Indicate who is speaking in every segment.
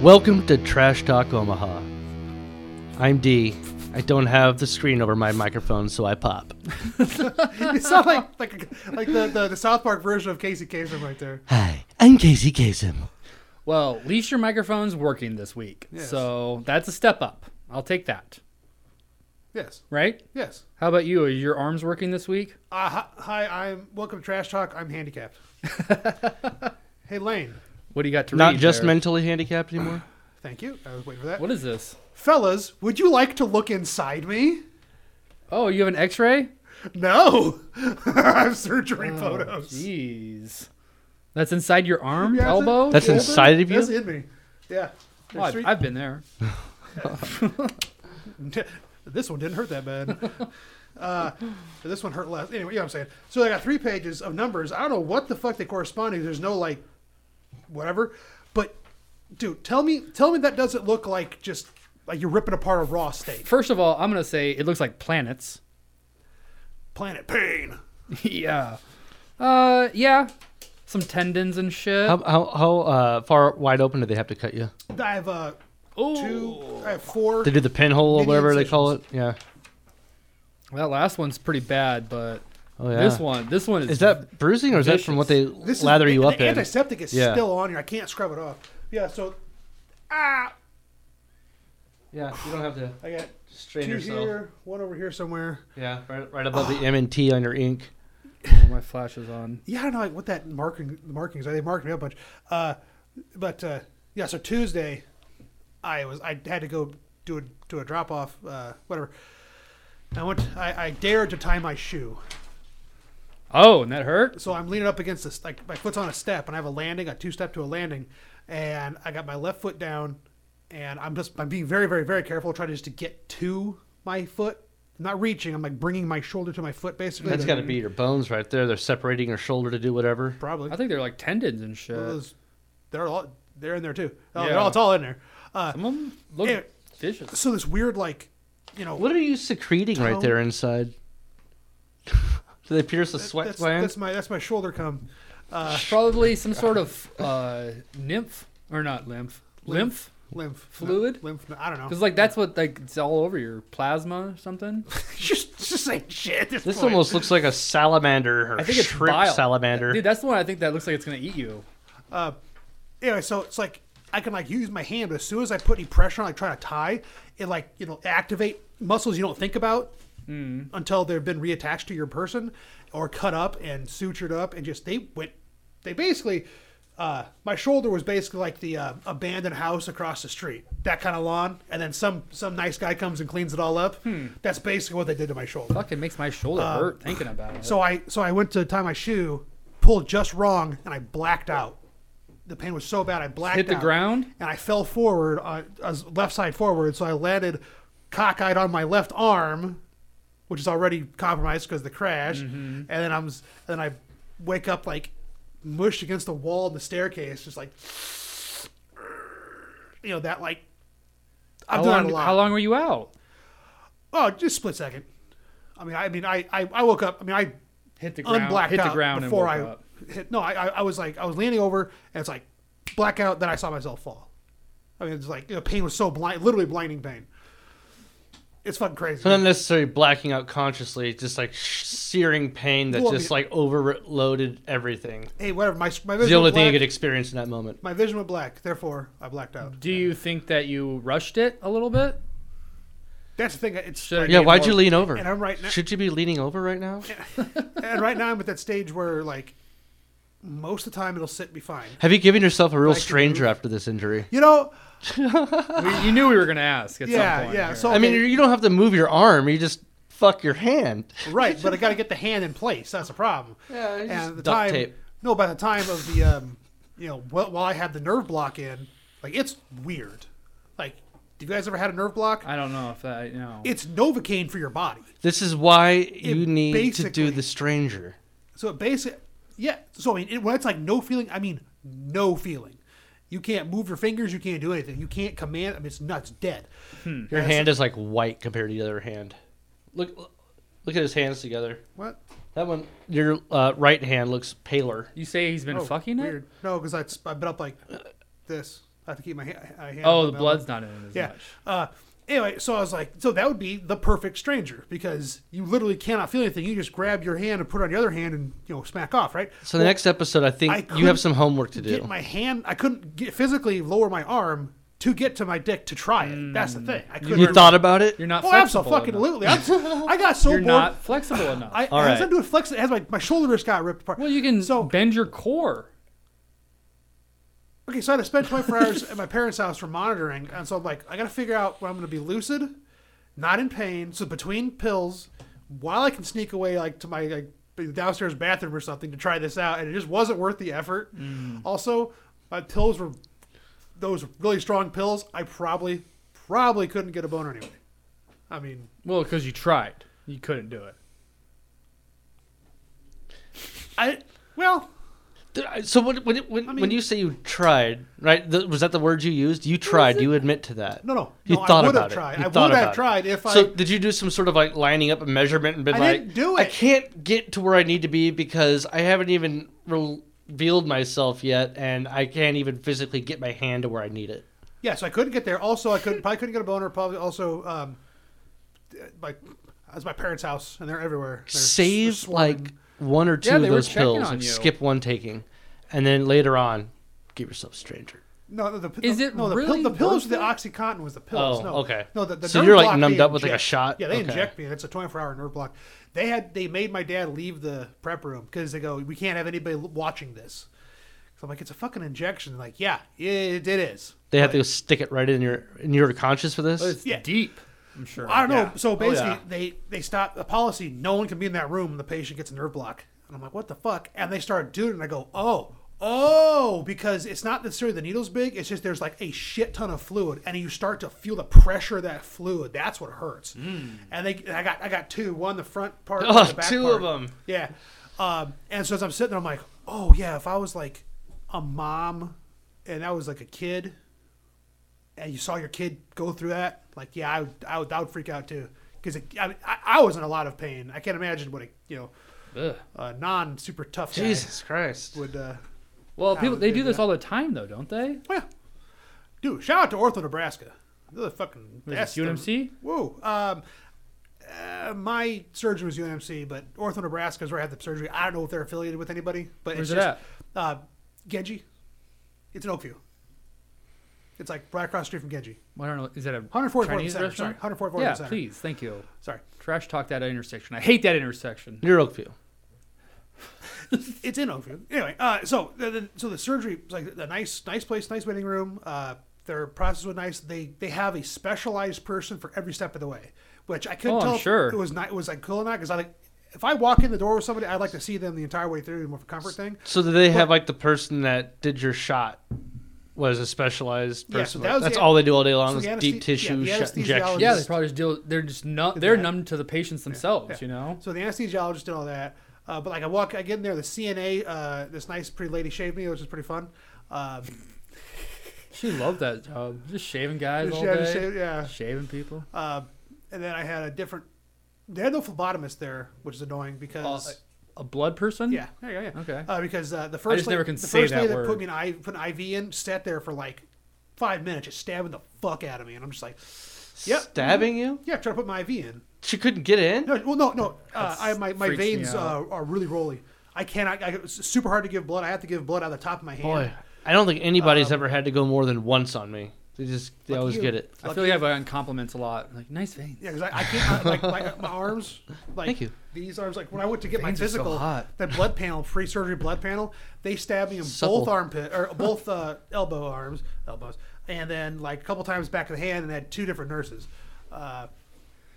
Speaker 1: Welcome to Trash Talk Omaha. I'm D. I don't have the screen over my microphone, so I pop.
Speaker 2: You sound like like like the, the, the South Park version of Casey Kasem right there.
Speaker 1: Hi, I'm Casey Kasem.
Speaker 3: Well, at least your microphone's working this week. So that's a step up. I'll take that.
Speaker 2: Yes,
Speaker 3: Right?
Speaker 2: yes.
Speaker 3: How about you? Are your arms working this week?
Speaker 2: Uh, hi, hi, I'm welcome to Trash Talk. I'm handicapped. hey Lane,
Speaker 3: What do you got to read?
Speaker 1: Not just
Speaker 3: there?
Speaker 1: mentally handicapped anymore.
Speaker 2: thank you. I was waiting for that.
Speaker 3: What is this?
Speaker 2: Fellas, would you like to look inside me?
Speaker 3: Oh, you have an x ray?
Speaker 2: No, I have surgery
Speaker 3: Oh,
Speaker 2: photos.
Speaker 3: Jeez. That's inside your arm?
Speaker 2: Yeah, it's-
Speaker 3: elbow?
Speaker 1: That's
Speaker 2: yeah,
Speaker 1: inside of you?
Speaker 2: That's in me. Yeah.
Speaker 3: Oh, I've,
Speaker 2: There's
Speaker 3: I've been there.
Speaker 2: three- this one didn't hurt that bad. Uh, this one hurt less. Anyway, you know what I'm saying. So I got three pages of numbers. I don't know what the fuck they correspond to. There's no like, whatever. But dude, tell me, tell me that doesn't look like just like you're ripping apart a raw steak.
Speaker 3: First of all, I'm going to say it looks like planets.
Speaker 2: Planet pain.
Speaker 3: yeah. Uh, yeah. Some tendons and shit.
Speaker 1: How, how, how uh, far wide open do they have to cut you?
Speaker 2: I have uh,
Speaker 3: Ooh.
Speaker 2: two. I have four.
Speaker 1: They do the pinhole or
Speaker 2: Mini
Speaker 1: whatever they call it. Yeah.
Speaker 3: That last one's pretty bad, but
Speaker 1: Oh yeah.
Speaker 3: this one, this one is.
Speaker 1: is that bruising or is that from what they
Speaker 2: This
Speaker 1: lather
Speaker 2: is,
Speaker 1: you
Speaker 2: the,
Speaker 1: up
Speaker 2: the
Speaker 1: in?
Speaker 2: antiseptic is
Speaker 1: Yeah.
Speaker 2: still on here. I can't scrub it off. Yeah. So ah,
Speaker 1: Yeah, you don't have to
Speaker 2: I got
Speaker 1: strain
Speaker 2: two here, one over here somewhere.
Speaker 1: Yeah, right, right above the M and T on your ink.
Speaker 3: Oh, my flash is on.
Speaker 2: yeah, I don't know like, what that marking the markings are. They marked me up a bunch, uh, but uh, yeah. So Tuesday, I was I had to go do a do a drop off, uh, whatever. I went. I, I dared to tie my shoe,
Speaker 3: Oh, and that hurt?
Speaker 2: so I'm leaning up against this. Like my foot's on a step, and I have a landing, a two step to a landing, and I got my left foot down, and I'm just I'm being very very very careful, trying just to get to my foot. I'm not reaching. I'm like bringing my shoulder to my foot, basically.
Speaker 1: That's
Speaker 2: to-
Speaker 1: got to be your bones right there. They're separating your shoulder to do whatever.
Speaker 2: probably.
Speaker 3: I think they're like tendons and shit.
Speaker 2: Well,
Speaker 3: Some
Speaker 2: those- they're all they're in there too. Oh,
Speaker 3: Yeah.
Speaker 2: they're all, it's all in there. Uh,
Speaker 3: of them look
Speaker 2: Here.
Speaker 3: vicious.
Speaker 2: so this weird like, you know,
Speaker 1: What are you secreting right
Speaker 2: Tone.
Speaker 1: there inside? do they pierce the sweat
Speaker 2: that's,
Speaker 1: gland?
Speaker 2: that's my that's my shoulder cum. Uh,
Speaker 3: Probably some sort of uh, nymph or not lymph, lymph,
Speaker 2: lymph
Speaker 3: Fluid?
Speaker 2: No, lymph. no, I don't know.
Speaker 3: because like that's what like it's all over your plasma or something.
Speaker 2: just just like shit. At this,
Speaker 1: this
Speaker 2: point.
Speaker 1: almost looks like a salamander or
Speaker 3: I think it's
Speaker 1: shrimp
Speaker 3: bile.
Speaker 1: salamander.
Speaker 3: Dude, that's the one I think that looks like it's gonna eat you.
Speaker 2: Uh, anyway, so it's like I can like use my hand, but as soon as I put any pressure on, like trying to tie, it like you know activate muscles you don't think about until they've been reattached to your person or cut up and sutured up, and just they went. They basically, uh, my shoulder was basically like the uh, abandoned house across the street, that kind of lawn, and then some some nice guy comes and cleans it all up. That's basically what they did to my shoulder.
Speaker 3: Fucking makes my shoulder hurt thinking about it.
Speaker 2: Uh, So I so I went to tie my shoe, pulled just wrong, and I blacked out. The pain was so bad I blacked
Speaker 3: hit the
Speaker 2: out.
Speaker 3: ground.
Speaker 2: and I fell forward, uh, uh, left side forward. So I landed cockeyed on my left arm, which is already compromised because of the crash.
Speaker 3: Mm-hmm.
Speaker 2: And then I'm s- and then I wake up like mushed against the wall of the staircase, just like you know that like. I've
Speaker 3: How
Speaker 2: done that
Speaker 3: long,
Speaker 2: a lot.
Speaker 3: how long were you out?
Speaker 2: Oh, just split second. I mean, I mean, I, I, I woke up. I mean, I
Speaker 3: Hit the ground.
Speaker 2: unblacked
Speaker 3: hit the
Speaker 2: out
Speaker 3: ground
Speaker 2: before
Speaker 3: and woke
Speaker 2: I
Speaker 3: up.
Speaker 2: hit. No, I, I I was like I was leaning over and it's like blackout. Then I saw myself fall. I mean, it's like the pain was so blind, literally blinding pain. It's fucking crazy.
Speaker 1: So not necessarily blacking out consciously, it's just like sh- searing pain that
Speaker 2: Well, I
Speaker 1: just
Speaker 2: mean-
Speaker 1: like overloaded everything.
Speaker 2: hey, whatever. My my
Speaker 1: It's
Speaker 2: vision
Speaker 1: the only
Speaker 2: went
Speaker 1: thing you
Speaker 2: black.
Speaker 1: could experience in that moment.
Speaker 2: my vision went black. Therefore, I blacked out.
Speaker 3: Do you think that you rushed it a little bit?
Speaker 2: That's the thing. It's
Speaker 3: Should I
Speaker 2: like-
Speaker 1: Yeah,
Speaker 3: gave
Speaker 1: why'd
Speaker 3: more-
Speaker 1: you lean over?
Speaker 2: and I'm right now.
Speaker 1: Should you be leaning over right now?
Speaker 2: and right now I'm at that stage where like most of the time it'll sit and be fine.
Speaker 1: Have you given yourself a real
Speaker 2: I can
Speaker 1: stranger after this injury?
Speaker 2: You know,
Speaker 3: We- you knew we were gonna ask at some
Speaker 2: Yeah,
Speaker 3: point.
Speaker 2: yeah,
Speaker 3: here.
Speaker 2: so-
Speaker 1: I mean,
Speaker 2: Okay.
Speaker 1: you don't have to move your arm. You just fuck your hand.
Speaker 2: right? But I got to get the hand in place. That's a problem.
Speaker 1: Yeah,
Speaker 2: and
Speaker 1: just
Speaker 2: at the
Speaker 1: duct
Speaker 2: time,
Speaker 1: tape.
Speaker 2: no, by the time of the, um, you know, wh- while I had the nerve block in, like it's weird. Like, do you guys ever had a nerve block?
Speaker 3: I don't know if that. You know.
Speaker 2: it's novocaine for your body.
Speaker 1: This is why you need to do
Speaker 2: basically-
Speaker 1: the stranger.
Speaker 2: So it basically, yeah. So I mean, it, when it's like no feeling, I mean no feeling. You can't move your fingers. You can't do anything. You can't command. I mean, it's nuts dead.
Speaker 3: Hmm.
Speaker 1: Your
Speaker 2: That's-
Speaker 1: hand is like white compared to the other hand. Look, look at his hands together.
Speaker 2: What?
Speaker 1: That one, your uh, right hand looks paler.
Speaker 3: you say he's been
Speaker 2: Oh,
Speaker 3: fucking it.
Speaker 2: weird. No, because I've been up like this. I have to keep my ha- uh, hand. on
Speaker 3: Oh, the
Speaker 2: metal.
Speaker 3: blood's not in it as
Speaker 2: Yeah.
Speaker 3: much.
Speaker 2: Uh, anyway, so I was like, so that would be the perfect stranger because you literally cannot feel anything. You just grab your hand and put it on your other hand and you know smack off, right?
Speaker 1: So the next episode, I think
Speaker 2: I
Speaker 1: you
Speaker 2: couldn't
Speaker 1: have some homework to do.
Speaker 2: get my hand. I couldn't get, physically lower my arm to get to my dick to try it. That's the thing. I couldn't.
Speaker 1: you thought about it?
Speaker 3: You're not
Speaker 2: Oh,
Speaker 3: flexible. enough.
Speaker 2: absolutely! I'm- I got so
Speaker 3: You're
Speaker 2: bored.
Speaker 3: not flexible enough.
Speaker 2: I,
Speaker 1: All
Speaker 2: it has
Speaker 1: right.
Speaker 2: nothing to do with flexing. It has my, my shoulder just got ripped apart.
Speaker 3: well, you can
Speaker 2: So
Speaker 3: bend your core.
Speaker 2: okay, so I had to spend 24 hours at my parents' house for monitoring, and so I'm like, I got to figure out when I'm going to be lucid, not in pain. So between pills, while I can sneak away like to my like downstairs bathroom or something to try this out, and it just wasn't worth the effort. Also, my pills were those really strong pills. I probably probably couldn't get a boner anyway. I mean,
Speaker 3: Well, because you tried, you couldn't do it.
Speaker 2: I well.
Speaker 1: Th- I- So when, when, when,
Speaker 2: mean-
Speaker 1: when you say you tried, right? Th was that the word you used? You tried. You admit to that.
Speaker 2: No, no.
Speaker 1: You
Speaker 2: No, I
Speaker 1: thought
Speaker 2: would have
Speaker 1: about it.
Speaker 2: tried.
Speaker 1: You
Speaker 2: I
Speaker 1: thought
Speaker 2: would have
Speaker 1: about it.
Speaker 2: tried if I-
Speaker 1: So did you do some sort of like lining up a measurement and been
Speaker 2: I
Speaker 1: like,
Speaker 2: didn't do
Speaker 1: I
Speaker 2: it.
Speaker 1: can't get to where I need to be because I haven't even revealed myself yet, and I can't even physically get my hand to where I need it.
Speaker 2: Yeah, so I couldn't get there. Also, I couldn't probably couldn't get a boner. Probably also, um, my it's my parents' house and they're everywhere. They're,
Speaker 1: Save like one or two
Speaker 3: Yeah,
Speaker 1: of
Speaker 3: they were
Speaker 1: those
Speaker 3: checking
Speaker 1: pills
Speaker 3: on
Speaker 1: and
Speaker 3: you.
Speaker 1: skip one taking, and then later on, give yourself stranger.
Speaker 2: no, the, the
Speaker 3: Is it
Speaker 2: no the,
Speaker 3: really
Speaker 2: pill, the pills?
Speaker 3: worth
Speaker 2: The
Speaker 3: it?
Speaker 2: OxyContin was the pills.
Speaker 1: Oh,
Speaker 2: no,
Speaker 1: okay.
Speaker 2: No, the, the
Speaker 1: So
Speaker 2: nerve
Speaker 1: you're, like,
Speaker 2: block
Speaker 1: numbed
Speaker 2: they
Speaker 1: up with, like, a
Speaker 2: inject.
Speaker 1: shot?
Speaker 2: Yeah, they
Speaker 1: Okay.
Speaker 2: inject me, and it's a 24-hour nerve block. They had they made my dad leave the prep room because they go, we can't have anybody l- watching this. So I'm like, it's a fucking injection. Like, yeah, it, it is.
Speaker 1: They have to go stick it right in your in your conscious for this.
Speaker 3: It's
Speaker 2: Yeah.
Speaker 3: deep. I'm sure.
Speaker 2: I don't know.
Speaker 3: Yeah.
Speaker 2: So
Speaker 3: Oh,
Speaker 2: basically,
Speaker 3: yeah.
Speaker 2: they they stop the policy. No one can be in that room when the patient gets a nerve block. And I'm like, what the fuck? And they start doing it. And I go, oh, oh, because it's not necessarily the needle's big. It's just there's like a shit ton of fluid, and you start to feel the pressure of that fluid. That's what hurts. And they, and I got I got two. One the front part. one
Speaker 1: Oh,
Speaker 2: the back
Speaker 1: two of
Speaker 2: part.
Speaker 1: them.
Speaker 2: Yeah. Um, and so as I'm sitting there, I'm like, oh yeah, if I was like a mom, and I was like a kid, and you saw your kid go through that, like yeah, I would, I would, I would freak out too, because I, I, I was in a lot of pain. I can't imagine what a you know
Speaker 3: Ugh.
Speaker 2: a non super tough guy
Speaker 1: Jesus Christ.
Speaker 2: would. Uh,
Speaker 3: Well, people
Speaker 2: would
Speaker 3: they
Speaker 2: do
Speaker 3: do this
Speaker 2: that.
Speaker 3: all the time though, don't they?
Speaker 2: well, dude, shout out to Ortho Nebraska. They're the fucking
Speaker 3: Was
Speaker 2: best.
Speaker 3: it UNMC?
Speaker 2: Whoa. Um, uh, my surgeon was UNMC, but Ortho Nebraska is where I had the surgery. I don't know if they're affiliated with anybody, but
Speaker 3: Where's
Speaker 2: it's
Speaker 3: it
Speaker 2: just, Uh, Genji. It's in Oakview. It's like right across the street from Genji.
Speaker 3: I don't know. Is that a
Speaker 2: 144th
Speaker 3: Chinese
Speaker 2: Center,
Speaker 3: restaurant?
Speaker 2: sorry, 144th
Speaker 3: Yeah,
Speaker 2: Center.
Speaker 3: please. Thank you.
Speaker 2: Sorry.
Speaker 3: Trash talk that intersection. I hate that intersection.
Speaker 1: Near Oakview.
Speaker 2: It's in Oakview. Anyway, uh, so the, the, so the surgery was like a nice nice place, nice waiting room. Uh, their process was nice. They they have a specialized person for every step of the way, which I couldn't
Speaker 3: Oh, I'm
Speaker 2: tell
Speaker 3: sure.
Speaker 2: if it was not it was like cool or not because I like if I walk in the door with somebody, I'd like to see them the entire way through more for comfort thing.
Speaker 1: So do they have like the person that did your shot was a specialized
Speaker 2: Yeah, so
Speaker 1: person?
Speaker 2: that
Speaker 1: like-
Speaker 2: was
Speaker 1: That's
Speaker 2: the-
Speaker 1: all they do all day long
Speaker 2: so
Speaker 1: is
Speaker 2: the
Speaker 1: deep
Speaker 2: anesthesi-
Speaker 1: tissue
Speaker 2: yeah, the
Speaker 1: shot injections.
Speaker 2: anesthesiologist-
Speaker 3: Yeah, they probably just deal. They're just numb. They're
Speaker 2: that.
Speaker 3: numb to the patients themselves. You know.
Speaker 2: So the anesthesiologist did all that. Uh, but like I walk, I get in there. The CNA, uh, this nice pretty lady shaved me, which is pretty fun. Um,
Speaker 3: She loved that job. Just shaving guys all
Speaker 2: she had to
Speaker 3: day.
Speaker 2: shave- yeah.
Speaker 3: Shaving people.
Speaker 2: Um, and then I had a different. They had no phlebotomist there, which is annoying because
Speaker 3: Uh, a blood person.
Speaker 2: yeah, there you go, yeah.
Speaker 3: Okay.
Speaker 2: Uh, because uh, the first
Speaker 3: just never
Speaker 2: lady-
Speaker 3: can
Speaker 2: the
Speaker 3: say
Speaker 2: first
Speaker 3: that
Speaker 2: lady that
Speaker 3: word.
Speaker 2: put me an I, put an IV in sat there for like five minutes, just stabbing the fuck out of me, and I'm just like, Yep.
Speaker 1: Stabbing you?
Speaker 2: yeah, try to put my IV in.
Speaker 1: She couldn't get in?
Speaker 2: No, well, no, no. Uh, I, my my
Speaker 3: freaks me
Speaker 2: veins uh,
Speaker 3: out.
Speaker 2: are really rolly. I cannot. I, it's super hard to give blood. I have to give blood out of the top of my hand.
Speaker 1: Boy, I don't think anybody's ever had to go more than once on me. They just they
Speaker 2: Lucky
Speaker 1: always
Speaker 2: Um, you.
Speaker 1: get it.
Speaker 3: I feel like I've gotten compliments a lot. Like nice veins.
Speaker 2: Yeah, because I, I can't. I, like my, my arms, like
Speaker 1: Thank you.
Speaker 2: these arms. Like when I went to get
Speaker 3: Veins
Speaker 2: my
Speaker 3: are so
Speaker 2: physical,
Speaker 3: hot.
Speaker 2: that blood panel, free surgery blood panel, they stabbed me in
Speaker 1: Supple.
Speaker 2: both armpit or both uh, elbow arms, elbows, and then like a couple times back of the hand, and had two different nurses. Uh,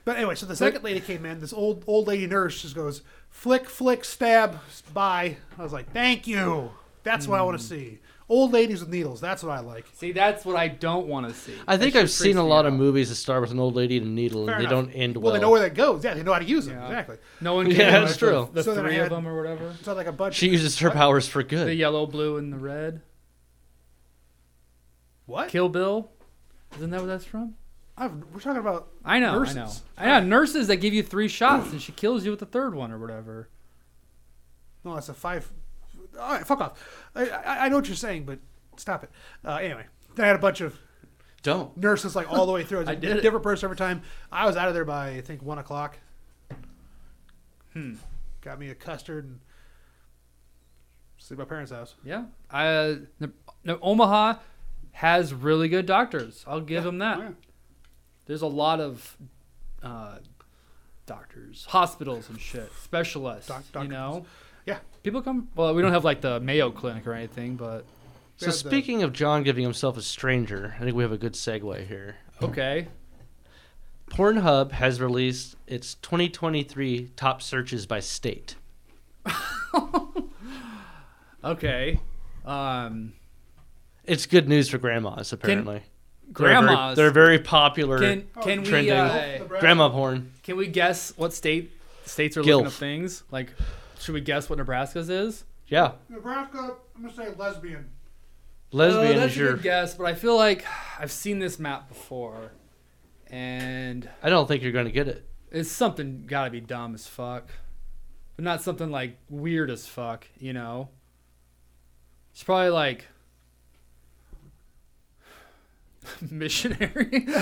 Speaker 2: but anyway, so the second lady came in. This old old lady nurse just goes flick, flick, stab, bye. I was like, thank you. That's what I
Speaker 1: Mm.
Speaker 2: want to see. Old ladies with needles. That's what I like.
Speaker 3: See, that's what I don't want to see.
Speaker 1: I think
Speaker 3: That shit
Speaker 1: I've seen
Speaker 3: freaks
Speaker 1: a
Speaker 3: me
Speaker 1: lot of
Speaker 3: out.
Speaker 1: movies that start with an old lady and a needle
Speaker 2: Fair
Speaker 1: and they
Speaker 2: enough.
Speaker 1: don't end well.
Speaker 2: Well, they know where that goes. Yeah, they know how to use them.
Speaker 3: Yeah.
Speaker 2: Exactly.
Speaker 3: No one.
Speaker 1: Yeah,
Speaker 3: Can
Speaker 1: that's
Speaker 3: that's true.
Speaker 1: true.
Speaker 3: The,
Speaker 2: So then I
Speaker 3: three of
Speaker 2: had-
Speaker 3: them or whatever.
Speaker 2: So like a bunch.
Speaker 1: she uses her powers for good.
Speaker 3: The yellow, blue, and the red.
Speaker 2: what?
Speaker 3: Kill Bill. Isn't that what that's from?
Speaker 2: I've, we're talking about
Speaker 3: I know.
Speaker 2: Nurses.
Speaker 3: I know. Yeah, nurses that give you three shots and she kills you with the third one or whatever.
Speaker 2: no, that's a five. All right, fuck off. I, I, I know what you're saying, but stop it. Uh, anyway, Then I had a bunch of
Speaker 1: Don't.
Speaker 2: nurses like all the way through. It was
Speaker 3: I
Speaker 2: a
Speaker 3: did it.
Speaker 2: different person every time. I was out of there by I think one o'clock. Hmm. Got me a custard and sleep at my parents' house.
Speaker 3: Yeah. I, uh, the, no, Omaha has really good doctors. I'll give them that.
Speaker 2: Oh, yeah.
Speaker 3: There's a lot of uh, doctors, hospitals, and shit, specialists.
Speaker 2: Doc-
Speaker 3: you know,
Speaker 2: Yeah.
Speaker 3: people come. Well, we don't have like the Mayo Clinic or anything, but
Speaker 1: So
Speaker 2: Yeah, the-
Speaker 1: speaking of John giving himself a stranger, I think we have a good segue here.
Speaker 3: okay.
Speaker 1: Pornhub has released its 2023 top searches by state.
Speaker 3: Okay. Um,
Speaker 1: It's good news for grandmas, apparently.
Speaker 3: grandmas.
Speaker 1: They're very, they're very popular.
Speaker 3: can
Speaker 2: Oh,
Speaker 3: can we
Speaker 1: trending.
Speaker 3: uh,
Speaker 1: Grandma porn.
Speaker 3: can we guess what state states are
Speaker 1: Gilf.
Speaker 3: looking up things? Like, should we guess what Nebraska's is?
Speaker 1: Yeah.
Speaker 2: Nebraska. I'm gonna say lesbian.
Speaker 3: Oh,
Speaker 1: Lesbian
Speaker 3: that's
Speaker 1: is
Speaker 3: a
Speaker 1: your.
Speaker 3: good guess, but I feel like I've seen this map before, and
Speaker 1: I don't think you're going to get it.
Speaker 3: it's something gotta be dumb as fuck, but not something like weird as fuck. You know, it's probably like missionary.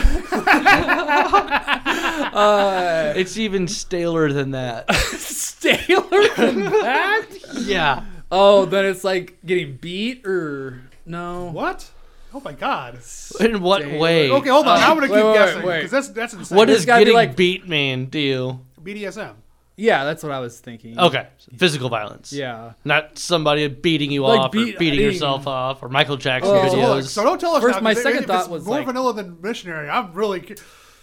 Speaker 3: uh,
Speaker 1: It's even staler than that.
Speaker 3: staler than that.
Speaker 1: yeah.
Speaker 3: Oh, then it's like getting beat or no.
Speaker 2: What? Oh my God.
Speaker 1: In what
Speaker 3: Staler.
Speaker 1: way?
Speaker 2: Okay, hold on.
Speaker 3: Uh,
Speaker 2: I'm gonna
Speaker 3: wait,
Speaker 2: keep
Speaker 3: wait,
Speaker 2: guessing
Speaker 3: wait.
Speaker 2: because that's that's insane.
Speaker 1: What
Speaker 3: It's
Speaker 1: is
Speaker 3: gotta be
Speaker 1: getting
Speaker 3: like-
Speaker 1: beat man do?
Speaker 2: BDSM?
Speaker 3: Yeah, that's what I was thinking.
Speaker 1: Okay, physical violence.
Speaker 3: Yeah.
Speaker 1: Not somebody beating you
Speaker 3: Like
Speaker 1: off
Speaker 3: beat-
Speaker 1: or beating
Speaker 3: I mean-
Speaker 1: yourself off or Michael Jackson
Speaker 3: Oh.
Speaker 2: So, hold on.
Speaker 1: videos.
Speaker 2: so don't tell us.
Speaker 3: First,
Speaker 2: now, 'cause
Speaker 3: my
Speaker 2: if-
Speaker 3: second
Speaker 2: if
Speaker 3: thought
Speaker 2: it's
Speaker 3: was,
Speaker 2: more
Speaker 3: like-
Speaker 2: vanilla than missionary. I'm really. cu-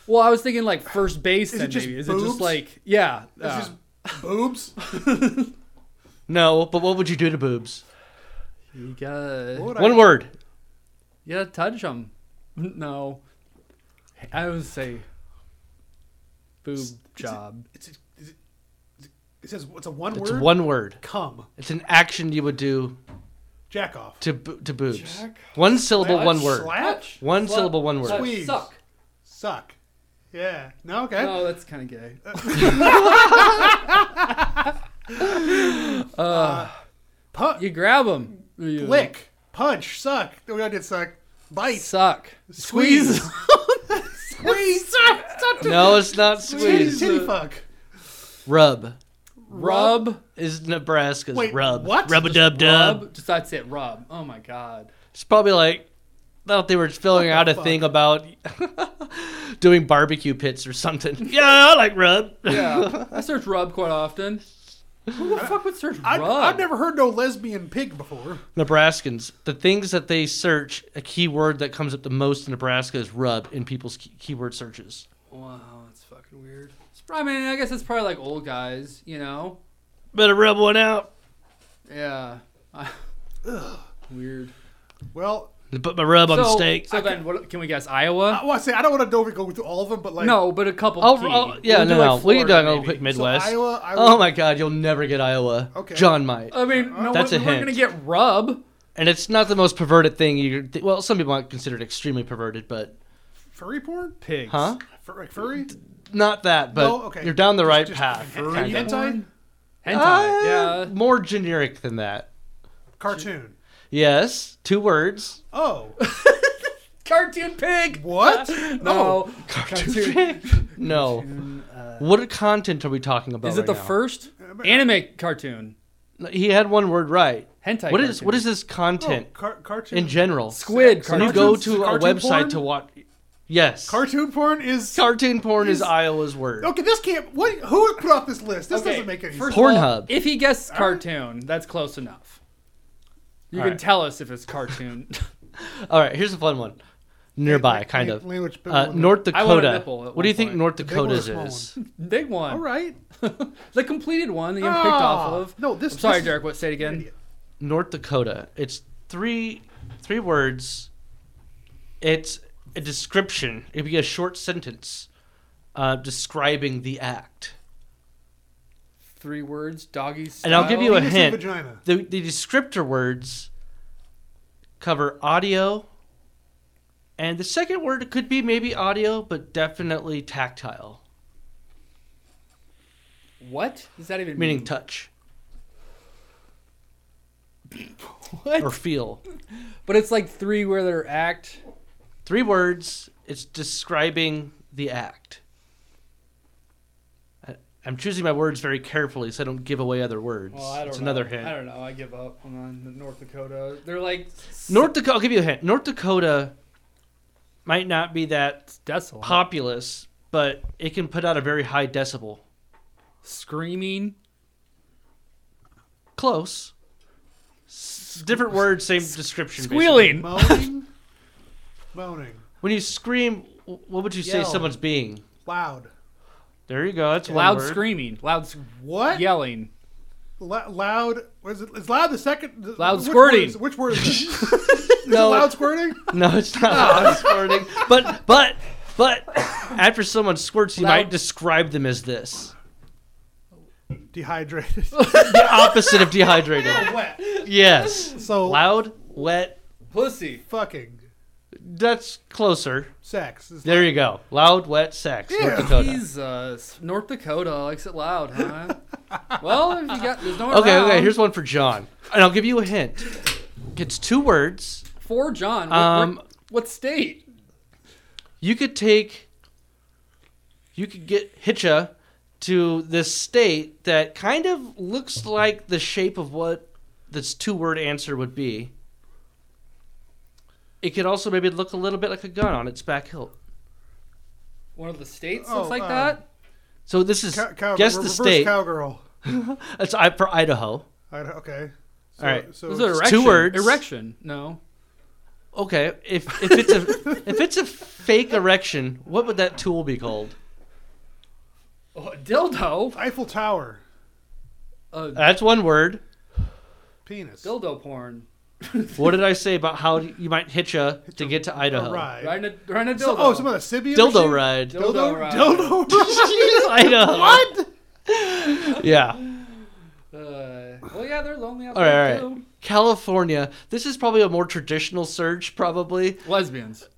Speaker 3: Well, I was thinking like first base.
Speaker 2: Is
Speaker 3: then
Speaker 2: it just
Speaker 3: maybe. Is it
Speaker 2: boobs?
Speaker 3: just like yeah?
Speaker 2: It's
Speaker 3: uh,
Speaker 2: just boobs.
Speaker 1: no, but what would you do to boobs?
Speaker 3: you gotta
Speaker 2: What would I-
Speaker 1: One word.
Speaker 3: you gotta touch them. No, I would say boob job.
Speaker 2: It's, it's, it's, it says it's a one
Speaker 1: It's
Speaker 2: word.
Speaker 1: one word.
Speaker 2: Come.
Speaker 1: It's an action you would do
Speaker 2: Jack off.
Speaker 1: to bo- to boobs.
Speaker 3: Jack-
Speaker 1: One syllable,
Speaker 2: Slap?
Speaker 1: one word.
Speaker 2: Slatch?
Speaker 1: One
Speaker 3: Slap-
Speaker 1: syllable, one word.
Speaker 3: Suck-
Speaker 2: Squeeze.
Speaker 3: Suck.
Speaker 2: Suck. Yeah. No. Okay.
Speaker 3: No, that's kind of gay.
Speaker 2: Uh, Pu-
Speaker 3: You grab them.
Speaker 2: lick. Punch. Suck. We all did suck. Bite.
Speaker 3: Suck.
Speaker 2: Squeeze. Squeeze. suck.
Speaker 1: No, it's not
Speaker 2: Titty,
Speaker 1: squeeze.
Speaker 2: titty fuck.
Speaker 1: Rub
Speaker 3: Rub.
Speaker 1: is Nebraska's
Speaker 2: Wait,
Speaker 1: rub.
Speaker 2: what?
Speaker 1: Rub a dub dub.
Speaker 3: Rub. Just that's it. Rub. Oh my god.
Speaker 1: It's probably like thought they were filling
Speaker 2: What the
Speaker 1: out a
Speaker 2: fuck?
Speaker 1: thing about doing barbecue pits or something. Yeah, I like rub.
Speaker 3: Yeah, I search rub quite often. Who the fuck would search
Speaker 2: I,
Speaker 3: rub?
Speaker 2: I've never heard no lesbian pig before.
Speaker 1: Nebraskans, the things that they search, a keyword that comes up the most in Nebraska is rub in people's key- keyword searches.
Speaker 3: Wow, that's fucking weird. It's probably, I mean, I guess it's probably like old guys, you know?
Speaker 1: Better rub one out.
Speaker 3: Yeah. weird.
Speaker 2: Well,
Speaker 1: Put my rub on
Speaker 3: so,
Speaker 1: steak.
Speaker 3: So then, what, can we guess
Speaker 2: I
Speaker 3: Iowa?
Speaker 2: want to say I don't want to over go through all of them, but like
Speaker 3: no, but a couple.
Speaker 1: Oh,
Speaker 3: key.
Speaker 1: oh, yeah,
Speaker 3: We'll do,
Speaker 1: no,
Speaker 3: like,
Speaker 1: no. we can do like
Speaker 3: Florida,
Speaker 1: a
Speaker 3: maybe.
Speaker 1: quick
Speaker 2: so
Speaker 1: Midwest.
Speaker 2: Iowa, Iowa.
Speaker 1: oh my God, you'll never get Iowa.
Speaker 2: Okay.
Speaker 1: John might,
Speaker 3: I mean, no,
Speaker 1: That's
Speaker 3: we,
Speaker 1: a
Speaker 3: we weren't
Speaker 1: hint.
Speaker 3: going to get rub.
Speaker 1: and it's not the most perverted thing. You th- well, some people might consider it extremely perverted, but
Speaker 2: Furry porn?
Speaker 3: Pigs.
Speaker 1: huh?
Speaker 2: Fur, like furry?
Speaker 1: Not that, but
Speaker 2: No, okay.
Speaker 1: you're down the right
Speaker 2: Just
Speaker 1: path.
Speaker 2: hen-
Speaker 1: kind of.
Speaker 2: hentai?
Speaker 1: Uh,
Speaker 3: Hentai. yeah.
Speaker 1: more generic than that.
Speaker 2: Cartoon.
Speaker 1: Yes, two words.
Speaker 2: Oh.
Speaker 3: Cartoon pig.
Speaker 2: What?
Speaker 3: No.
Speaker 1: Oh.
Speaker 3: Cartoon.
Speaker 1: No. What content are we talking about?
Speaker 3: Is it
Speaker 1: right
Speaker 3: the
Speaker 1: now?
Speaker 3: first anime cartoon?
Speaker 1: No, He had one word right.
Speaker 3: Hentai.
Speaker 1: What is
Speaker 3: cartoon.
Speaker 1: what is this content
Speaker 2: Oh, car- cartoon.
Speaker 1: in general?
Speaker 3: Squid.
Speaker 1: When you
Speaker 3: Cartoon.
Speaker 1: go
Speaker 2: Cartoons?
Speaker 1: to a
Speaker 2: Cartoon
Speaker 1: website
Speaker 2: porn?
Speaker 1: to watch, yes,
Speaker 2: Cartoon porn is.
Speaker 1: cartoon porn is
Speaker 2: Is-
Speaker 1: Iowa's word.
Speaker 2: okay, this can't. What? Who put off this list? This
Speaker 3: Okay,
Speaker 2: doesn't make any
Speaker 3: first
Speaker 2: sense.
Speaker 1: Pornhub.
Speaker 3: of all, if he guessed cartoon, that's close enough. You
Speaker 1: All
Speaker 3: can
Speaker 1: right.
Speaker 3: tell us if it's cartoon.
Speaker 1: All right, here's a fun one. Nearby, kind of.
Speaker 2: Language.
Speaker 1: Uh, North
Speaker 3: I want a
Speaker 1: Dakota.
Speaker 3: nipple at
Speaker 1: What do you
Speaker 3: one
Speaker 1: think
Speaker 3: point.
Speaker 1: North
Speaker 2: big one or
Speaker 1: Dakota's
Speaker 2: small
Speaker 1: is?
Speaker 3: Big one.
Speaker 2: All right.
Speaker 3: The completed one that you
Speaker 2: Ah,
Speaker 3: picked off of.
Speaker 2: no, this-
Speaker 3: I'm sorry,
Speaker 2: this is-
Speaker 3: Derek. What? Say it again.
Speaker 2: Idiot.
Speaker 1: North Dakota. It's three three words. It's a description. It'd be a short sentence uh, describing the act.
Speaker 3: Three words. Doggy style.
Speaker 1: And I'll give you a
Speaker 2: Penis and
Speaker 1: hint.
Speaker 2: vagina.
Speaker 1: The, the descriptor words cover audio, and the second word could be maybe audio, but definitely tactile,
Speaker 3: What does that even
Speaker 2: Hmm.
Speaker 1: meaning
Speaker 3: mean?
Speaker 1: touch.
Speaker 3: What?
Speaker 1: or feel.
Speaker 3: but it's like three where they're act.
Speaker 1: Three words. It's describing the act. I, I'm choosing my words very carefully so I don't give away other words.
Speaker 3: Well, I don't
Speaker 1: it's
Speaker 3: know.
Speaker 1: another hint.
Speaker 3: I don't know. I give up on the North Dakota. They're like
Speaker 1: North Dakota. I'll give you a hint. North Dakota might not be that
Speaker 3: desolate,
Speaker 1: populous, but it can put out a very high decibel.
Speaker 3: screaming.
Speaker 1: Close. S- Different word, same description. basically.
Speaker 3: Squealing.
Speaker 2: Moaning? Moaning.
Speaker 1: When you scream, wh- what would you say
Speaker 2: Yell.
Speaker 1: someone's being?
Speaker 2: Loud.
Speaker 1: There you go. That's one
Speaker 3: Loud
Speaker 1: word.
Speaker 3: screaming. Loud s-
Speaker 2: What?
Speaker 3: yelling.
Speaker 2: La- loud. What is it? Is loud the second? the-
Speaker 3: Loud
Speaker 2: which
Speaker 3: squirting.
Speaker 2: Word is, which word is it?
Speaker 1: No,
Speaker 2: loud squirting?
Speaker 1: no, it's not loud squirting. But but but after someone squirts, you
Speaker 3: Loud-
Speaker 1: might describe them as this.
Speaker 2: Dehydrated.
Speaker 1: The opposite of dehydrated.
Speaker 2: Wet.
Speaker 1: Yes.
Speaker 2: So
Speaker 1: Loud, wet.
Speaker 3: Pussy.
Speaker 2: fucking
Speaker 1: That's closer.
Speaker 2: sex. Is
Speaker 1: There you go. Loud, wet sex. North
Speaker 2: Yeah.
Speaker 1: Dakota.
Speaker 3: Jesus. North Dakota likes it loud, huh? well, if you got there's no one
Speaker 1: Okay,
Speaker 3: around.
Speaker 1: okay. Here's one for John, and I'll give you a hint. It's two words.
Speaker 3: for John. What,
Speaker 1: Um,
Speaker 3: what, what state?
Speaker 1: You could take. You could get Hitcha to this state that kind of looks like the shape of what this two-word answer would be. It could also maybe look a little bit like a gun on its back hilt.
Speaker 3: One of the states
Speaker 2: Oh,
Speaker 3: looks like
Speaker 2: uh,
Speaker 3: that.
Speaker 1: So this is
Speaker 2: cow, cow,
Speaker 1: guess
Speaker 2: re-
Speaker 1: the
Speaker 2: reverse
Speaker 1: state.
Speaker 2: cowgirl.
Speaker 1: It's I for Idaho.
Speaker 2: I don't- okay. So,
Speaker 1: All right.
Speaker 2: So
Speaker 3: Those
Speaker 2: it's-
Speaker 3: are
Speaker 1: it's two
Speaker 3: erection.
Speaker 1: words.
Speaker 3: Erection. No.
Speaker 1: Okay, if if it's a if it's a fake erection, what would that tool be called?
Speaker 3: Oh, dildo.
Speaker 2: Eiffel Tower.
Speaker 3: Uh,
Speaker 1: That's one word.
Speaker 2: Penis.
Speaker 3: dildo porn.
Speaker 1: What did I say about how you might hitch a to get to Idaho?
Speaker 2: A ride.
Speaker 3: Riding a, riding a dildo.
Speaker 2: So- oh, some of the Sibian
Speaker 1: Dildo
Speaker 2: machine?
Speaker 1: ride.
Speaker 3: Dildo ride.
Speaker 2: Dildo ride.
Speaker 1: Idaho. What? yeah.
Speaker 3: Uh, well, yeah, they're lonely out
Speaker 1: All
Speaker 3: there
Speaker 1: right, all right.
Speaker 3: too.
Speaker 1: California. This is probably a more traditional search, probably,
Speaker 3: Lesbians.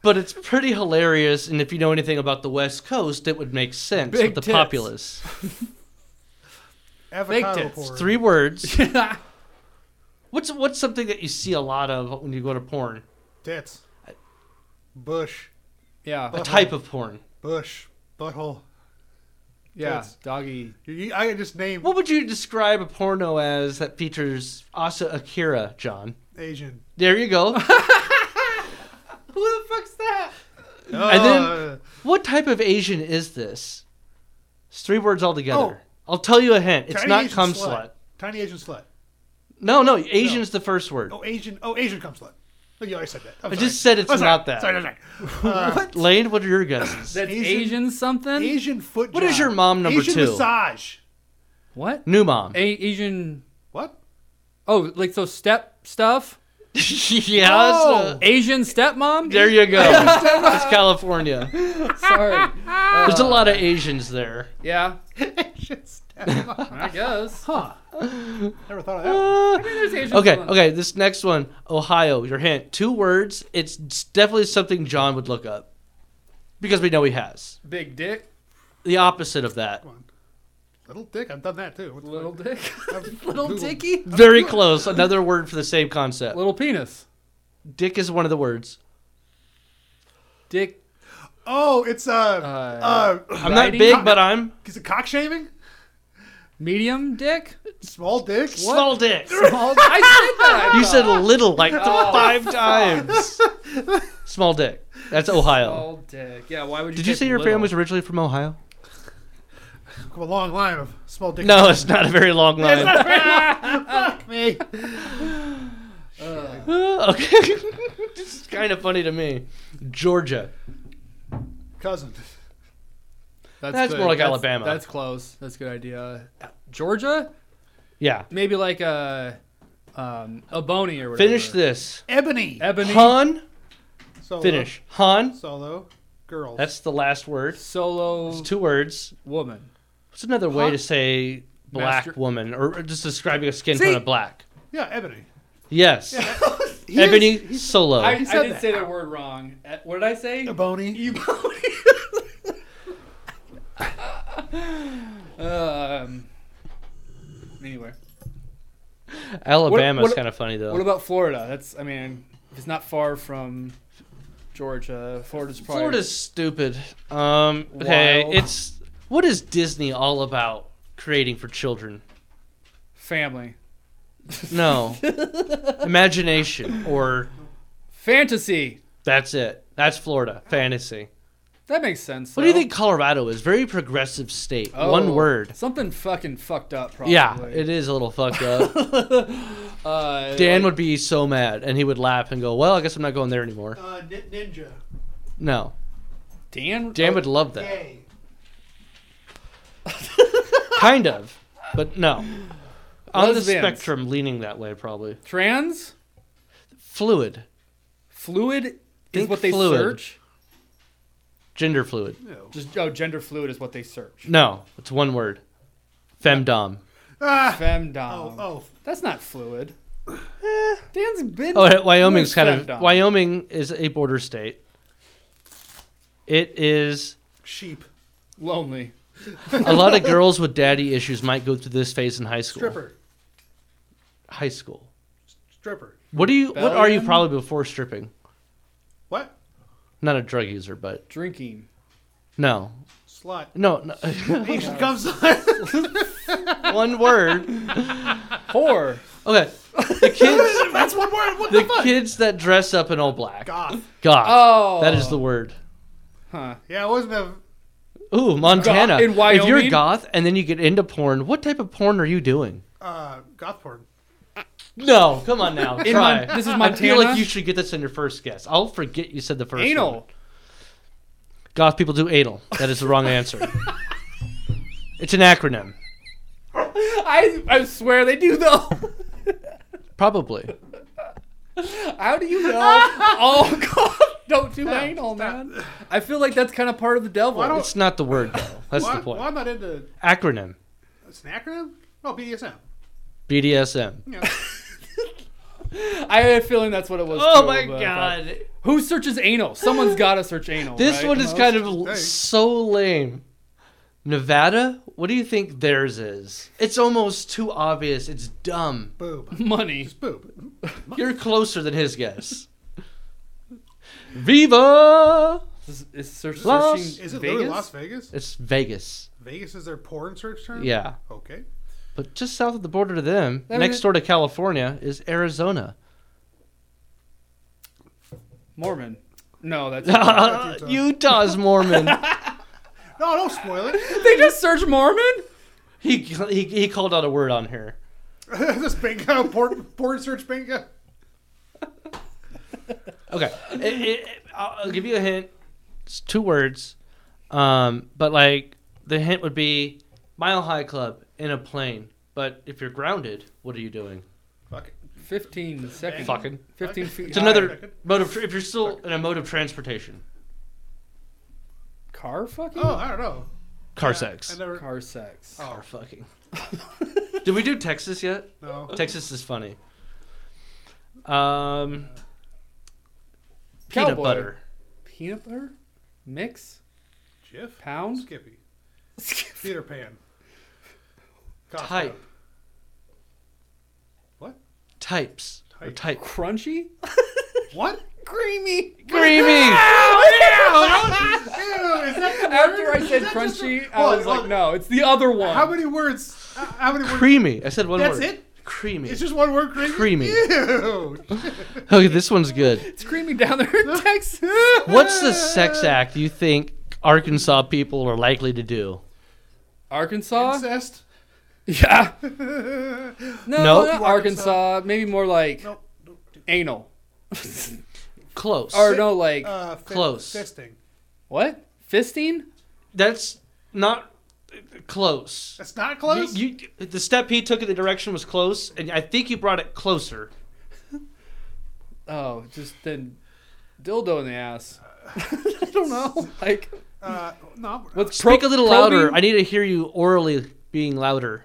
Speaker 1: but it's pretty hilarious. And if you know anything about the West Coast, it would make sense
Speaker 3: Big
Speaker 1: with the
Speaker 3: tits.
Speaker 1: populace.
Speaker 2: Avocado
Speaker 3: tits.
Speaker 2: porn.
Speaker 1: Three words.
Speaker 3: yeah,
Speaker 1: What's what's something that you see a lot of when you go to porn?
Speaker 2: Tits. Bush.
Speaker 1: A
Speaker 3: yeah.
Speaker 1: type of porn.
Speaker 2: Bush. Butthole. That's-
Speaker 3: Doggy.
Speaker 2: You- you- I just named
Speaker 1: What would you describe a porno as that features Asa Akira, John?
Speaker 2: Asian.
Speaker 1: There you go.
Speaker 3: Who the fuck's that?
Speaker 2: Uh,
Speaker 1: then- What type of Asian is this? It's three words altogether. I'll tell you a hint. It's
Speaker 2: Tiny
Speaker 1: not
Speaker 2: Asian
Speaker 1: cum
Speaker 2: slut.
Speaker 1: slut.
Speaker 2: Tiny Asian slut.
Speaker 1: No, no, Asian's the first word.
Speaker 2: Oh, Asian. Oh, Asian cum slut. Oh, you already said that. I'm
Speaker 1: I
Speaker 2: sorry.
Speaker 1: just said it's
Speaker 2: I'm sorry.
Speaker 1: not that.
Speaker 2: Sorry, sorry, sorry. Uh,
Speaker 1: Lane, what are your guesses?
Speaker 3: That's Asian,
Speaker 2: Asian-
Speaker 3: something?
Speaker 2: Asian foot.
Speaker 1: What is
Speaker 2: job.
Speaker 1: your mom number
Speaker 2: Asian
Speaker 1: two?
Speaker 2: massage.
Speaker 3: What?
Speaker 1: New mom.
Speaker 3: A- Asian.
Speaker 2: What?
Speaker 3: Oh, like so step stuff?
Speaker 1: yeah,
Speaker 2: Oh.
Speaker 1: that's a-
Speaker 3: Asian stepmom?
Speaker 1: there you go. it's California.
Speaker 3: Sorry. Uh,
Speaker 1: There's a lot of Asians there.
Speaker 3: Yeah,
Speaker 2: Asian step.
Speaker 3: I guess.
Speaker 2: huh. Never thought of that. one.
Speaker 1: Uh,
Speaker 3: There's Asian
Speaker 1: okay,
Speaker 3: someone.
Speaker 1: okay. This next one, Ohio. Your hint. Two words. It's definitely something John would look up because we know he has.
Speaker 3: Big dick,
Speaker 1: The opposite of that.
Speaker 2: Come on. Little dick. I've done that too. What the
Speaker 3: little
Speaker 2: fuck?
Speaker 3: dick,
Speaker 2: I've
Speaker 3: little
Speaker 2: Googled-
Speaker 3: dicky,
Speaker 1: Very close. Another word for the same concept.
Speaker 3: little penis,
Speaker 1: Dick is one of the words.
Speaker 3: dick.
Speaker 2: Oh, it's uh, uh,
Speaker 1: I'm not
Speaker 3: Riding?
Speaker 1: big, but I'm
Speaker 2: is it cock shaving?
Speaker 3: Medium dick?
Speaker 2: Small dick.
Speaker 1: small dick.
Speaker 3: Small I said that. I
Speaker 1: You said
Speaker 3: thought.
Speaker 1: little like five times. Small dick. That's Ohio.
Speaker 3: Small Oh. dick. Yeah, why would you
Speaker 1: Did you
Speaker 3: type
Speaker 1: say your
Speaker 3: little?
Speaker 1: family's originally from Ohio?
Speaker 2: Come a long line of small dick.
Speaker 1: No, it's not a very long line.
Speaker 2: Fuck me.
Speaker 1: okay. this is kind of funny to me. Georgia.
Speaker 2: Cousin.
Speaker 1: That's
Speaker 3: good.
Speaker 1: more like Alabama.
Speaker 3: That's close. That's a good idea. Georgia?
Speaker 1: Yeah.
Speaker 3: Maybe like a um a bony or whatever.
Speaker 1: Finish this.
Speaker 2: Ebony.
Speaker 3: Ebony
Speaker 1: Han.
Speaker 2: Solo.
Speaker 1: Finish. Han.
Speaker 2: Solo. Girls.
Speaker 1: That's the last word.
Speaker 3: solo
Speaker 1: It's two words.
Speaker 3: woman.
Speaker 1: What's another way
Speaker 2: Han?
Speaker 1: to say black
Speaker 3: Master-
Speaker 1: woman or or just describing a skin
Speaker 3: See?
Speaker 1: tone of black?
Speaker 2: yeah, Ebony.
Speaker 1: Yes.
Speaker 2: He is-
Speaker 1: Ebony Solo.
Speaker 3: I, I
Speaker 2: said
Speaker 3: did
Speaker 2: that.
Speaker 3: say that word wrong. Uh, What did I say?
Speaker 2: Ebony.
Speaker 3: You um. Anyway,
Speaker 1: Alabama's
Speaker 3: what-
Speaker 1: kind of funny though.
Speaker 3: What about Florida? That's I mean, it's not far from Georgia. Florida's probably
Speaker 1: Florida's stupid. Um, okay,
Speaker 3: Wild.
Speaker 1: it's what is Disney all about creating for children?
Speaker 3: family,
Speaker 1: No, imagination or
Speaker 3: fantasy.
Speaker 1: that's it. That's Florida fantasy.
Speaker 3: That makes sense.
Speaker 1: What do you
Speaker 3: though.
Speaker 1: think Colorado is? Very progressive state.
Speaker 3: Oh,
Speaker 1: One word.
Speaker 3: Something fucking fucked up. Probably.
Speaker 1: Yeah, it is a little fucked up.
Speaker 3: Uh,
Speaker 1: Dan would be so mad, and he would laugh and go, "Well, I guess I'm not going there anymore."
Speaker 2: Uh, nin- ninja.
Speaker 1: No,
Speaker 3: Dan.
Speaker 1: Dan
Speaker 3: oh,
Speaker 1: would love that.
Speaker 2: Gay.
Speaker 1: Kind of, but no. On the
Speaker 3: Lesbians.
Speaker 1: spectrum, leaning that way probably.
Speaker 3: trans
Speaker 1: Fluid,
Speaker 3: fluid is
Speaker 1: Think
Speaker 3: what they
Speaker 1: fluid.
Speaker 3: search.
Speaker 1: gender fluid.
Speaker 2: No.
Speaker 3: Just oh, gender fluid is what they search.
Speaker 1: No, it's one word. Femdom.
Speaker 2: Ah.
Speaker 3: Femdom.
Speaker 2: Oh, oh.
Speaker 3: That's not fluid. Eh, Dan's been.
Speaker 1: Oh, and Wyoming's kind of
Speaker 3: femdom.
Speaker 1: Wyoming is a border state. It is
Speaker 2: Sheep.
Speaker 3: lonely.
Speaker 1: a lot of girls with daddy issues might go through this phase in high school.
Speaker 2: Stripper.
Speaker 1: High school.
Speaker 2: Stripper.
Speaker 1: What do you? What are you
Speaker 3: Rebellion?
Speaker 1: probably before stripping?
Speaker 2: What?
Speaker 1: Not a drug user, but
Speaker 3: Drinking.
Speaker 1: no,
Speaker 2: Slut.
Speaker 1: no, no.
Speaker 2: He just comes
Speaker 1: one word.
Speaker 3: Whore.
Speaker 1: Okay, the kids,
Speaker 2: That's one word. What the
Speaker 1: the
Speaker 2: fuck?
Speaker 1: kids that dress up in all black.
Speaker 2: Goth.
Speaker 1: Goth.
Speaker 3: Oh.
Speaker 1: that is the word.
Speaker 3: Huh.
Speaker 2: Yeah, it wasn't a.
Speaker 1: Ooh, Montana.
Speaker 3: in
Speaker 1: If you're
Speaker 3: Wyoming?
Speaker 1: goth and then you get into porn, what type of porn are you doing?
Speaker 2: Uh, goth porn.
Speaker 1: No, come on now.
Speaker 3: In
Speaker 1: try.
Speaker 3: Mon- this is
Speaker 1: I feel like
Speaker 3: Montana?
Speaker 1: you should get this in your first guess. I'll forget you said the first
Speaker 3: Anal.
Speaker 1: one. Goth people do anal. That is the wrong answer. it's an acronym.
Speaker 3: I I swear they do though.
Speaker 1: Probably.
Speaker 3: How do you know? oh God! Don't do anal, man. I feel like that's kind of part of the devil.
Speaker 2: Why don't-
Speaker 1: It's not the word, though. That's
Speaker 2: Why,
Speaker 1: the point.
Speaker 2: why I'm not into. Oh,
Speaker 1: Acronym
Speaker 2: It's an acronym? No, BDSM.
Speaker 1: BDSM.
Speaker 2: Yeah.
Speaker 3: I had a feeling that's what it was.
Speaker 1: Oh
Speaker 3: too,
Speaker 1: my
Speaker 3: but-
Speaker 1: god.
Speaker 3: Who searches anal? Someone's got to search anal.
Speaker 1: This
Speaker 3: right?
Speaker 1: one is
Speaker 3: Most-
Speaker 1: kind of l-
Speaker 2: Thanks.
Speaker 1: so lame. Nevada? What do you think theirs is? It's almost too obvious. It's dumb.
Speaker 2: Boob.
Speaker 3: money.
Speaker 2: It's boob.
Speaker 1: You're closer than his guess. Viva!
Speaker 3: Is, is search,
Speaker 1: Las-
Speaker 3: searching
Speaker 2: Is it
Speaker 3: Vegas?
Speaker 2: literally Las Vegas?
Speaker 1: It's Vegas.
Speaker 2: Vegas is their porn search term?
Speaker 1: Yeah.
Speaker 2: Okay.
Speaker 1: But just south of the border to them,
Speaker 3: That
Speaker 1: next
Speaker 3: is-
Speaker 1: door to California, is Arizona.
Speaker 3: Mormon. No, that's.
Speaker 2: Utah.
Speaker 1: Utah's Mormon.
Speaker 2: No, don't spoil it.
Speaker 3: they just search Mormon.
Speaker 1: he, he, he called out a word on here.
Speaker 2: this bingo, porn, porn search bingo.
Speaker 1: Okay, It- it- I'll I'll give you a hint. It's two words, um, but like the hint would be Mile High Club in a plane. But if you're grounded, what are you doing?
Speaker 2: Fuck it.
Speaker 3: Fifteen seconds.
Speaker 1: Fucking.
Speaker 3: Fifteen feet.
Speaker 1: It's
Speaker 3: high.
Speaker 1: another mode of. If you're still in a mode of transportation,
Speaker 3: car fucking.
Speaker 2: Oh, I don't know.
Speaker 1: car
Speaker 2: I
Speaker 1: sex.
Speaker 2: never.
Speaker 3: Car sex.
Speaker 2: Oh.
Speaker 1: Car fucking. Did we do Texas yet?
Speaker 2: No.
Speaker 1: Texas is funny. Um, peanut
Speaker 3: Cowboy.
Speaker 1: butter.
Speaker 3: Peanut butter mix
Speaker 2: Jiff?
Speaker 3: pound.
Speaker 2: Skippy. Peter Pan. Costco.
Speaker 1: Type.
Speaker 2: What?
Speaker 1: Types. Or
Speaker 2: Type.
Speaker 1: type.
Speaker 3: Crunchy.
Speaker 2: What?
Speaker 3: Creamy.
Speaker 1: Creamy.
Speaker 2: Ew, is that
Speaker 3: After I said
Speaker 2: that just-
Speaker 3: crunchy,
Speaker 2: Hold
Speaker 3: I
Speaker 2: on,
Speaker 3: was
Speaker 2: hold
Speaker 3: like,
Speaker 2: on.
Speaker 3: no, it's the other one.
Speaker 2: How many words? Uh, how many words?
Speaker 1: Creamy. I said one
Speaker 2: That's
Speaker 1: word.
Speaker 2: it?
Speaker 1: Creamy.
Speaker 2: It's just one word, creamy.
Speaker 1: Creamy.
Speaker 2: Ew.
Speaker 1: Okay, this one's good.
Speaker 3: it's creamy down there in Texas.
Speaker 1: What's the sex act you think Arkansas people are likely to do?
Speaker 3: Arkansas?
Speaker 2: Incest.
Speaker 3: Yeah. No,
Speaker 1: Nope.
Speaker 3: not Arkansas. Maybe more like
Speaker 2: Nope.
Speaker 3: anal.
Speaker 1: Close.
Speaker 3: or no, like,
Speaker 2: Uh, fi-
Speaker 1: Close.
Speaker 2: Fisting.
Speaker 3: what? Fisting?
Speaker 1: That's not close.
Speaker 2: That's not close.
Speaker 1: You, you- the step he took in the direction was close, and I think you brought it closer.
Speaker 3: Oh, just then dildo in the ass. I don't know. Like,
Speaker 2: uh, no.
Speaker 3: what's
Speaker 1: Speak
Speaker 3: pro-
Speaker 1: a little
Speaker 3: probing?
Speaker 1: louder. I need to hear you orally being louder.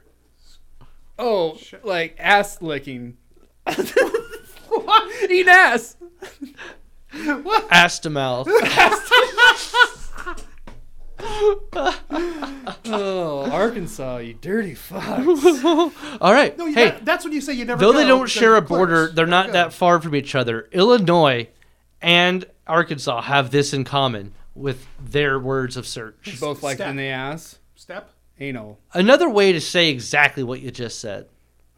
Speaker 3: oh, like ass licking. Eat ass.
Speaker 1: Ass to mouth.
Speaker 3: oh, Arkansas, you dirty fucks.
Speaker 1: All right.
Speaker 2: No, you
Speaker 1: hey,
Speaker 2: got- that's when you say you never.
Speaker 1: though they
Speaker 2: know,
Speaker 1: don't
Speaker 2: they're
Speaker 1: share a
Speaker 2: close.
Speaker 1: border, they're not
Speaker 2: Yeah.
Speaker 1: that far from each other. Illinois and Arkansas have this in common with their words of search.
Speaker 3: Both like
Speaker 2: Stat.
Speaker 3: in the ass.
Speaker 2: Step.
Speaker 3: Anal.
Speaker 1: Another way to say exactly what you just said.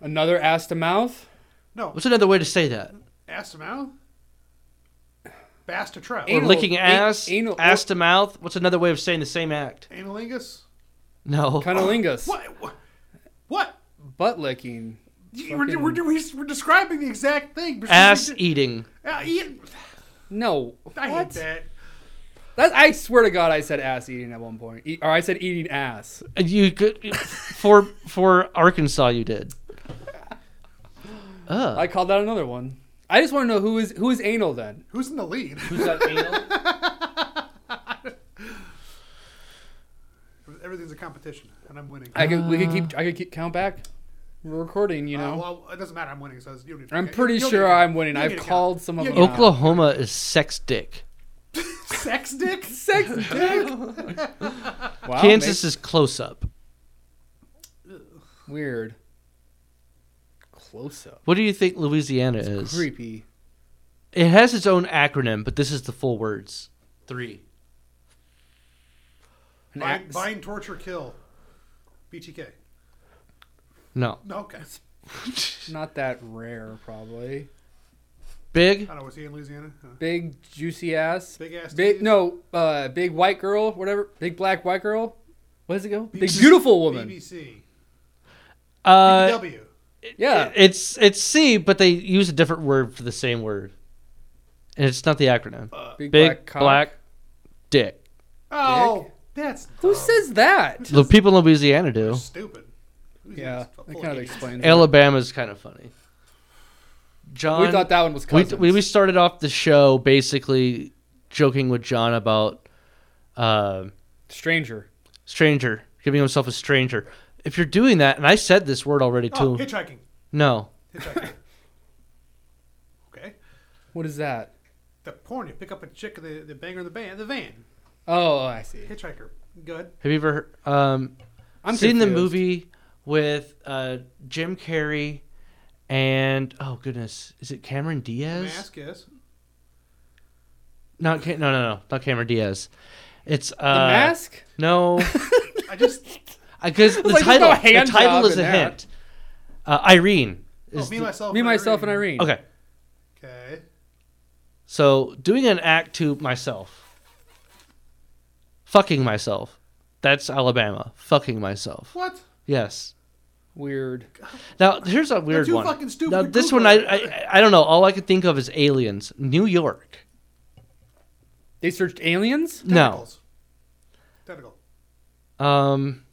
Speaker 3: Another ass to mouth.
Speaker 2: No,
Speaker 1: What's another way to say that?
Speaker 2: ass to mouth. Bass to trout.
Speaker 1: Or
Speaker 3: Anal-
Speaker 1: licking
Speaker 3: a-
Speaker 1: ass,
Speaker 3: anal-
Speaker 1: ass to mouth. What's another way of saying the same act?
Speaker 2: Analingus.
Speaker 1: No.
Speaker 3: Cunnilingus.
Speaker 2: What? What? What?
Speaker 3: Butt licking.
Speaker 2: You- We're, we're, we're, we're describing the exact thing. but-
Speaker 1: Ass eating.
Speaker 2: Uh, Ian,
Speaker 3: No.
Speaker 2: I hate
Speaker 3: What?
Speaker 2: that.
Speaker 3: That- I swear to God, I said ass eating at one point. E- or I said eating ass.
Speaker 1: And You could for for Arkansas you did. Uh,
Speaker 3: I called that another one. I just want to know who is who is anal then.
Speaker 2: Who's in the lead?
Speaker 3: Who's that anal?
Speaker 2: Everything's a competition, and I'm winning.
Speaker 3: I could we could
Speaker 1: Uh.
Speaker 3: keep I could keep count back. We're recording, you
Speaker 2: Uh,
Speaker 3: know.
Speaker 2: well, it doesn't matter. I'm winning, so you don't need to
Speaker 3: I'm
Speaker 2: okay,
Speaker 3: pretty
Speaker 2: you don't
Speaker 3: sure
Speaker 2: need to-
Speaker 3: I'm winning.
Speaker 2: you
Speaker 3: I've
Speaker 2: need to count.
Speaker 3: called some of
Speaker 2: You
Speaker 3: them.
Speaker 2: need
Speaker 3: out.
Speaker 1: Oklahoma is sex dick.
Speaker 2: Sex dick?
Speaker 3: Sex dick. wow,
Speaker 1: Kansas is close up.
Speaker 3: mate. weird. Close up.
Speaker 1: What do you think Louisiana is?
Speaker 3: Creepy.
Speaker 1: It has its own acronym, but this is the full words. Three.
Speaker 3: An
Speaker 2: Bind,
Speaker 3: ax-
Speaker 2: bind, torture, kill. BTK.
Speaker 1: No.
Speaker 2: No, okay.
Speaker 3: Not that rare, probably.
Speaker 2: I
Speaker 1: Big.
Speaker 2: don't know. Was he in Louisiana? Huh.
Speaker 3: Big juicy ass.
Speaker 2: Big ass.
Speaker 3: Big
Speaker 2: titties?
Speaker 3: no, uh, big white girl, whatever. Big black white girl. What does it go? Big
Speaker 2: BBC.
Speaker 3: beautiful woman.
Speaker 2: BBC.
Speaker 1: Uh,
Speaker 2: W.
Speaker 3: Yeah.
Speaker 1: it's it's C, but they use a different word for the same word, and it's not the acronym.
Speaker 3: Big,
Speaker 1: Big
Speaker 3: cock.
Speaker 1: black dick.
Speaker 2: Oh, that's
Speaker 3: Who says that?
Speaker 1: The people in Louisiana do.
Speaker 2: stupid.
Speaker 3: Yeah,
Speaker 2: Louisiana's full
Speaker 3: that kind of
Speaker 2: idiots.
Speaker 3: explains. it.
Speaker 1: Alabama's kind of funny. John,
Speaker 3: We thought that one was
Speaker 1: we,
Speaker 3: cousins.
Speaker 1: we we started off the show basically joking with John about uh,
Speaker 3: Stranger.
Speaker 1: stranger, giving himself a stranger. If you're doing that, and I said this word already
Speaker 2: Oh,
Speaker 1: too.
Speaker 2: hitchhiking.
Speaker 1: no,
Speaker 2: Hitchhiking. okay.
Speaker 3: What is that?
Speaker 2: The porn. You pick up a chick in the, the banger in the van. The van.
Speaker 3: Oh, I see.
Speaker 2: Hitchhiker. Good.
Speaker 1: have you ever um,
Speaker 3: I'm
Speaker 1: seen the
Speaker 3: confused.
Speaker 1: movie with uh, Jim Carrey and oh goodness, is it Cameron Diaz?
Speaker 2: Mask is.
Speaker 1: Not Ca- no no no not Cameron Diaz. It's uh,
Speaker 3: The mask.
Speaker 1: No.
Speaker 2: I just.
Speaker 1: Because the,
Speaker 3: like, there's
Speaker 1: title,
Speaker 3: no hand
Speaker 1: the title
Speaker 3: job
Speaker 1: is a
Speaker 3: in that.
Speaker 1: hint. Uh, Irene.
Speaker 2: Oh,
Speaker 1: Is
Speaker 2: me,
Speaker 1: the-
Speaker 2: myself.
Speaker 3: Me, myself, and Irene.
Speaker 1: okay,
Speaker 2: Okay.
Speaker 1: so doing an act to myself, fucking myself. That's Alabama. Fucking myself.
Speaker 2: What?
Speaker 1: Yes.
Speaker 3: Weird.
Speaker 1: Now here's a weird
Speaker 2: too
Speaker 1: one.
Speaker 2: fucking stupid
Speaker 1: now
Speaker 2: to
Speaker 1: this
Speaker 2: Google
Speaker 1: one, I,
Speaker 2: it.
Speaker 1: I I don't know. All I could think of is aliens. New York.
Speaker 3: They searched aliens.
Speaker 2: Tentacles. Tentacle.
Speaker 1: No. Um.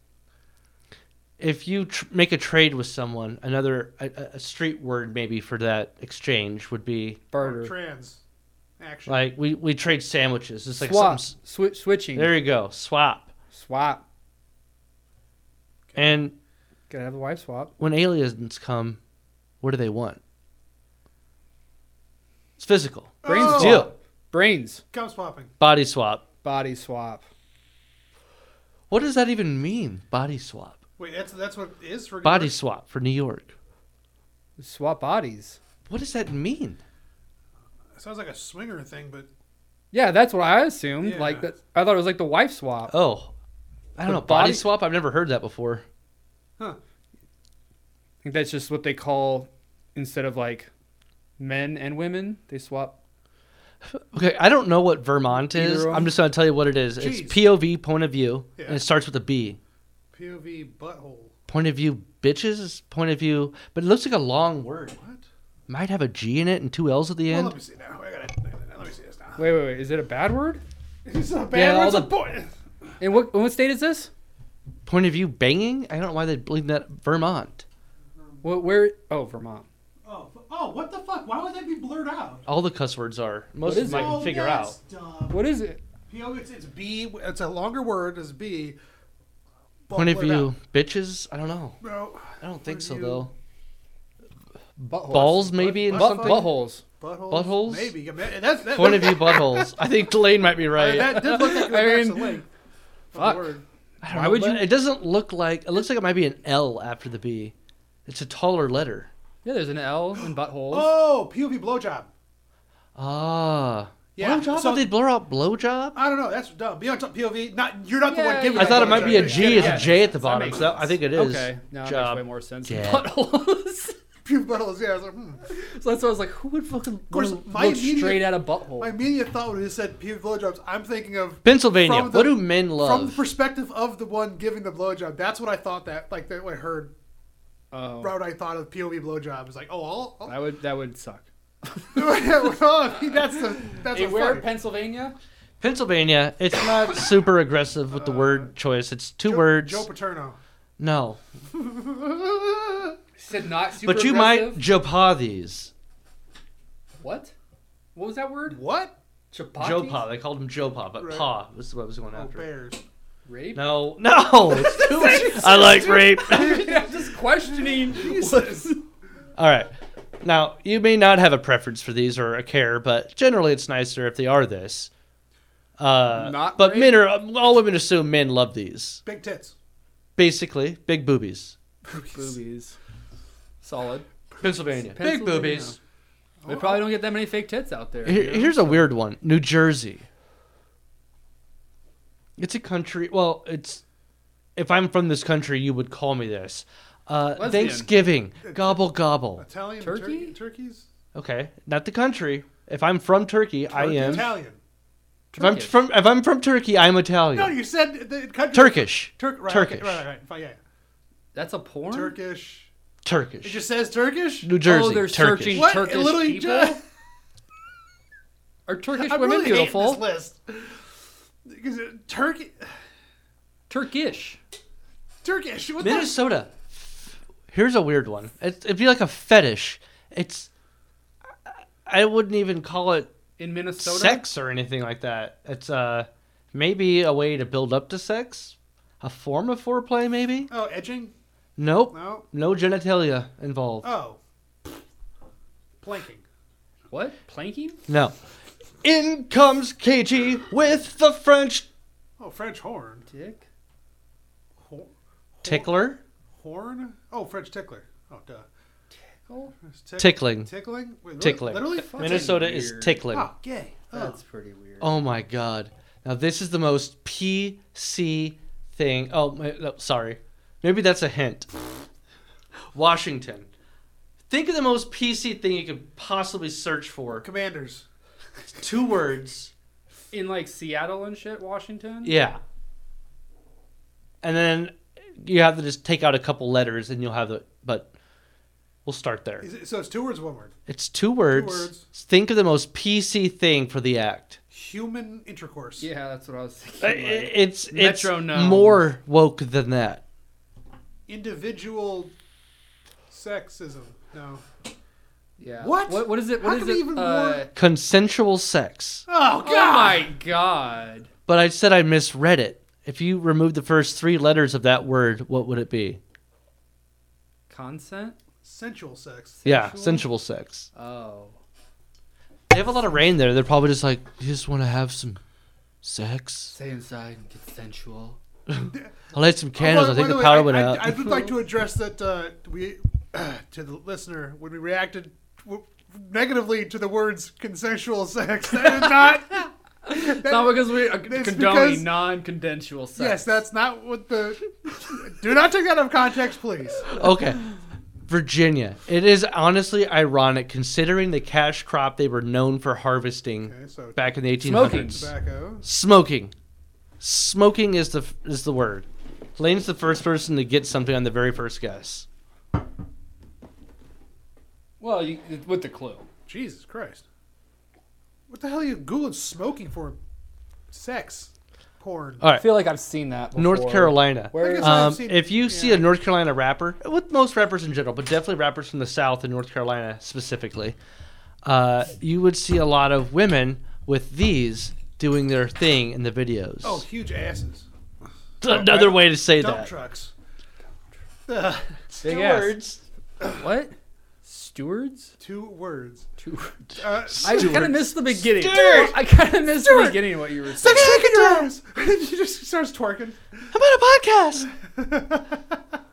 Speaker 1: If you tr- make a trade with someone, another a, a- a street word maybe for that exchange would be
Speaker 2: Or
Speaker 3: Barter.
Speaker 2: trans. Action.
Speaker 1: like we, we trade sandwiches. It's like
Speaker 3: Swap.
Speaker 1: something
Speaker 3: Swi- switching.
Speaker 1: There you go. Swap.
Speaker 3: Swap.
Speaker 1: And
Speaker 3: Gotta have the wife swap.
Speaker 1: when aliens come, what do they want? It's physical.
Speaker 3: Brains
Speaker 2: Oh.
Speaker 3: swap. Brains.
Speaker 2: Cum swapping.
Speaker 1: Body swap.
Speaker 3: Body swap.
Speaker 1: What does that even mean? Body swap.
Speaker 2: Wait, that's that's what it is for
Speaker 1: Body swap for New York.
Speaker 3: Swap bodies.
Speaker 1: What does that mean?
Speaker 2: Sounds like a swinger thing, but
Speaker 3: Yeah, that's what I assumed.
Speaker 2: Yeah.
Speaker 3: Like that, I thought it was like the wife swap.
Speaker 1: Oh, I don't know.
Speaker 3: The
Speaker 1: Body,
Speaker 3: body-
Speaker 1: swap? I've never heard that before.
Speaker 3: I think that's just what they call instead of like men and women, they swap.
Speaker 1: Okay, I don't know what Vermont
Speaker 3: Either
Speaker 1: is.
Speaker 3: of 'em.
Speaker 1: I'm just going to tell you what it is.
Speaker 2: Jeez.
Speaker 1: It's POV, point of view,
Speaker 2: Yeah.
Speaker 1: and it starts with a B.
Speaker 2: POV butthole.
Speaker 1: Point of view, bitches, is point of view, but it looks like a long word.
Speaker 2: What?
Speaker 1: Might have a G in it and two L's at the
Speaker 2: Well,
Speaker 1: end.
Speaker 2: let me see now. I gotta, let me see this now.
Speaker 3: Wait, wait, wait. Is it a bad word?
Speaker 2: It's not bad.
Speaker 1: Yeah, all
Speaker 2: what's
Speaker 1: the-
Speaker 2: the point?
Speaker 3: And what what state is this?
Speaker 1: point of view banging. I don't know why they believe that Vermont.
Speaker 3: What where? Oh, Vermont.
Speaker 2: Oh, oh, what the fuck? Why would that be blurred out?
Speaker 1: All the cuss words are. Most
Speaker 3: What
Speaker 1: of
Speaker 3: is
Speaker 1: them I
Speaker 3: it?
Speaker 1: can figure out.
Speaker 3: What is it?
Speaker 2: POV, it's, it's B. It's a longer word. It's B. but
Speaker 1: Point of
Speaker 2: blurred
Speaker 1: view
Speaker 2: out.
Speaker 1: bitches. I don't know.
Speaker 2: No.
Speaker 1: I don't think
Speaker 2: Point of
Speaker 1: so
Speaker 2: view.
Speaker 1: though.
Speaker 3: Buttholes.
Speaker 1: Balls maybe and
Speaker 2: butt-
Speaker 3: Butt,
Speaker 1: something.
Speaker 3: buttholes.
Speaker 2: Buttholes.
Speaker 1: Buttholes?
Speaker 2: Maybe. I mean, That's that.
Speaker 1: Point of view buttholes. I think Delane might be right.
Speaker 2: That did look like
Speaker 3: I
Speaker 2: I
Speaker 3: mean-
Speaker 2: mean,
Speaker 3: Fuck.
Speaker 2: word.
Speaker 1: I don't
Speaker 3: Why
Speaker 1: know,
Speaker 3: would
Speaker 1: but
Speaker 3: you?
Speaker 1: It doesn't look like. It looks like it might be an L after the B. It's a taller letter.
Speaker 3: Yeah, there's an L in buttholes.
Speaker 2: Oh, POV blowjob.
Speaker 1: Ah.
Speaker 2: Yeah,
Speaker 1: Blowjob?
Speaker 2: so-
Speaker 1: Did they blur out blowjob?
Speaker 2: I don't know. That's dumb. You're not POV. Not you're not the one
Speaker 3: Yeah,
Speaker 2: giving.
Speaker 3: yeah,
Speaker 1: I thought it might be a
Speaker 2: blowjob.
Speaker 1: G. It's
Speaker 3: Yeah.
Speaker 1: a J at the
Speaker 3: That
Speaker 1: bottom.
Speaker 3: makes
Speaker 1: So
Speaker 3: sense.
Speaker 1: I think it is.
Speaker 3: okay, now that
Speaker 1: job.
Speaker 3: makes way more sense.
Speaker 1: Dad.
Speaker 3: Buttholes.
Speaker 2: Pubic buttholes. Yeah. I was like, hmm.
Speaker 3: so that's why I was like, who would fucking of
Speaker 2: course, my
Speaker 3: look
Speaker 2: immediate-
Speaker 3: straight at a butthole?
Speaker 2: My immediate thought when you said pubic blowjobs, I'm thinking of
Speaker 1: Pennsylvania.
Speaker 2: From the-
Speaker 1: what do men
Speaker 2: from the
Speaker 1: love?
Speaker 2: perspective of the one giving the blowjob. That's what I thought. That like that what I heard.
Speaker 3: oh,
Speaker 2: Right, I thought of POV blowjob. It's like, oh, I'll, I'll
Speaker 3: that would that would suck.
Speaker 2: well, that's the that's
Speaker 3: Hey,
Speaker 2: what's
Speaker 3: where
Speaker 2: funny.
Speaker 3: Pennsylvania?
Speaker 1: Pennsylvania. It's not super aggressive with the word choice. It's two
Speaker 2: Uh, Joe,
Speaker 1: words.
Speaker 2: Joe Paterno.
Speaker 1: no,
Speaker 3: Said not super.
Speaker 1: but you might
Speaker 3: aggressive?
Speaker 1: jopa these.
Speaker 3: What? What was that word?
Speaker 2: what?
Speaker 3: Chapatis?
Speaker 1: Jopa. They called him Jopa, but
Speaker 2: Right.
Speaker 1: pa was what I was going
Speaker 2: Oh,
Speaker 1: after.
Speaker 2: bears.
Speaker 3: Rape?
Speaker 1: no, no, it's too much. I like rape.
Speaker 3: I'm just questioning.
Speaker 2: Jesus.
Speaker 1: All right. Now, you may not have a preference for these or a care, but generally it's nicer if they are this. Uh,
Speaker 3: Not
Speaker 1: but
Speaker 3: rape?
Speaker 1: men are all women assume men love these.
Speaker 2: Big tits.
Speaker 1: Basically, big boobies.
Speaker 3: Boobies. Solid.
Speaker 1: Pennsylvania. Big
Speaker 3: Pennsylvania.
Speaker 1: boobies.
Speaker 3: They
Speaker 2: Oh.
Speaker 3: probably don't get that many fake tits out there.
Speaker 1: Here,
Speaker 3: you know?
Speaker 1: here's a weird one. New Jersey. It's a country. Well, it's if I'm from this country, you would call me this. Uh,
Speaker 3: Lesbian.
Speaker 1: Thanksgiving. Gobble gobble.
Speaker 2: Italian
Speaker 3: Turkey?
Speaker 2: turkey? Turkeys?
Speaker 1: Okay, not the country. If I'm from Turkey, I
Speaker 2: Turkey?
Speaker 1: am.
Speaker 2: Italian.
Speaker 1: If I'm
Speaker 3: Turkish.
Speaker 1: from if I'm from Turkey, I'm Italian.
Speaker 2: No, you said the country.
Speaker 1: Turkish.
Speaker 2: Turk, right,
Speaker 1: Turkish.
Speaker 2: okay, right, right, right. Fine, yeah, yeah.
Speaker 3: That's a porn?
Speaker 2: Turkish. It
Speaker 1: Turkish.
Speaker 2: just says Turkish?
Speaker 1: New Jersey.
Speaker 3: Oh, they're
Speaker 1: Turkish.
Speaker 3: searching
Speaker 2: What? It
Speaker 3: Turkish
Speaker 2: literally
Speaker 3: people?
Speaker 2: just-
Speaker 3: Are Turkish
Speaker 2: I'm
Speaker 3: women
Speaker 2: really hating
Speaker 3: beautiful?
Speaker 2: This list. Because it- Turkey.
Speaker 3: Turkish.
Speaker 2: Turkish. What the?
Speaker 1: Minnesota. Here's a weird one. It, it'd be like a fetish. It's. I wouldn't even call it
Speaker 3: In Minnesota?
Speaker 1: sex or anything like that. It's uh maybe a way to build up to sex, a form of foreplay maybe.
Speaker 2: Oh, edging?
Speaker 1: Nope.
Speaker 2: No.
Speaker 1: No genitalia involved.
Speaker 2: Oh. Planking.
Speaker 3: What? Planking?
Speaker 1: No. In comes KG with the French
Speaker 2: Oh, French horn.
Speaker 3: Dick?
Speaker 2: Hor-
Speaker 1: tickler.
Speaker 2: Horn? Oh, French tickler. Oh, duh.
Speaker 3: Oh,
Speaker 2: Tick-
Speaker 1: Tickling.
Speaker 2: Tickling? Wait, really?
Speaker 1: Tickling.
Speaker 2: Literally?
Speaker 3: Fucking
Speaker 1: Minnesota is
Speaker 3: weird.
Speaker 1: tickling.
Speaker 2: Oh, gay. Oh.
Speaker 3: That's pretty weird.
Speaker 1: Oh my god. Now this is the most PC thing. Oh, my, no, sorry. Maybe that's a hint. Washington. Think of the most PC thing you could possibly search for.
Speaker 2: Commanders.
Speaker 1: Two words.
Speaker 3: In like Seattle and shit, Washington?
Speaker 1: Yeah. And then you have to just take out a couple letters and you'll have the but we'll start there.
Speaker 2: Is it, so it's two words, one word.
Speaker 1: It's two words.
Speaker 2: words.
Speaker 1: Think of the most PC thing for the act.
Speaker 2: Human intercourse.
Speaker 3: Yeah, that's what I was
Speaker 1: I- I-
Speaker 3: thinking. like,
Speaker 1: it's it's
Speaker 3: metronome.
Speaker 1: more woke than that.
Speaker 2: Individual sexism. No.
Speaker 3: yeah.
Speaker 2: What?
Speaker 3: What, what is it?
Speaker 2: How
Speaker 3: What is
Speaker 2: can we
Speaker 3: it?
Speaker 2: even
Speaker 3: uh,
Speaker 2: work?
Speaker 1: Consensual sex.
Speaker 2: Oh,
Speaker 3: oh my god.
Speaker 1: But I said I misread it. If you removed the first three letters of that word, what would it be?
Speaker 3: Consent?
Speaker 2: Sensual sex.
Speaker 1: Yeah,
Speaker 3: Sensual?
Speaker 1: sensual sex.
Speaker 3: Oh.
Speaker 1: They have a lot of rain there. They're probably just like, you just want to have some sex.
Speaker 3: Stay inside and get sensual.
Speaker 1: I light some candles.
Speaker 2: Oh,
Speaker 1: I
Speaker 2: by-
Speaker 1: think
Speaker 2: by
Speaker 1: the
Speaker 2: way,
Speaker 1: power
Speaker 2: I-
Speaker 1: went
Speaker 2: I,
Speaker 1: out.
Speaker 2: I would like to address that uh, we to the listener when we reacted w- negatively to the words consensual sex. That is not.
Speaker 3: It's not because we are
Speaker 2: It's
Speaker 3: condoning
Speaker 2: because-
Speaker 3: non-consensual sex.
Speaker 2: yes, that's not what the. Do not take that out of context, please.
Speaker 1: okay. Virginia. It is honestly ironic considering the cash crop they were known for harvesting
Speaker 2: Okay, so
Speaker 1: back in the 1800s.
Speaker 3: Smoking.
Speaker 2: tobacco.
Speaker 1: Smoking. Smoking is the is the word. Lane's the first person to get something on the very first guess.
Speaker 3: Well, you, with the clue.
Speaker 2: Jesus Christ. What the hell are you googling smoking for? Sex, porn.
Speaker 1: All right.
Speaker 3: feel like I've seen that. Before.
Speaker 1: North Carolina.
Speaker 3: Where- uh,
Speaker 2: I guess I've
Speaker 1: Um,
Speaker 2: seen-
Speaker 1: if you see
Speaker 2: yeah.
Speaker 1: a North Carolina rapper, with most rappers in general, but definitely rappers from the South and North Carolina specifically, uh, you would see a lot of women with these doing their thing in the videos.
Speaker 2: Oh, huge asses. Oh,
Speaker 1: Another way to say
Speaker 2: Dump
Speaker 1: that.
Speaker 2: trucks. Ugh.
Speaker 3: Big
Speaker 1: Two
Speaker 3: ass.
Speaker 1: words.
Speaker 3: What? Stewards?
Speaker 2: Two words.
Speaker 3: Two.
Speaker 2: Uh,
Speaker 3: I kind of
Speaker 1: Stewards.
Speaker 3: missed the beginning.
Speaker 1: Steward!
Speaker 3: I kind of missed the
Speaker 2: Steward!
Speaker 3: beginning of what you were
Speaker 2: Stop
Speaker 3: saying.
Speaker 2: shaking your ass! she just starts twerking.
Speaker 1: How about a podcast?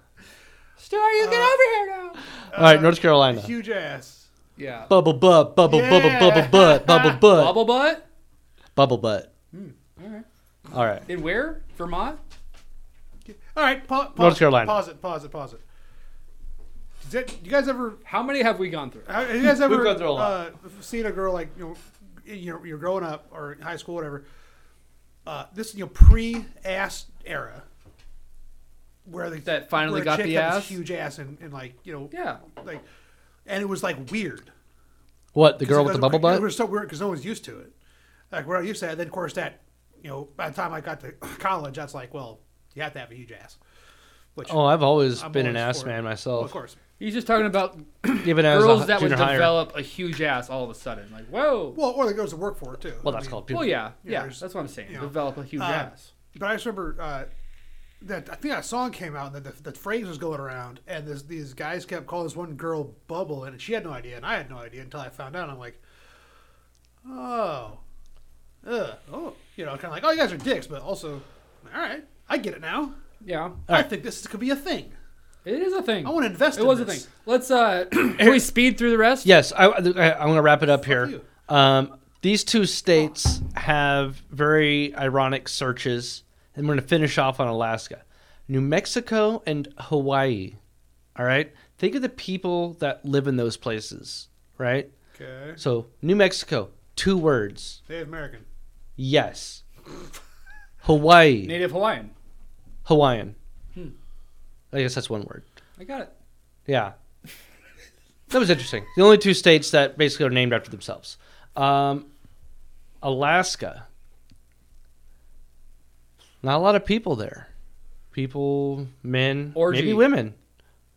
Speaker 3: Stuart, you get over here now.
Speaker 1: All right, North Carolina.
Speaker 2: Huge ass.
Speaker 3: Yeah.
Speaker 1: Bubble butt, bubble bubble
Speaker 2: Yeah.
Speaker 1: bubble butt, bubble butt,
Speaker 3: Bubble butt?
Speaker 1: bubble butt.
Speaker 2: Hmm,
Speaker 3: alright.
Speaker 1: All right.
Speaker 3: In where? Vermont?
Speaker 2: All right, pa- pause,
Speaker 1: North Carolina.
Speaker 2: Pause it. Pause it. Pause it. Is that, you guys ever?
Speaker 3: How many have we gone through?
Speaker 2: Have you guys
Speaker 1: We've
Speaker 2: ever
Speaker 1: gone through a lot.
Speaker 2: Uh, seen a girl like you know, you're, you're growing up or in high school, whatever. Uh, this you know pre-ass era, where the,
Speaker 3: That
Speaker 2: where
Speaker 3: finally
Speaker 2: a
Speaker 3: got
Speaker 2: chick
Speaker 3: the
Speaker 2: had this
Speaker 3: ass?
Speaker 2: huge ass, and, and like you know,
Speaker 3: Yeah.
Speaker 2: like, and it was like weird.
Speaker 1: What the girl with
Speaker 2: Because
Speaker 1: the bubble
Speaker 2: it was- It
Speaker 1: butt?
Speaker 2: was so weird because no one's used to it. Like we're not used to that. And then of course that, you know, by the time I got to college, that's like, well, you have to have a huge ass. Which
Speaker 1: Oh, I've always
Speaker 2: I'm
Speaker 1: been an
Speaker 2: always
Speaker 1: ass
Speaker 2: for it.
Speaker 1: man
Speaker 2: well, of
Speaker 1: myself.
Speaker 2: course.
Speaker 3: He's just talking about
Speaker 1: Even as
Speaker 3: girls
Speaker 1: a
Speaker 3: that would
Speaker 1: junior higher.
Speaker 3: develop a huge ass all of a sudden. Like, whoa.
Speaker 2: Well, or that goes to work for it too.
Speaker 1: Well,
Speaker 2: I
Speaker 1: that's
Speaker 2: mean,
Speaker 1: called.
Speaker 3: Well,
Speaker 1: puberty.
Speaker 3: yeah.
Speaker 2: Oh, Yeah,
Speaker 3: Yeah,
Speaker 2: there's-
Speaker 3: that's what I'm saying.
Speaker 2: you know.
Speaker 3: Develop a huge
Speaker 2: Uh,
Speaker 3: ass.
Speaker 2: But I just remember uh, that I think that song came out and that the, the phrase was going around, and this, these guys kept calling this one girl Bubble, and she had no idea, and I had no idea until I found out. and I'm like, oh, Ugh. oh, you know, kind of like, oh, you guys are dicks, but also, all right, I get it now.
Speaker 3: Yeah.
Speaker 1: All
Speaker 2: I
Speaker 1: right.
Speaker 2: think this could be a thing.
Speaker 3: It is a thing.
Speaker 2: I want to invest.
Speaker 3: It
Speaker 2: in
Speaker 3: was a thing.
Speaker 2: this.
Speaker 3: Let's uh can we speed through the rest?
Speaker 1: Yes, I, I, I'm going to wrap it up here.
Speaker 2: you.
Speaker 1: Um, these two states have very ironic searches, and we're going to finish off on Alaska, New Mexico, and Hawaii. All right, think of the people that live in those places, right?
Speaker 2: Okay,
Speaker 1: So New Mexico, two words,
Speaker 2: Native American.
Speaker 1: yes. Hawaii,
Speaker 3: Native Hawaiian.
Speaker 1: Hawaiian. I guess that's one word.
Speaker 3: I got it.
Speaker 1: Yeah. That was interesting. The only two states that basically are named after themselves um, Alaska. Not a lot of people there. People, men,
Speaker 3: Orgy.
Speaker 1: maybe women,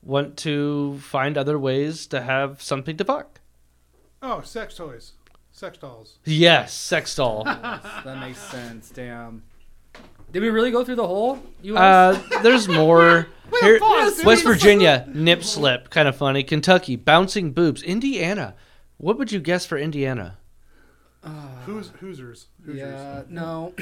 Speaker 1: want to find other ways to have something to fuck.
Speaker 2: Oh, sex toys, sex dolls.
Speaker 1: Yes, sex doll.
Speaker 3: Yes, that makes sense. Damn. Ah. Did we really go through the whole? You
Speaker 1: Uh, there's more. Here,
Speaker 2: paused,
Speaker 1: West
Speaker 2: dude.
Speaker 1: Virginia, nip slip, kind of funny. Kentucky, bouncing boobs. Indiana, what would you guess for Indiana?
Speaker 2: Who's Hoosers? Hoosers.
Speaker 3: Uh, yeah. No.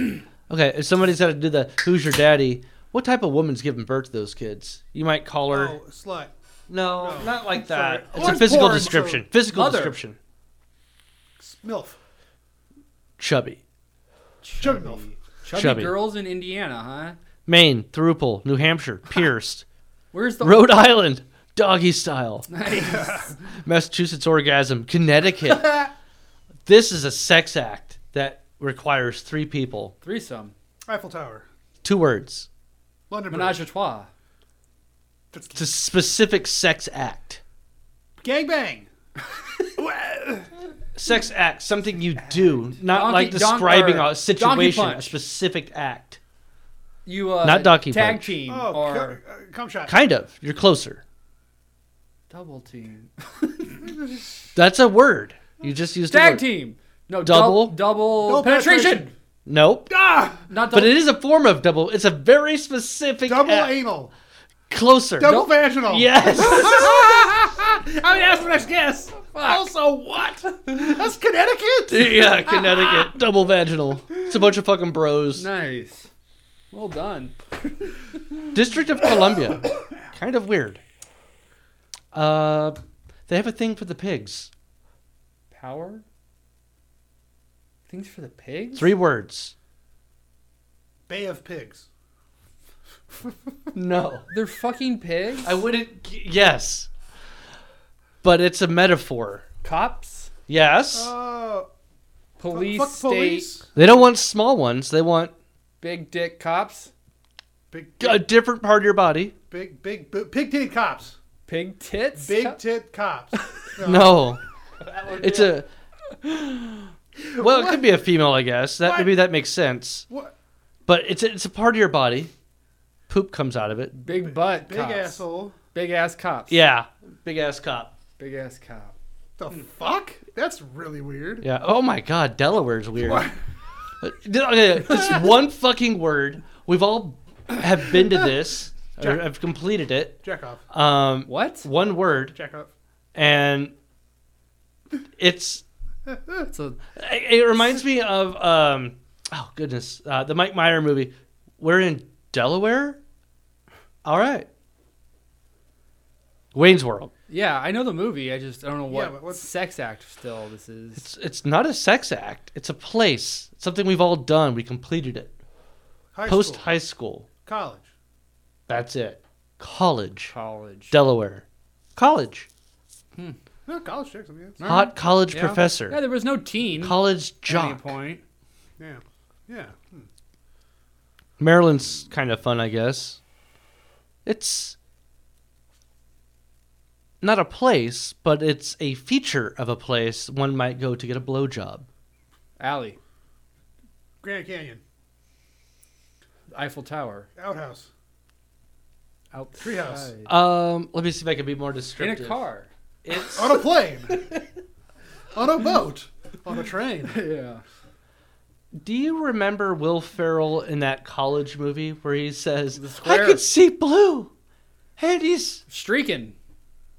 Speaker 1: Okay, if somebody's got to do the "Who's your daddy," what type of woman's giving birth to those kids? You might call her.
Speaker 2: Oh, slut.
Speaker 1: no,
Speaker 2: no.
Speaker 1: not like
Speaker 2: Sorry.
Speaker 1: that.
Speaker 2: Horn
Speaker 1: It's a physical
Speaker 2: porn,
Speaker 1: description.
Speaker 2: so-
Speaker 1: Physical
Speaker 3: Mother.
Speaker 1: description.
Speaker 2: Milf.
Speaker 1: Chubby.
Speaker 2: Chubby milf.
Speaker 3: Chubby,
Speaker 1: Chubby.
Speaker 3: girls in Indiana, huh?
Speaker 1: Maine, thruple. New Hampshire, pierced.
Speaker 3: Where's the
Speaker 1: Rhode Island, doggy style.
Speaker 3: Nice.
Speaker 1: Massachusetts orgasm. Connecticut. this is a sex act that requires three people.
Speaker 3: Threesome.
Speaker 2: Eiffel Tower.
Speaker 1: Two words.
Speaker 2: London
Speaker 3: Menage
Speaker 2: Bridge.
Speaker 3: a trois.
Speaker 1: It's a specific sex act.
Speaker 2: Gangbang. Oh,
Speaker 1: Sex act, something you do, not
Speaker 3: Donkey-
Speaker 1: like
Speaker 3: don-
Speaker 1: describing
Speaker 3: or
Speaker 1: a
Speaker 3: donkey
Speaker 1: situation, a
Speaker 3: punch.
Speaker 1: specific act.
Speaker 3: You uh,
Speaker 1: Not donkey
Speaker 3: tag
Speaker 1: punch.
Speaker 3: team
Speaker 2: Oh,
Speaker 3: or
Speaker 2: cu- uh, cum shot.
Speaker 1: Kind of. You're closer.
Speaker 3: double team.
Speaker 1: That's a word. You just used a
Speaker 3: Tag
Speaker 1: word.
Speaker 3: team. No
Speaker 1: Double?
Speaker 3: dou- double
Speaker 2: Double
Speaker 3: penetration.
Speaker 2: penetration.
Speaker 1: Nope.
Speaker 2: ah,
Speaker 3: Not double.
Speaker 1: But it is a form of double. It's a very specific
Speaker 2: double
Speaker 1: act.
Speaker 2: anal.
Speaker 1: Closer.
Speaker 2: Double vaginal.
Speaker 1: Yes.
Speaker 2: I mean, that's the next guess. Also, what? That's Connecticut.
Speaker 1: yeah, Connecticut. Double vaginal. It's a bunch of fucking bros.
Speaker 3: nice. Well done.
Speaker 1: District of Columbia. kind of weird. Uh, they have a thing for the pigs.
Speaker 3: Power. Things for the pigs.
Speaker 1: Three words.
Speaker 2: Bay of Pigs.
Speaker 1: No.
Speaker 3: They're fucking pigs.
Speaker 1: I wouldn't. g- Yes. But it's a metaphor.
Speaker 3: Cops.
Speaker 1: Yes.
Speaker 2: Oh,
Speaker 3: Police.
Speaker 2: fuck
Speaker 3: state.
Speaker 2: police.
Speaker 1: they don't want small ones. They want
Speaker 3: Big dick cops.
Speaker 2: Big,
Speaker 1: a different part of your body.
Speaker 2: big, big, big, big titty cops.
Speaker 3: Pig tits.
Speaker 2: Big tit cops.
Speaker 1: No. It's a. Well, it could be a female, I guess. That
Speaker 2: What?
Speaker 1: maybe that makes sense.
Speaker 2: What?
Speaker 1: But it's a, it's a part of your body. Poop comes out of it.
Speaker 3: Big butt.
Speaker 2: Big
Speaker 3: cops.
Speaker 2: asshole.
Speaker 3: Big ass cops.
Speaker 1: Yeah. Big ass cop.
Speaker 3: Big ass cop.
Speaker 2: The fuck? That's really weird.
Speaker 1: Yeah. Oh my God, Delaware's weird. It's one fucking word. We've all have been to this. Or have completed it.
Speaker 2: Jack off.
Speaker 1: Um,
Speaker 3: What?
Speaker 1: One word.
Speaker 2: Jack off.
Speaker 1: and it's
Speaker 3: It's a
Speaker 1: it it reminds me of um oh goodness uh, the Mike Meyer movie. We're in Delaware. All right. Wayne's World.
Speaker 3: yeah. I know the movie. I just I don't know what
Speaker 2: but what's-
Speaker 3: sex act still this is.
Speaker 1: It's it's not a sex act. It's a place. Something we've all done. We completed it.
Speaker 2: High
Speaker 1: Post
Speaker 2: school,
Speaker 1: high school.
Speaker 2: college.
Speaker 1: That's it. College.
Speaker 3: college.
Speaker 1: Delaware. College.
Speaker 2: No, college chicks. I mean, it's,
Speaker 3: All right.
Speaker 1: Hot college
Speaker 3: Yeah.
Speaker 1: professor.
Speaker 3: Yeah, there was no teen.
Speaker 1: college
Speaker 3: at any
Speaker 1: jock.
Speaker 3: point.
Speaker 2: yeah, yeah. Hmm.
Speaker 1: Maryland's kind of fun, I guess. It's not a place, but it's a feature of a place one might go to get a blowjob.
Speaker 3: Alley,
Speaker 2: Grand Canyon,
Speaker 3: Eiffel Tower,
Speaker 2: outhouse.
Speaker 3: out
Speaker 2: Treehouse.
Speaker 1: Um, let me see if I can be more
Speaker 3: in a
Speaker 1: descriptive.
Speaker 3: car.
Speaker 1: It's
Speaker 2: on a plane, on a boat, on a train.
Speaker 3: yeah.
Speaker 1: Do you remember Will Ferrell in that college movie where he says,
Speaker 3: The
Speaker 1: "I
Speaker 3: square.
Speaker 1: could see blue," and he's
Speaker 3: Streaking.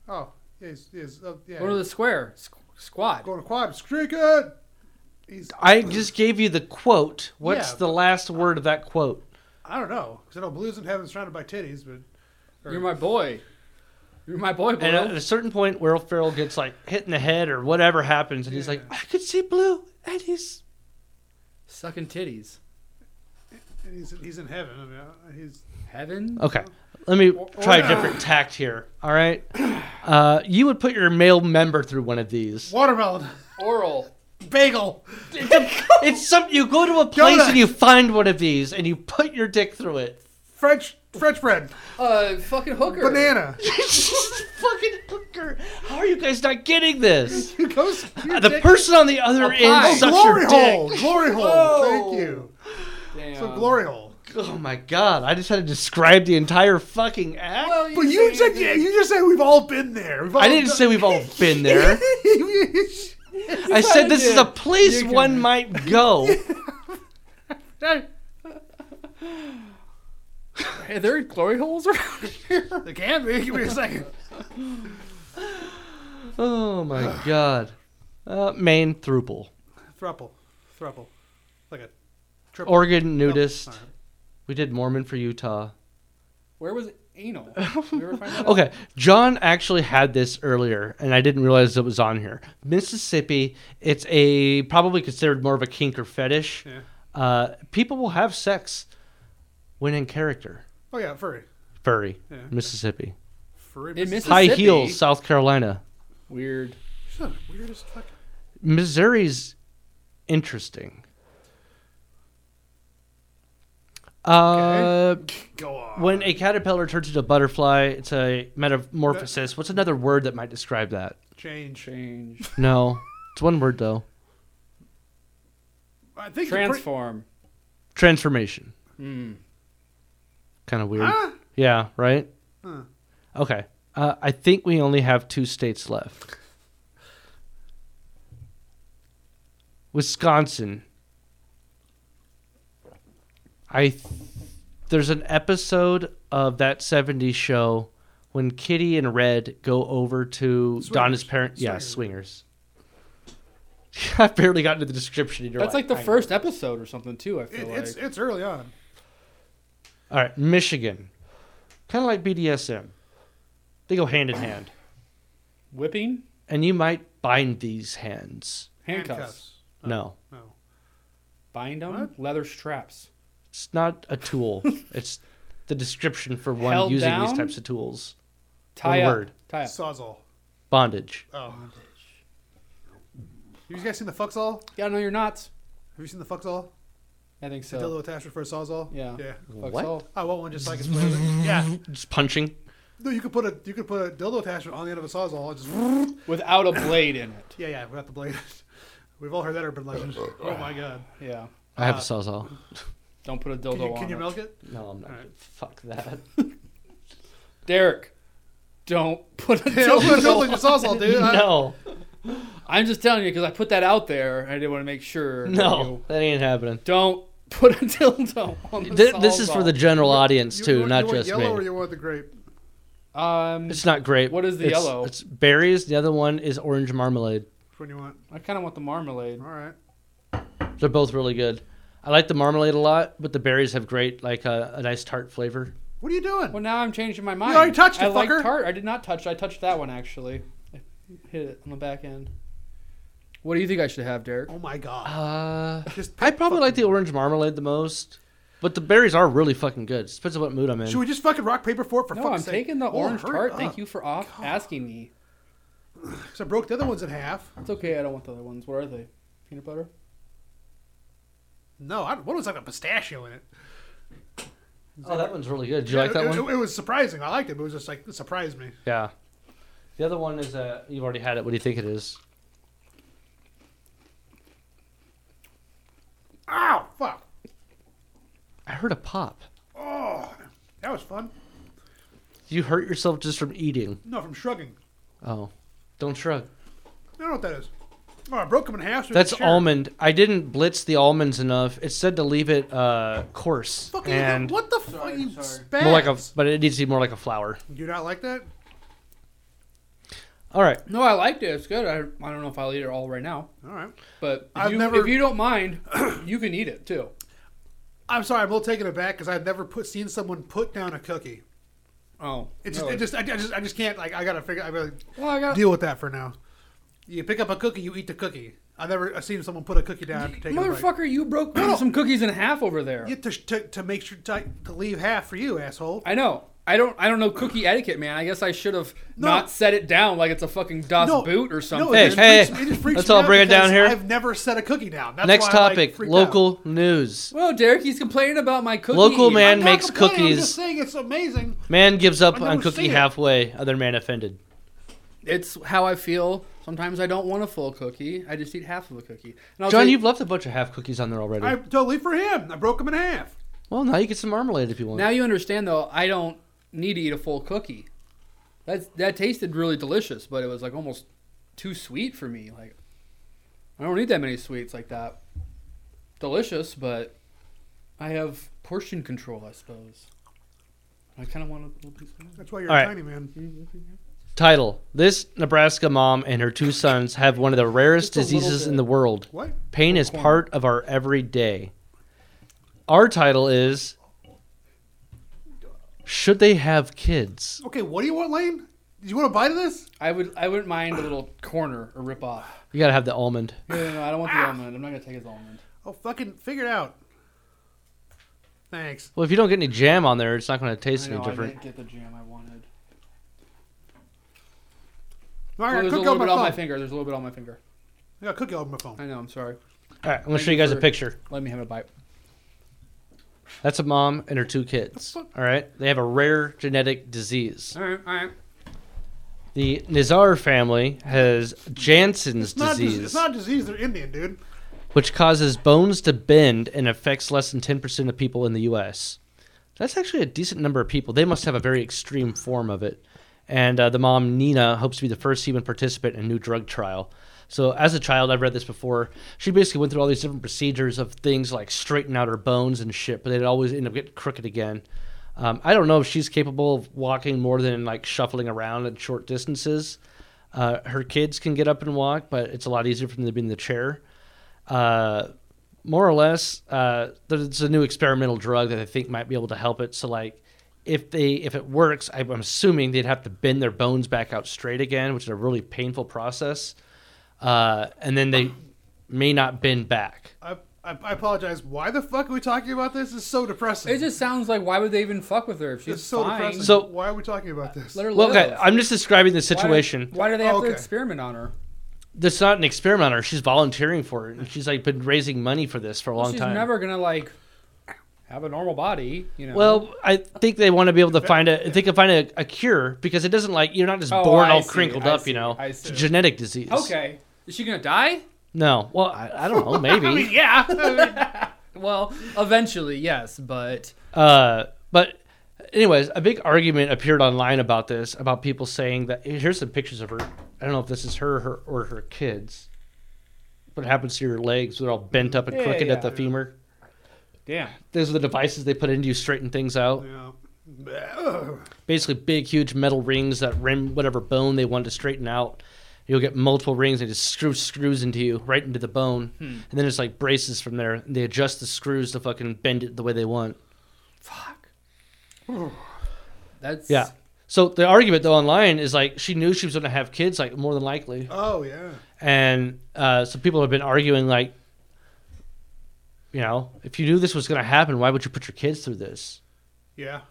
Speaker 2: Oh, is is uh, yeah.
Speaker 3: Go to the square. Squ- squad.
Speaker 2: going to quad streak it. He's,
Speaker 1: I just gave you the quote. What's
Speaker 2: Yeah,
Speaker 1: the last word of that quote?
Speaker 2: I don't know because I know blues in heaven surrounded by titties, but
Speaker 3: You're my boy. You're my boy, bro.
Speaker 1: And uh,
Speaker 2: Uh-huh.
Speaker 1: at a certain point, Will Ferrell gets like hit in the head or whatever happens, and he's like, "I could see blue," and he's
Speaker 3: Sucking titties.
Speaker 2: he's he's in heaven. I mean, uh, he's
Speaker 3: Heaven.
Speaker 1: okay. Let me
Speaker 2: Or-
Speaker 1: try
Speaker 2: or-
Speaker 1: a different tact here. All right, uh, you would put your male member through one of these.
Speaker 2: watermelon,
Speaker 3: Oral.
Speaker 2: bagel.
Speaker 1: It's some you go to a place
Speaker 2: Donut.
Speaker 1: and you find one of these and you put your dick through it.
Speaker 2: French French bread,
Speaker 3: Uh, fucking hooker.
Speaker 2: banana.
Speaker 1: fucking hooker. How are you guys not getting this? Uh,
Speaker 2: You go stick your
Speaker 1: The
Speaker 2: dick-
Speaker 1: person on the other
Speaker 3: A pie.
Speaker 1: end
Speaker 2: Oh,
Speaker 1: sucks
Speaker 2: glory
Speaker 1: your
Speaker 2: hole,
Speaker 1: dick.
Speaker 2: glory hole.
Speaker 3: Whoa.
Speaker 2: Thank you.
Speaker 3: Damn.
Speaker 2: So glory hole.
Speaker 1: Oh my god! I just had to describe the entire fucking act.
Speaker 3: Well,
Speaker 2: But you
Speaker 3: say-
Speaker 2: said you just said we've all been there. We've all
Speaker 1: I didn't
Speaker 2: done-
Speaker 1: say we've all been there. I said this is a place
Speaker 3: You
Speaker 1: one
Speaker 3: can-
Speaker 1: might go.
Speaker 3: Are there glory holes around here?
Speaker 2: It can be. Give me a second.
Speaker 1: Oh my god. Uh, Maine thruple.
Speaker 2: Thruple, thruple, like a triple.
Speaker 1: Oregon nudist.
Speaker 2: all right.
Speaker 1: We did Mormon for Utah.
Speaker 3: Where was anal? Did we ever find that out?
Speaker 1: Okay, John actually had this earlier, and I didn't realize it was on here. Mississippi, it's a probably considered more of a kink or fetish.
Speaker 2: Yeah.
Speaker 1: Uh, people will have sex when in character.
Speaker 2: Oh yeah, furry.
Speaker 1: Furry,
Speaker 2: Yeah.
Speaker 1: Mississippi.
Speaker 2: Furry.
Speaker 3: It misses-
Speaker 1: High
Speaker 3: Mississippi?
Speaker 1: heels, South Carolina.
Speaker 3: Weird.
Speaker 2: She's not the weirdest fucking.
Speaker 1: Missouri's interesting. Uh,
Speaker 2: Go on.
Speaker 1: When a caterpillar turns into a butterfly, it's a metamorphosis. What's another word that might describe that?
Speaker 2: change.
Speaker 3: Change.
Speaker 1: No, it's one word though.
Speaker 2: I think you're pretty-
Speaker 3: Transform.
Speaker 1: Transformation.
Speaker 3: Hmm.
Speaker 1: Kind of weird.
Speaker 2: Huh?
Speaker 1: Yeah. Right.
Speaker 2: Huh.
Speaker 1: Okay. Uh, I think we only have two states left. Wisconsin. I th- there's an episode of that '70s show when Kitty and Red go over to Donna's
Speaker 2: Swingers.
Speaker 1: parents. Yeah,
Speaker 2: Swingers.
Speaker 1: swingers. I barely got into the description. and you're
Speaker 3: That's like the
Speaker 1: I know.
Speaker 3: first episode or something too. I
Speaker 2: It,
Speaker 3: feel
Speaker 2: it's
Speaker 3: like.
Speaker 2: it's early on.
Speaker 1: All right, Michigan. Kind of like BDSM. They go hand in hand.
Speaker 3: Whipping.
Speaker 1: And you might bind these hands.
Speaker 3: Handcuffs.
Speaker 1: No,
Speaker 2: No.
Speaker 3: Bind them.
Speaker 2: What?
Speaker 3: Leather straps.
Speaker 1: it's not a tool. it's the description for one
Speaker 3: Held
Speaker 1: using these
Speaker 3: down?
Speaker 1: types of tools.
Speaker 3: Tie
Speaker 1: One
Speaker 3: up.
Speaker 1: word.
Speaker 3: Tie up.
Speaker 2: Sawzall.
Speaker 1: Ah. Bondage.
Speaker 2: Oh. You guys seen the fucksall?
Speaker 3: Gotta know your knots.
Speaker 2: Have you seen the fucksall?
Speaker 3: I think
Speaker 2: The dildo
Speaker 3: so.
Speaker 2: attachment for a sawzall.
Speaker 3: Yeah.
Speaker 2: Yeah.
Speaker 3: Fuck
Speaker 1: What?
Speaker 3: all.
Speaker 2: I want one Oh, just like it's Yeah.
Speaker 1: Just punching.
Speaker 2: No, you could put a you could put a dildo attachment on the end of a sawzall and just.
Speaker 3: Without a blade in it.
Speaker 2: Yeah, yeah, without the blade. We've all heard that urban legend. Oh my god.
Speaker 3: Yeah.
Speaker 1: I have
Speaker 2: Uh,
Speaker 1: a sawzall.
Speaker 3: Don't put a dildo
Speaker 2: Can you,
Speaker 3: on
Speaker 2: can you
Speaker 3: it.
Speaker 2: milk it?
Speaker 1: No, I'm not.
Speaker 2: all right.
Speaker 1: Fuck that.
Speaker 3: Derek, don't put a
Speaker 2: Yeah, open
Speaker 3: dildo.
Speaker 2: a dildo in your sawzall, dude. I-
Speaker 1: no,
Speaker 3: I'm just telling you because I put that out there. and I didn't want to make sure. that
Speaker 1: no,
Speaker 3: you
Speaker 1: that ain't happening.
Speaker 3: don't put a dildo on the
Speaker 1: Th- this is for the
Speaker 3: sawzall.
Speaker 1: general audience
Speaker 2: you-
Speaker 1: too,
Speaker 2: you,
Speaker 1: not
Speaker 2: you want
Speaker 1: just
Speaker 2: yellow
Speaker 1: me.
Speaker 2: or you want the grape?
Speaker 3: Um,
Speaker 1: It's not grape.
Speaker 3: What is the
Speaker 1: It's-
Speaker 3: yellow?
Speaker 1: It's berries. The other one is orange marmalade.
Speaker 2: Which one you want?
Speaker 3: I kind of want the marmalade.
Speaker 2: All right.
Speaker 1: They're both really good. I like the marmalade a lot, but the berries have great, like uh, a nice tart flavor.
Speaker 2: What are you doing?
Speaker 3: Well, now I'm changing my mind.
Speaker 2: already touched it,
Speaker 3: I like
Speaker 2: fucker.
Speaker 3: tart. I did not touch. it. I touched that one actually. I hit it on the back end. What do you think I should have, Derek?
Speaker 2: Oh my god.
Speaker 1: Uh,
Speaker 2: Just
Speaker 1: I probably like the orange marmalade the most, but the berries are really fucking good. It depends on what mood I'm in.
Speaker 2: Should we just fucking rock paper for it for
Speaker 3: No, I'm
Speaker 2: fuck's sake?
Speaker 3: taking the
Speaker 2: Oh,
Speaker 3: orange
Speaker 2: hurry
Speaker 3: tart.
Speaker 2: up.
Speaker 3: Thank you for off asking me.
Speaker 2: 'Cause I broke the other ones in half.
Speaker 3: It's okay. I don't want the other ones. What are they? Peanut butter?
Speaker 2: No, I, one was like a pistachio in it.
Speaker 1: oh, that one's really good. Do you like
Speaker 2: it,
Speaker 1: that
Speaker 2: it-
Speaker 1: one?
Speaker 2: It, was surprising. I liked it, but it was just like it surprised me.
Speaker 1: Yeah. The other one is uh, you've already had it. What do you think it is?
Speaker 2: Ow! Fuck.
Speaker 1: I heard a pop.
Speaker 2: Oh, that was fun.
Speaker 1: You hurt yourself just from eating.
Speaker 2: No, from shrugging.
Speaker 1: Oh, don't shrug.
Speaker 2: I don't know what that is. Oh, I broke them in half. So
Speaker 1: That's
Speaker 2: it's a chair.
Speaker 1: almond. I didn't blitz the almonds enough. It said to leave it uh, coarse
Speaker 2: Fucking
Speaker 1: and
Speaker 2: what the fuck?
Speaker 3: Sorry,
Speaker 2: You
Speaker 3: sorry.
Speaker 2: spaz.
Speaker 1: more like a, but it needs to be more like a flour.
Speaker 2: Do you not like that?
Speaker 1: All right.
Speaker 3: No, I liked it. It's good. I, I don't know if I'll eat it all right now,
Speaker 2: All right.
Speaker 3: but if,
Speaker 2: I've
Speaker 3: you,
Speaker 2: never-
Speaker 3: if you don't mind, you can eat it too.
Speaker 2: I'm sorry. I'm a little taken aback because I've never put seen someone put down a cookie.
Speaker 3: Oh,
Speaker 2: It just,
Speaker 3: really?
Speaker 2: it just, I, I just, I just can't. Like, I gotta figure. I gotta
Speaker 3: Well, I got
Speaker 2: deal with that for now. You pick up a cookie, you eat the cookie. I never I've seen someone put a cookie down to take a bite.
Speaker 3: motherfucker. You broke some cookies in half over there.
Speaker 2: You to, to, to make sure to, to leave half for you, asshole.
Speaker 3: I know. I don't. I don't know cookie etiquette, man. I guess I should have
Speaker 2: No.
Speaker 3: not set it down like it's a fucking das
Speaker 2: No.
Speaker 3: boot or something.
Speaker 1: Hey,
Speaker 2: just
Speaker 1: hey,
Speaker 2: freaks- just freaks
Speaker 1: let's
Speaker 2: me
Speaker 1: all
Speaker 2: out
Speaker 1: bring it down
Speaker 2: because
Speaker 1: here.
Speaker 2: I've never set a cookie down. That's
Speaker 1: Next
Speaker 2: why I, like,
Speaker 1: topic:
Speaker 2: freaked out.
Speaker 1: local news.
Speaker 3: Well, Derek, he's complaining about my cookie.
Speaker 1: Local man-
Speaker 2: I'm not
Speaker 1: makes
Speaker 2: complaining, I'm
Speaker 1: cookies.
Speaker 2: just saying it's amazing.
Speaker 1: Man gives up
Speaker 2: I've
Speaker 1: on
Speaker 2: never
Speaker 1: cookie
Speaker 2: seen it.
Speaker 1: halfway. Other man offended.
Speaker 3: It's how I feel. Sometimes I don't want a full cookie. I just eat half of a cookie. And I'll
Speaker 1: John,
Speaker 3: say-
Speaker 1: you've left a bunch of half cookies on there already.
Speaker 2: I totally for him. I broke him in half.
Speaker 1: Well, now you get some marmalade if you want.
Speaker 3: Now you understand, though. I don't need to eat a full cookie. That's that tasted really delicious, but it was like almost too sweet for me. Like I don't need that many sweets like that. Delicious, but I have portion control, I suppose. I kind of want a little piece. More.
Speaker 2: That's why you're
Speaker 1: All
Speaker 2: a
Speaker 1: right.
Speaker 2: tiny man.
Speaker 1: Title: This Nebraska mom and her two sons have one of the rarest
Speaker 3: Just a little
Speaker 1: diseases in
Speaker 3: bit.
Speaker 1: the world.
Speaker 2: What?
Speaker 1: Pain is
Speaker 3: corner.
Speaker 1: part of our everyday. Our title is Should They Have Kids?
Speaker 2: Okay, what do you want, Lane? Do you want a bite of this?
Speaker 3: I would. I wouldn't mind a little corner or rip off.
Speaker 1: You gotta have the almond.
Speaker 3: No, no, no, I don't want the almond. I'm not gonna take his almond.
Speaker 2: Oh, fucking figure it out. Thanks.
Speaker 1: Well, if you don't get any jam on there, it's not gonna
Speaker 3: I
Speaker 1: taste
Speaker 3: know.
Speaker 1: any
Speaker 3: I
Speaker 1: different.
Speaker 3: didn't get the jam I wanted.
Speaker 2: All right,
Speaker 3: Well, there's a
Speaker 2: cookie
Speaker 3: little
Speaker 2: on
Speaker 3: bit
Speaker 2: my
Speaker 3: on my
Speaker 2: phone.
Speaker 3: finger. There's a little bit on my finger.
Speaker 2: I got cookie on my phone.
Speaker 3: I know. I'm
Speaker 1: All
Speaker 3: sorry.
Speaker 1: right, I'm gonna
Speaker 3: Thank
Speaker 1: show you
Speaker 3: you
Speaker 1: guys a
Speaker 3: for-
Speaker 1: picture.
Speaker 3: Let me have a bite.
Speaker 1: That's a mom and her two kids. All right, they have a rare genetic disease.
Speaker 3: All right. All right.
Speaker 1: The Nizar family has Jansen's
Speaker 2: It's not,
Speaker 1: disease,
Speaker 2: dis- it's not disease. They're Indian, dude.
Speaker 1: which causes bones to bend and affects less than 10% of people in the U.S. That's actually a decent number of people. They must have a very extreme form of it. And uh, the mom, Nina, hopes to be the first human participant in a new drug trial. So, as a child, I've read this before. She basically went through all these different procedures of things like straightening out her bones and shit, but they'd always end up getting crooked again. Um, I don't know if she's capable of walking more than like shuffling around at short distances. Uh, her kids can get up and walk, but it's a lot easier for them to be in the chair uh, more or less, uh, there's a new experimental drug that I think might be able to help it. So like, if they if it works, I, I'm assuming they'd have to bend their bones back out straight again, which is a really painful process. Uh, and then they may not bend back.
Speaker 2: I, I, I apologize. Why the fuck are we talking about this? It's so depressing.
Speaker 3: It just sounds like why would they even fuck with her if she's
Speaker 2: it's so
Speaker 3: fine?
Speaker 2: depressing.
Speaker 1: So-
Speaker 2: why are we talking about this?
Speaker 3: Let her
Speaker 1: Well,
Speaker 3: live.
Speaker 1: okay, I'm just describing the
Speaker 3: Why-
Speaker 1: situation.
Speaker 3: Why, do they have
Speaker 2: Oh, Okay.
Speaker 3: to experiment on her?
Speaker 1: That's not an experiment on her. She's volunteering for it, and she's like been raising money for this for a long
Speaker 3: she's
Speaker 1: time.
Speaker 3: never gonna like have a normal body, you know.
Speaker 1: Well, I think they want to be able to find a. They can find a, a cure because it doesn't like you're not just
Speaker 3: Oh,
Speaker 1: born
Speaker 3: I
Speaker 1: all
Speaker 3: see,
Speaker 1: crinkled
Speaker 3: I
Speaker 1: up.
Speaker 3: see,
Speaker 1: you know,
Speaker 3: I
Speaker 1: it's a
Speaker 3: see.
Speaker 1: genetic disease.
Speaker 3: okay. Is she gonna die?
Speaker 1: No. Well, I, I don't know.
Speaker 3: Oh,
Speaker 1: Maybe.
Speaker 2: yeah.
Speaker 3: Well, eventually, yes, but
Speaker 1: Uh, but anyways, a big argument appeared online about this, about people saying that here's some pictures of her. I don't know if this is her, her or her kids. What happens to your legs? They're all bent up and
Speaker 3: Yeah,
Speaker 1: crooked at
Speaker 3: yeah.
Speaker 1: the femur.
Speaker 3: damn.
Speaker 1: Those are the devices they put into you, to straighten things out.
Speaker 2: yeah.
Speaker 1: basically big, huge metal rings that rim whatever bone they want to straighten out. You'll get multiple rings and just screw screws into you right into the bone, and then it's like braces from there. And they adjust the screws to fucking bend it the way they want.
Speaker 3: Fuck. That's
Speaker 1: Yeah. So the argument though online is like she knew she was going to have kids, like more than likely,
Speaker 2: Oh yeah.
Speaker 1: and uh, so people have been arguing like, you know, if you knew this was going to happen, why would you put your kids through this?
Speaker 2: Yeah.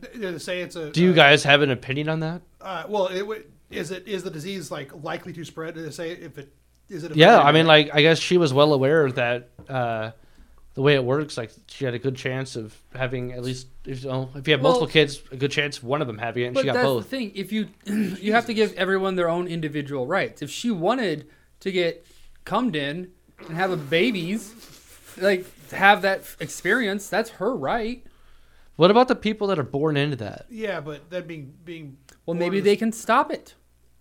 Speaker 2: Th- They say it's a.
Speaker 1: Do you
Speaker 2: uh,
Speaker 1: guys have an opinion on that?
Speaker 2: Uh, well, it, would- is it is the disease like likely to spread? Do they say if it is it?
Speaker 1: Yeah, I mean, like, I guess she was well aware that uh, the way it works, like, she had a good chance of having at least, if you, know, if you have multiple
Speaker 3: Well-
Speaker 1: kids, a good chance of one of them having it, and
Speaker 3: But
Speaker 1: she got
Speaker 3: that's
Speaker 1: both.
Speaker 3: the thing. If you you have to give everyone their own individual rights. If she wanted to get cummed in and have a babies, like have that f- experience, that's her right.
Speaker 1: What about the people that are born into that?
Speaker 2: Yeah, but then being being.
Speaker 3: Well,
Speaker 2: born
Speaker 3: maybe
Speaker 2: with-
Speaker 3: they can stop it.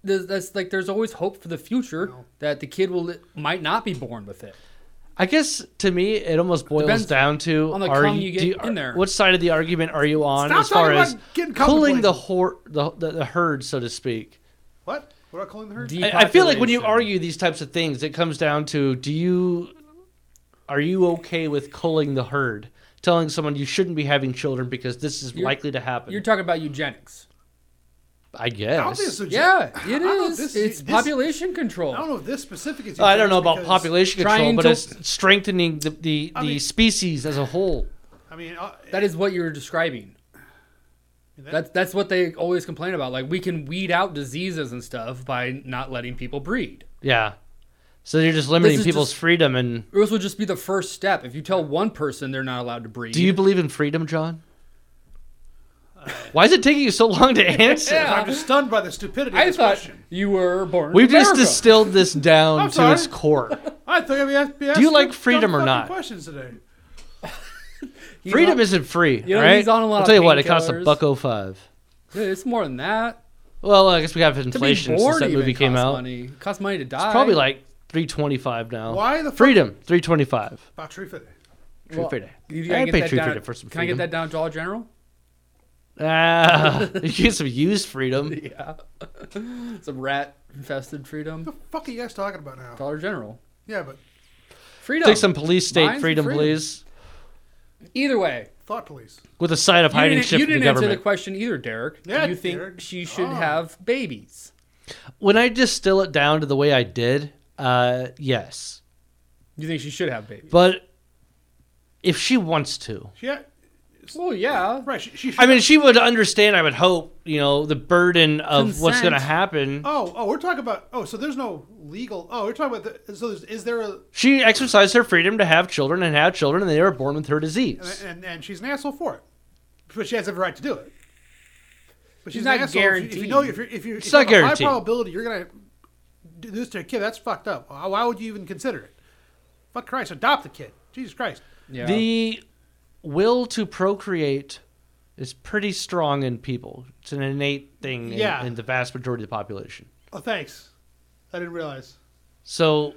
Speaker 3: There's, that's like there's always hope for the future
Speaker 2: No.
Speaker 3: that the kid will might not be born with it.
Speaker 1: I guess to me, it almost boils
Speaker 3: Depends
Speaker 1: down to
Speaker 3: on the
Speaker 1: are
Speaker 3: cum
Speaker 1: you,
Speaker 3: you get
Speaker 1: do you-
Speaker 3: in there.
Speaker 1: What side of the argument are you on
Speaker 2: Stop
Speaker 1: as far
Speaker 2: talking
Speaker 1: as
Speaker 2: about getting cum
Speaker 1: pulling the,
Speaker 2: places.
Speaker 1: hor- the, the the herd, so to speak?
Speaker 2: What? What are I calling the herd?
Speaker 3: D-
Speaker 1: I, I feel like when you
Speaker 3: Depopulation.
Speaker 1: argue these types of things, it comes down to do you are you okay with culling the herd, telling someone you shouldn't be having children because this is
Speaker 3: You're-
Speaker 1: likely to happen.
Speaker 3: You're talking about eugenics.
Speaker 1: I guess.
Speaker 2: I don't think it's a-
Speaker 3: Yeah,
Speaker 2: I
Speaker 3: it
Speaker 2: don't know if
Speaker 3: is.
Speaker 2: this-
Speaker 3: it's
Speaker 2: this-
Speaker 3: population
Speaker 2: I don't
Speaker 3: control.
Speaker 2: know if this specific is.
Speaker 1: I don't know about
Speaker 2: because-
Speaker 1: population control,
Speaker 3: Trying
Speaker 1: but
Speaker 3: to-
Speaker 1: it's strengthening the the,
Speaker 2: I
Speaker 1: the
Speaker 2: mean-
Speaker 1: species as a whole.
Speaker 2: I mean, uh,
Speaker 3: That is what you're describing.
Speaker 2: that-
Speaker 3: That's that's what they always complain about. Like we can weed out diseases and stuff by not letting people breed.
Speaker 1: Yeah. So you're just limiting
Speaker 3: is
Speaker 1: people's
Speaker 3: just-
Speaker 1: freedom. And
Speaker 3: This would just be the first step. If you tell one person they're not allowed to breed,
Speaker 1: do you believe in freedom, John? Why is it taking you so long to answer?
Speaker 3: Yeah.
Speaker 2: I'm just stunned by the stupidity. of
Speaker 3: I
Speaker 2: this
Speaker 3: thought
Speaker 2: question.
Speaker 3: you were born.
Speaker 1: We've
Speaker 3: in
Speaker 1: just
Speaker 3: America.
Speaker 1: distilled this down
Speaker 2: I'm
Speaker 1: to
Speaker 2: sorry.
Speaker 1: its core.
Speaker 2: I thought I'd be asked. be asked
Speaker 1: you like
Speaker 2: dumb
Speaker 1: freedom or
Speaker 2: fucking
Speaker 1: not?
Speaker 2: Questions today.
Speaker 3: You
Speaker 1: Freedom
Speaker 3: know-
Speaker 1: isn't free,
Speaker 3: you know,
Speaker 1: right?
Speaker 3: he's on a lot
Speaker 1: I'll
Speaker 3: of
Speaker 1: tell you what, it costs a
Speaker 3: painkillers.
Speaker 1: buck oh five.
Speaker 3: Dude, It's more than that.
Speaker 1: Well, I guess we have
Speaker 3: To
Speaker 1: inflation
Speaker 3: be
Speaker 1: since
Speaker 3: born
Speaker 1: that
Speaker 3: even
Speaker 1: movie came
Speaker 3: costs
Speaker 1: out.
Speaker 3: Money. It costs money to die.
Speaker 1: It's probably like three twenty five now.
Speaker 2: Why the fuck-
Speaker 1: freedom? Three twenty five.
Speaker 2: About tree fit.
Speaker 1: True freedom.
Speaker 3: You
Speaker 1: I'd
Speaker 3: gotta get
Speaker 1: pay
Speaker 3: that
Speaker 1: true
Speaker 3: down-
Speaker 1: freedom for some
Speaker 3: Can I
Speaker 1: freedom.
Speaker 3: get that down, Dollar General?
Speaker 1: Ah, you get some used freedom.
Speaker 3: Yeah. some rat infested freedom.
Speaker 2: What the fuck are you guys talking about now?
Speaker 3: Dollar General.
Speaker 2: Yeah, but
Speaker 3: Freedom.
Speaker 1: Take some police state
Speaker 3: Mine's
Speaker 1: freedom,
Speaker 3: freedom.
Speaker 1: please,
Speaker 3: Either way,
Speaker 2: thought police.
Speaker 1: with a sign of
Speaker 3: you
Speaker 1: hiding
Speaker 3: didn't, e-
Speaker 1: ship
Speaker 3: you
Speaker 1: from the
Speaker 3: didn't answer the
Speaker 1: government.
Speaker 3: question either, Derek. Do
Speaker 2: Yeah,
Speaker 3: you think
Speaker 2: Derek.
Speaker 3: she should
Speaker 2: Oh.
Speaker 3: have babies?
Speaker 1: when I distill it down to the way I did, uh, yes,
Speaker 3: You think she should have babies?
Speaker 1: but if she wants to,
Speaker 2: Yeah,
Speaker 3: Well, yeah.
Speaker 2: right. She. she
Speaker 1: I mean, she would understand. I would hope, you know, the burden of what's
Speaker 3: Consent.
Speaker 1: going to happen.
Speaker 2: Oh, oh, we're talking about. Oh, so there's no legal. Oh, we're talking about. The, so is, is there a
Speaker 1: She exercised her freedom to have children and have children, and they were born with her disease.
Speaker 2: and and she's an asshole for it, but she has every right to do it. But
Speaker 3: She's
Speaker 2: she's,
Speaker 3: not
Speaker 2: an asshole. If you- If you,
Speaker 3: guaranteed.
Speaker 2: know, if you're, if you
Speaker 1: It's
Speaker 2: if
Speaker 1: not
Speaker 2: you have a
Speaker 1: guaranteed.
Speaker 2: High probability you're gonna do this to a kid. That's fucked up. Why why would you even consider it? Fuck Christ, adopt the kid. Jesus Christ.
Speaker 3: Yeah.
Speaker 1: The will to procreate is pretty strong in people. It's an innate thing in,
Speaker 2: Yeah.
Speaker 1: in the vast majority of the population.
Speaker 2: Oh, thanks. I didn't realize.
Speaker 1: So,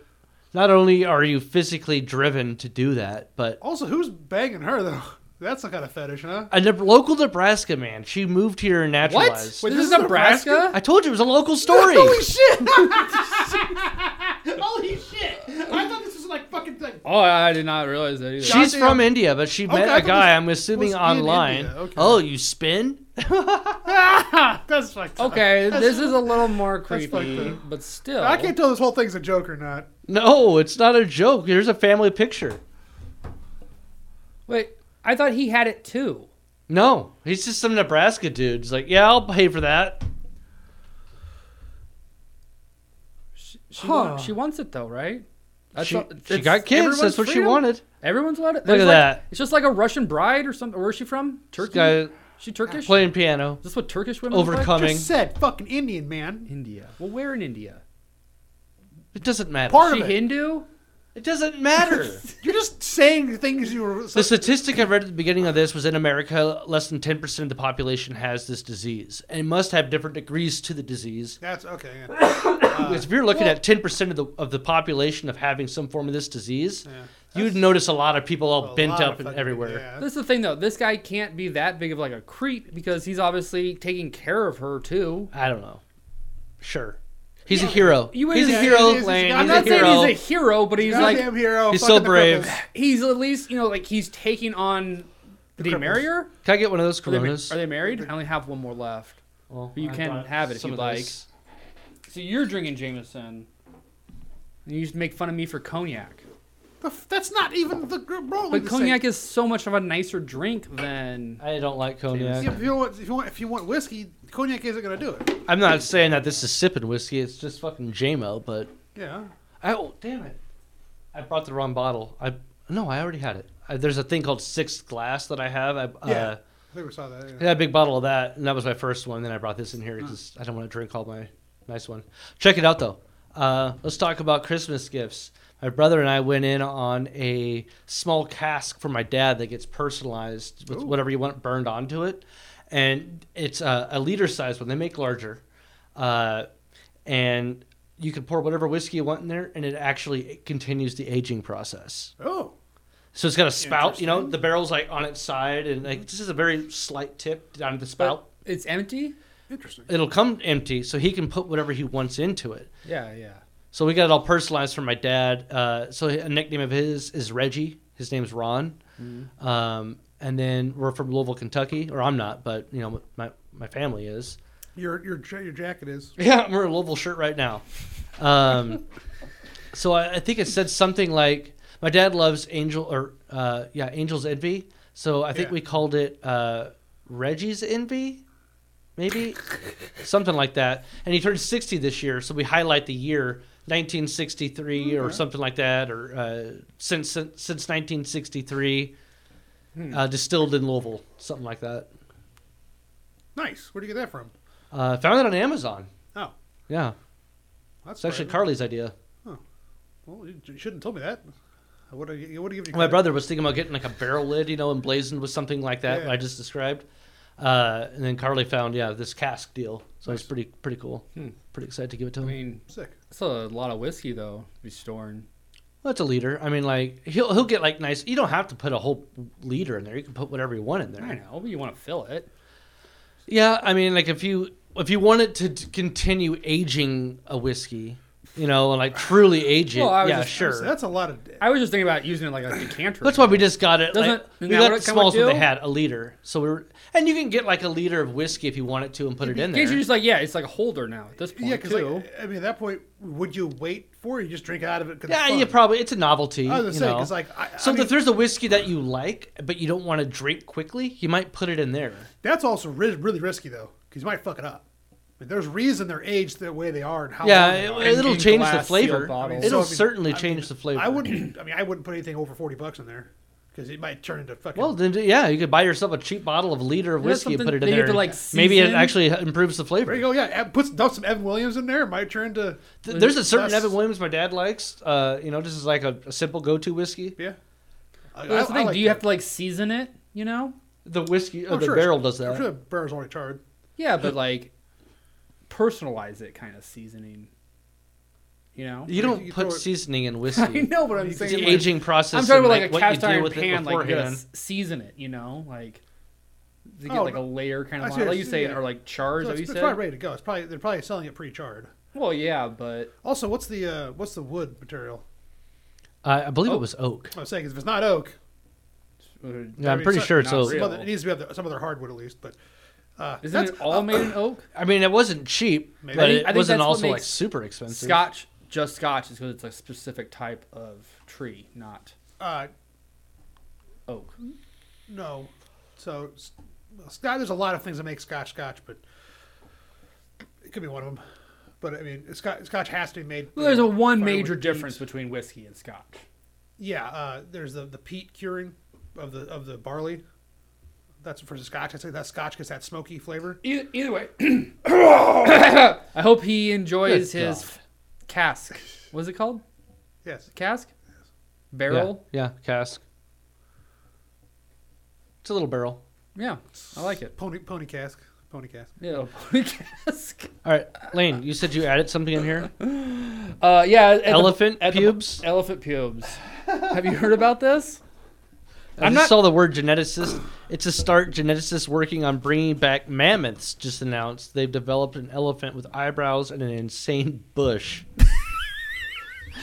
Speaker 1: not only are you physically driven to do that, but
Speaker 2: Also, who's banging her though? That's not kind of fetish, huh?
Speaker 1: a Neb- local Nebraska man, she moved here and
Speaker 3: what?
Speaker 1: naturalized.
Speaker 2: Wait,
Speaker 3: this,
Speaker 2: this
Speaker 3: is
Speaker 2: is
Speaker 3: Nebraska?
Speaker 1: I told you it was a local story.
Speaker 2: Holy shit! Holy shit! I thought this was like fucking like
Speaker 3: Oh, I did not realize that either.
Speaker 1: She's
Speaker 2: Goddamn.
Speaker 1: from India, but she met
Speaker 2: Okay, I
Speaker 1: a
Speaker 2: thought
Speaker 1: guy,
Speaker 2: this
Speaker 1: I'm assuming
Speaker 2: was in
Speaker 1: online.
Speaker 2: India, okay.
Speaker 1: Oh, you spin?
Speaker 2: that's fucked up.
Speaker 3: okay, this is a little more creepy,
Speaker 2: fucked
Speaker 3: but still.
Speaker 2: I can't tell this whole thing's a joke or not.
Speaker 1: No, it's not a joke. Here's a family picture.
Speaker 3: Wait, I thought he had it too.
Speaker 1: No, he's just some Nebraska dude. He's like, yeah, I'll pay for that.
Speaker 3: She, she,
Speaker 2: Huh.
Speaker 3: wa- she wants it though, right? That's
Speaker 1: She,
Speaker 3: all-
Speaker 1: she
Speaker 3: that's-
Speaker 1: got kids.
Speaker 3: everyone's
Speaker 1: That's what she
Speaker 3: freedom?
Speaker 1: wanted.
Speaker 3: Everyone's allowed. It.
Speaker 1: Look at
Speaker 3: like,
Speaker 1: that.
Speaker 3: It's just like a Russian bride or something. Where is she from?
Speaker 1: This
Speaker 3: Turkey.
Speaker 1: guy
Speaker 3: She Turkish.
Speaker 1: playing piano,
Speaker 3: Is this what Turkish women look like?
Speaker 1: overcoming.
Speaker 2: Just said fucking Indian man.
Speaker 3: India. Well, where in India?
Speaker 1: It doesn't matter.
Speaker 2: Part
Speaker 3: she
Speaker 2: of it.
Speaker 3: Hindu?
Speaker 1: It doesn't matter.
Speaker 2: You're just saying things you were.
Speaker 1: the statistic I read at the beginning of this was in America, less than 10% of the population has this disease and must have different degrees to the disease.
Speaker 2: That's okay. yeah. Uh,
Speaker 1: Because if you're looking at 10% of the, of the population of having some form of this disease,
Speaker 2: Yeah.
Speaker 1: You'd notice a lot of people all
Speaker 2: A
Speaker 1: bent
Speaker 2: lot
Speaker 1: up
Speaker 2: of
Speaker 1: and
Speaker 2: fucking-
Speaker 1: everywhere.
Speaker 2: yeah.
Speaker 3: That's the thing, though. This guy can't be that big of like a creep because he's obviously taking care of her too.
Speaker 1: I don't know. Sure. He's a hero.
Speaker 3: You
Speaker 1: he's
Speaker 3: ain't-
Speaker 1: a hero,
Speaker 2: he's- he's-
Speaker 1: Lane. he's
Speaker 2: I'm
Speaker 3: I'm not
Speaker 1: a hero.
Speaker 3: saying he's a hero, but he's like
Speaker 2: Goddamn hero,
Speaker 1: he's
Speaker 2: fucking
Speaker 1: so
Speaker 2: the
Speaker 1: brave.
Speaker 2: cripples.
Speaker 3: he's at least you know like he's taking on. Did he
Speaker 2: cripples.
Speaker 3: marry her?
Speaker 1: Can I get one of those
Speaker 3: Are they, ma-
Speaker 1: Coronas?
Speaker 3: are they married? I only have one more left.
Speaker 1: Well,
Speaker 3: You
Speaker 1: I
Speaker 3: can
Speaker 1: brought
Speaker 3: have it if
Speaker 1: some
Speaker 3: you'd
Speaker 1: of
Speaker 3: like.
Speaker 1: those.
Speaker 3: So you're drinking Jameson. And you just make fun of me for cognac.
Speaker 2: The f- That's not even the gr- bro.
Speaker 3: But
Speaker 2: the
Speaker 3: cognac is so much of a nicer drink than.
Speaker 1: I don't like
Speaker 2: same.
Speaker 1: cognac.
Speaker 2: Yeah, if you want, if you want, if you want whiskey, cognac isn't gonna do it.
Speaker 1: I'm not saying that this is sipping whiskey. It's just fucking JMO. But
Speaker 2: Yeah.
Speaker 1: I, oh damn it! I brought the wrong bottle. I no, I already had it. I, there's a thing called sixth glass that I have. I, uh,
Speaker 2: Yeah. I think we saw that.
Speaker 1: I
Speaker 2: Yeah.
Speaker 1: had a big bottle of that, and that was my first one. Then I brought this in here because I don't want to drink all my nice one. Check it out though. Uh, let's talk about Christmas gifts. My brother and I went in on a small cask for my dad that gets personalized with
Speaker 2: Ooh.
Speaker 1: whatever you want burned onto it, and it's a, a liter size one. They make larger, uh, and you can pour whatever whiskey you want in there, and it actually continues the aging process.
Speaker 2: Oh.
Speaker 1: So it's got a spout, you know, the barrel's like on its side, and like this is a very slight tip down to the spout.
Speaker 3: But it's empty?
Speaker 2: Interesting.
Speaker 1: It'll come empty, so he can put whatever he wants into it.
Speaker 3: Yeah, yeah.
Speaker 1: So we got it all personalized for my dad. Uh, so a nickname of his is Reggie. His name's Ron. Um, and then we're from Louisville, Kentucky, or I'm not, but you know, my my family is.
Speaker 2: Your your ja- your jacket is.
Speaker 1: Yeah, I'm wearing a Louisville shirt right now. Um, so I, I think it said something like, "My dad loves Angel or uh, yeah, Angel's Envy." So I think
Speaker 2: Yeah.
Speaker 1: we called it uh, Reggie's Envy, maybe something like that. And he turned 60 this year, so we highlight the year 1963 or
Speaker 2: Okay.
Speaker 1: something like that, or uh, since since since 1963,
Speaker 2: Hmm.
Speaker 1: uh, distilled in Louisville, something like that.
Speaker 2: Nice. Where'd you get that from?
Speaker 1: Uh, found it on Amazon.
Speaker 2: Oh,
Speaker 1: Yeah,
Speaker 2: that's
Speaker 1: it's actually
Speaker 2: private.
Speaker 1: Carly's idea.
Speaker 2: Well, you you shouldn't have told me that. I would have given you.
Speaker 1: My
Speaker 2: credit.
Speaker 1: brother was thinking about getting like a barrel lid, you know, emblazoned with something like that
Speaker 2: Yeah.
Speaker 1: I just described. Uh, and then Carly found, yeah, this cask deal. So it's pretty pretty cool.
Speaker 3: Hmm.
Speaker 1: Pretty excited to give it to
Speaker 3: I
Speaker 1: him.
Speaker 3: mean,
Speaker 2: Sick.
Speaker 3: that's a lot of whiskey, though, to be storing.
Speaker 1: well, it's a liter. I mean, like he'll he'll get like nice. You don't have to put a whole liter in there. You can put whatever you want in there.
Speaker 3: I know, but you want to fill it.
Speaker 1: Yeah, I mean, like if you if you wanted to t- continue aging a whiskey, you know, and like truly age it,
Speaker 3: Well, I was
Speaker 1: yeah,
Speaker 3: just-
Speaker 1: sure.
Speaker 2: So that's a lot of.
Speaker 3: I was just thinking about using it like a decanter.
Speaker 1: That's why we just got it.
Speaker 3: Doesn't-
Speaker 1: like, we
Speaker 3: isn't that
Speaker 1: got
Speaker 3: what
Speaker 1: the
Speaker 3: it come
Speaker 1: smallest
Speaker 3: with
Speaker 1: one they
Speaker 3: you?
Speaker 1: had, a liter. So we were, and you can get like a liter of whiskey if you want it to, and put it in
Speaker 3: In
Speaker 1: there.
Speaker 3: case you're just like, yeah, it's like a holder now at this point,
Speaker 2: Yeah, because
Speaker 3: too.
Speaker 2: like, I mean, at that point, would you wait for it? You just drink out of it. 'cause it's
Speaker 1: Yeah,
Speaker 2: fun.
Speaker 1: you probably it's a novelty.
Speaker 2: I was gonna
Speaker 1: you
Speaker 2: say
Speaker 1: know.
Speaker 2: because like, I,
Speaker 1: so
Speaker 2: I mean,
Speaker 1: if there's a whiskey that you like, but you don't want to drink quickly, you might put it in there.
Speaker 2: that's also ri- really risky though, because you might fuck it up. But there's reason they're aged the way they are and how.
Speaker 1: Yeah,
Speaker 2: long they are.
Speaker 1: it, will
Speaker 3: in
Speaker 1: change the
Speaker 3: glass
Speaker 1: flavor.
Speaker 3: sealed bottles. I mean,
Speaker 1: It'll
Speaker 2: so if you-
Speaker 1: certainly
Speaker 2: I
Speaker 1: change
Speaker 2: mean,
Speaker 1: the flavor.
Speaker 2: I wouldn't. I mean, I wouldn't put anything over forty bucks in there because it might turn into fucking.
Speaker 1: Well, then yeah, you could buy yourself a cheap bottle of a liter of
Speaker 3: Isn't that
Speaker 1: whiskey and put it
Speaker 3: something
Speaker 1: in
Speaker 3: that you
Speaker 1: there.
Speaker 3: have to, like,
Speaker 1: Maybe it
Speaker 3: season?
Speaker 1: actually improves the flavor.
Speaker 2: there you go. Yeah, add- put dump some Evan Williams in there. It might turn to.
Speaker 1: Th- There's a certain
Speaker 2: That's-
Speaker 1: Evan Williams my dad likes. Uh, you know, this is like a, a simple go-to whiskey.
Speaker 2: Yeah. I-
Speaker 3: But that's
Speaker 2: I-
Speaker 3: the
Speaker 2: I
Speaker 3: thing.
Speaker 2: like
Speaker 3: Do you
Speaker 2: that.
Speaker 3: have to like season it, you know?
Speaker 1: The whiskey, uh,
Speaker 2: I'm
Speaker 1: the
Speaker 2: Oh, sure it's-
Speaker 1: barrel does that.
Speaker 2: I'm sure the barrel's already charred.
Speaker 3: Yeah, but like personalize it kind of seasoning, you know?
Speaker 1: You don't
Speaker 2: you
Speaker 1: put
Speaker 2: throw it-
Speaker 1: seasoning in whiskey.
Speaker 3: I know what I'm
Speaker 1: It's
Speaker 3: saying.
Speaker 1: the
Speaker 3: like-
Speaker 1: aging process.
Speaker 3: I'm talking
Speaker 1: and,
Speaker 3: about like, a
Speaker 1: what you
Speaker 3: cast
Speaker 1: do
Speaker 3: iron
Speaker 1: with it
Speaker 3: pan, like you gotta
Speaker 1: beforehand.
Speaker 3: s- season it, you know, like to get
Speaker 2: Oh,
Speaker 3: like a layer kind
Speaker 2: I
Speaker 3: of
Speaker 2: see
Speaker 3: line.
Speaker 2: what
Speaker 3: like
Speaker 2: you-
Speaker 3: you say,
Speaker 2: yeah.
Speaker 3: or like chars.
Speaker 2: So
Speaker 3: that
Speaker 2: it's,
Speaker 3: you
Speaker 2: it's
Speaker 3: said.
Speaker 2: probably ready to go. It's probably they're probably selling it pre-charred.
Speaker 3: Well, yeah, but
Speaker 2: Also, what's the uh, what's the wood material?
Speaker 1: I I believe it
Speaker 3: Oh.
Speaker 1: was oak.
Speaker 2: I'm saying 'cause if it's not oak,
Speaker 3: uh,
Speaker 1: Yeah,
Speaker 2: I
Speaker 1: I'm
Speaker 2: mean,
Speaker 1: pretty
Speaker 2: so-
Speaker 1: sure it's
Speaker 3: not
Speaker 1: oak.
Speaker 2: some
Speaker 3: Real.
Speaker 2: other, it needs to be other, some other hardwood at least. But uh,
Speaker 3: isn't
Speaker 2: that's
Speaker 3: it all made in oak?
Speaker 1: I mean, it wasn't cheap,
Speaker 2: Maybe.
Speaker 1: but
Speaker 3: I
Speaker 1: it
Speaker 3: think- I think
Speaker 1: wasn't
Speaker 3: that's what
Speaker 1: also like
Speaker 3: makes
Speaker 1: super expensive.
Speaker 3: Scotch, just Scotch, is because it's a specific type of tree, not
Speaker 2: uh,
Speaker 3: oak.
Speaker 2: no. So s- Scotch, there's a lot of things that make Scotch Scotch, but it could be one of them. But I mean, Scotch, Scotch has to be made.
Speaker 3: Well, there's a one
Speaker 2: firewood
Speaker 3: major
Speaker 2: peat.
Speaker 3: difference between whiskey and Scotch.
Speaker 2: Yeah, uh, there's the the peat curing of the of the barley. That's for the Scotch. I say that Scotch gets that smoky flavor.
Speaker 3: Either, E-, either way, I hope he enjoys
Speaker 1: Good
Speaker 3: his
Speaker 1: God.
Speaker 3: cask. What's it called?
Speaker 2: Yes.
Speaker 3: Cask,
Speaker 1: Yeah,
Speaker 3: barrel.
Speaker 1: Yeah, cask. It's a little barrel.
Speaker 3: Yeah, I like it.
Speaker 2: Pony pony cask. Pony cask.
Speaker 3: Yeah, cask.
Speaker 1: All right, Lane, you said you added something in here.
Speaker 3: Uh, yeah. at the-
Speaker 1: Elephant
Speaker 3: at the-
Speaker 1: pubes.
Speaker 3: elephant pubes. Have you heard about this?
Speaker 1: I
Speaker 3: I'm
Speaker 1: just
Speaker 3: not-
Speaker 1: saw the word geneticist. It's a start. Geneticists working on bringing back mammoths just announced they've developed an elephant with eyebrows and an insane bush.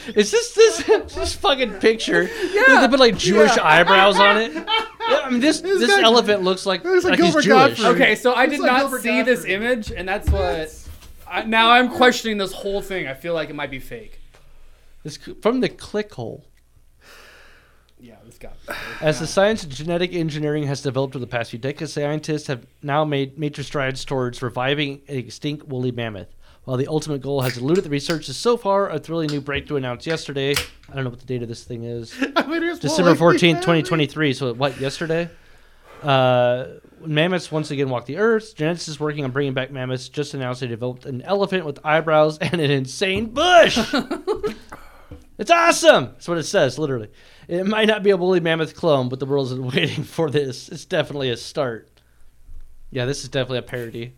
Speaker 1: It's just this this fucking picture. Yeah, they put like Jewish
Speaker 3: yeah.
Speaker 1: eyebrows on it. Yeah, I mean this this,
Speaker 2: guy-
Speaker 1: elephant looks like
Speaker 2: looks like
Speaker 1: like he's
Speaker 2: Gilbert
Speaker 1: Jewish.
Speaker 2: Gottfried.
Speaker 3: Okay, so I
Speaker 2: It's
Speaker 3: did
Speaker 2: like
Speaker 3: not
Speaker 2: Gilbert
Speaker 3: see this
Speaker 2: Gottfried.
Speaker 3: image, and that's what. I, now I'm questioning this whole thing. I feel like it might be fake.
Speaker 1: It's c- from the click hole.
Speaker 3: Yeah, this got.
Speaker 1: As the science of genetic engineering has developed over the past few decades, scientists have now made major strides towards reviving an extinct woolly mammoth. While the ultimate goal has eluded the researchers so far, a thrilling new breakthrough announced yesterday. I don't know what the date of this thing is.
Speaker 2: I mean, here's
Speaker 1: December
Speaker 2: Wally.
Speaker 1: 14th, 2023. So, what, yesterday? Uh, mammoths once again walk the earth. Geneticists working on bringing back mammoths just announced they developed an elephant with eyebrows and an insane bush. it's awesome. That's what it says, literally. It might not be a woolly mammoth clone, but the world isn't waiting for this. It's definitely a start. Yeah, this is definitely a parody.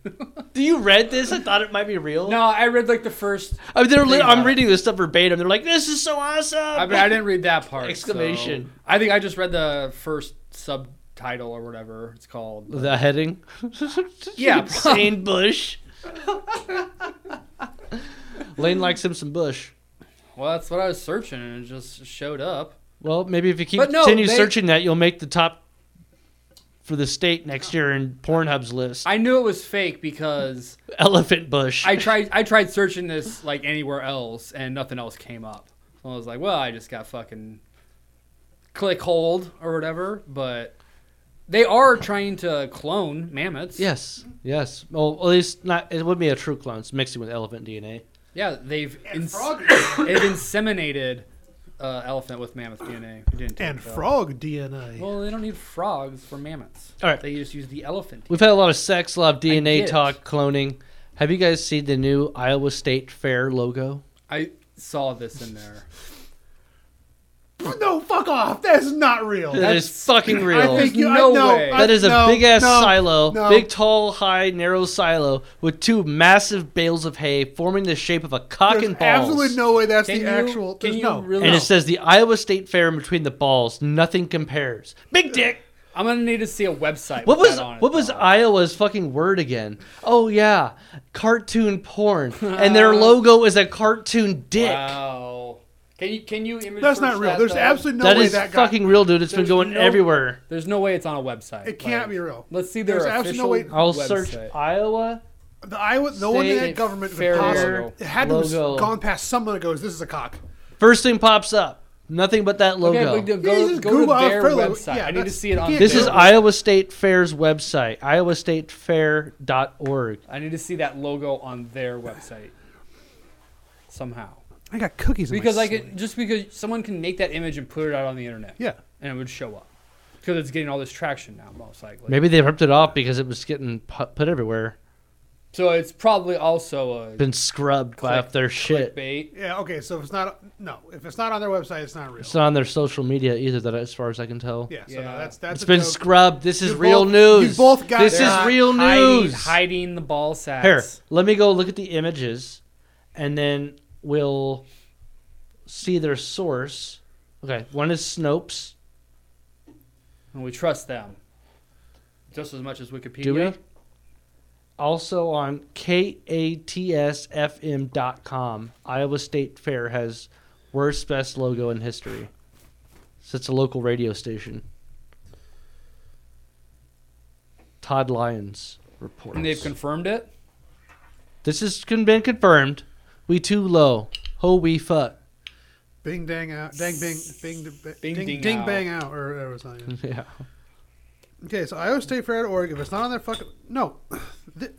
Speaker 1: Do you read this? I thought it might be real.
Speaker 3: No, I read like the first.
Speaker 1: I mean, they're li-
Speaker 3: Yeah.
Speaker 1: I'm reading this stuff verbatim. They're like, "This is so awesome!"
Speaker 3: I mean, I didn't read that part. so-
Speaker 1: Exclamation.
Speaker 3: I think I just read the first subtitle or whatever it's called. but-
Speaker 1: The heading?
Speaker 3: Yeah,
Speaker 1: Insane Bush. Lane likes him some Bush.
Speaker 3: Well, that's what I was searching, and it just showed up.
Speaker 1: Well, maybe if you keep
Speaker 3: But no,
Speaker 1: continue
Speaker 3: they-
Speaker 1: searching that, you'll make the top for the state next year in Pornhub's list.
Speaker 3: I knew it was fake because
Speaker 1: Elephant Bush.
Speaker 3: I tried. I tried searching this like anywhere else, and nothing else came up. So I was like, well, I just got fucking click hold or whatever. But they are trying to clone mammoths.
Speaker 1: yes, yes. Well, at least not. It would be a true clone. It's mixing with elephant DNA.
Speaker 3: Yeah, they've
Speaker 2: And
Speaker 3: ins-
Speaker 2: frog,
Speaker 3: they've inseminated uh, elephant with mammoth DNA. We didn't take
Speaker 2: and
Speaker 3: it, though.
Speaker 2: frog DNA.
Speaker 3: Well, they don't need frogs for mammoths.
Speaker 1: All right.
Speaker 3: They just use the elephant.
Speaker 1: We've had a lot of sex, a lot of DNA
Speaker 3: did.
Speaker 1: talk, cloning. Have you guys seen the new Iowa State Fair logo?
Speaker 3: I saw this in there.
Speaker 2: No, fuck off. That is not real.
Speaker 1: That is fucking real.
Speaker 3: I think
Speaker 2: you- I-
Speaker 3: no
Speaker 2: no,
Speaker 3: way.
Speaker 2: I-
Speaker 1: That is a
Speaker 2: no,
Speaker 1: big ass
Speaker 2: no,
Speaker 1: silo,
Speaker 2: no.
Speaker 1: big, tall, high, narrow silo with two massive bales of hay forming the shape of a cock
Speaker 2: There's
Speaker 1: and balls.
Speaker 2: absolutely no way that's
Speaker 3: Can
Speaker 2: the
Speaker 3: you-
Speaker 2: actual.
Speaker 3: can
Speaker 2: there's
Speaker 3: you
Speaker 2: no.
Speaker 3: really-
Speaker 1: and
Speaker 3: No.
Speaker 1: it says the Iowa State Fair in between the balls. Nothing compares. Big dick.
Speaker 3: I'm gonna need to see a website.
Speaker 1: What
Speaker 3: with
Speaker 1: was
Speaker 3: that on it,
Speaker 1: what was
Speaker 3: though.
Speaker 1: Iowa's fucking word again? Oh yeah, cartoon porn. and their logo is a cartoon dick.
Speaker 3: Wow. Can you can you image?
Speaker 2: That's
Speaker 3: search
Speaker 2: not real.
Speaker 3: that,
Speaker 2: There's
Speaker 3: though?
Speaker 2: absolutely no
Speaker 1: that
Speaker 2: way
Speaker 1: is
Speaker 2: that guy.
Speaker 1: fucking real, dude. It's been
Speaker 3: There's
Speaker 1: going
Speaker 3: no-
Speaker 1: everywhere.
Speaker 3: There's no way it's on a website.
Speaker 2: It can't be real.
Speaker 3: Let's see their
Speaker 2: There's
Speaker 3: official
Speaker 2: absolutely no way-
Speaker 1: I'll
Speaker 3: website.
Speaker 1: search Iowa.
Speaker 2: The Iowa, no one in
Speaker 1: State
Speaker 2: that government
Speaker 1: Fair
Speaker 2: would possibly. It had to
Speaker 1: logo.
Speaker 2: have gone past someone that goes, "This is a cock."
Speaker 1: First thing pops up. Nothing but that logo.
Speaker 3: Okay, but go,
Speaker 2: Yeah,
Speaker 3: go,
Speaker 2: just
Speaker 3: go
Speaker 2: Google
Speaker 3: to their
Speaker 2: Alfredo.
Speaker 3: website.
Speaker 2: Yeah,
Speaker 3: I need to
Speaker 2: that's-
Speaker 3: see it
Speaker 2: you
Speaker 3: on.
Speaker 2: can't
Speaker 1: This
Speaker 3: their
Speaker 1: is
Speaker 2: Yeah.
Speaker 1: Iowa State Fair's website, iowastatefair.org.
Speaker 3: I need to see that logo on their website somehow.
Speaker 2: I got cookies. in my
Speaker 3: Because I
Speaker 2: sleeve.
Speaker 3: could just because someone can make that image and put it out on the internet.
Speaker 2: Yeah.
Speaker 3: and it would show up because it's getting all this traction now, most likely.
Speaker 1: Maybe they ripped it off because it was getting pu- put everywhere.
Speaker 3: So it's probably also a
Speaker 1: Been scrubbed by
Speaker 3: Click-
Speaker 1: off their shit.
Speaker 3: clickbait.
Speaker 2: Yeah. Okay. So if it's not no, if it's not on their website, it's not real.
Speaker 1: It's not on their social media either, that as far as I can tell.
Speaker 2: yeah. So
Speaker 3: Yeah.
Speaker 2: No, that's that's.
Speaker 1: it's
Speaker 2: a
Speaker 1: been
Speaker 2: joke.
Speaker 1: scrubbed. This is
Speaker 2: You
Speaker 1: real
Speaker 2: both-
Speaker 1: news.
Speaker 2: you both got
Speaker 1: this is
Speaker 2: that.
Speaker 1: real
Speaker 3: Hiding-
Speaker 1: news.
Speaker 3: Hiding the ball sacks.
Speaker 1: Here, let me go look at the images, and then we'll see their source. Okay, one is Snopes.
Speaker 3: And we trust them. Just as much as Wikipedia.
Speaker 1: Do we? Also on katsfm.com, Iowa State Fair has worst best logo in history. So it's a local radio station. Todd Lyons reports.
Speaker 3: And they've confirmed it?
Speaker 1: this has con- been confirmed. We too low. Ho we fuck.
Speaker 2: Bing dang out, dang bing, bing d- b-
Speaker 3: Bing,
Speaker 2: ding
Speaker 3: ding
Speaker 2: ding,
Speaker 3: out.
Speaker 2: bang out, or whatever it's not. yeah.
Speaker 1: yeah. Hmm.
Speaker 2: Okay, so Iowa State Fair at Oregon. If it's not on their fucking no,
Speaker 1: Oh.
Speaker 2: Th-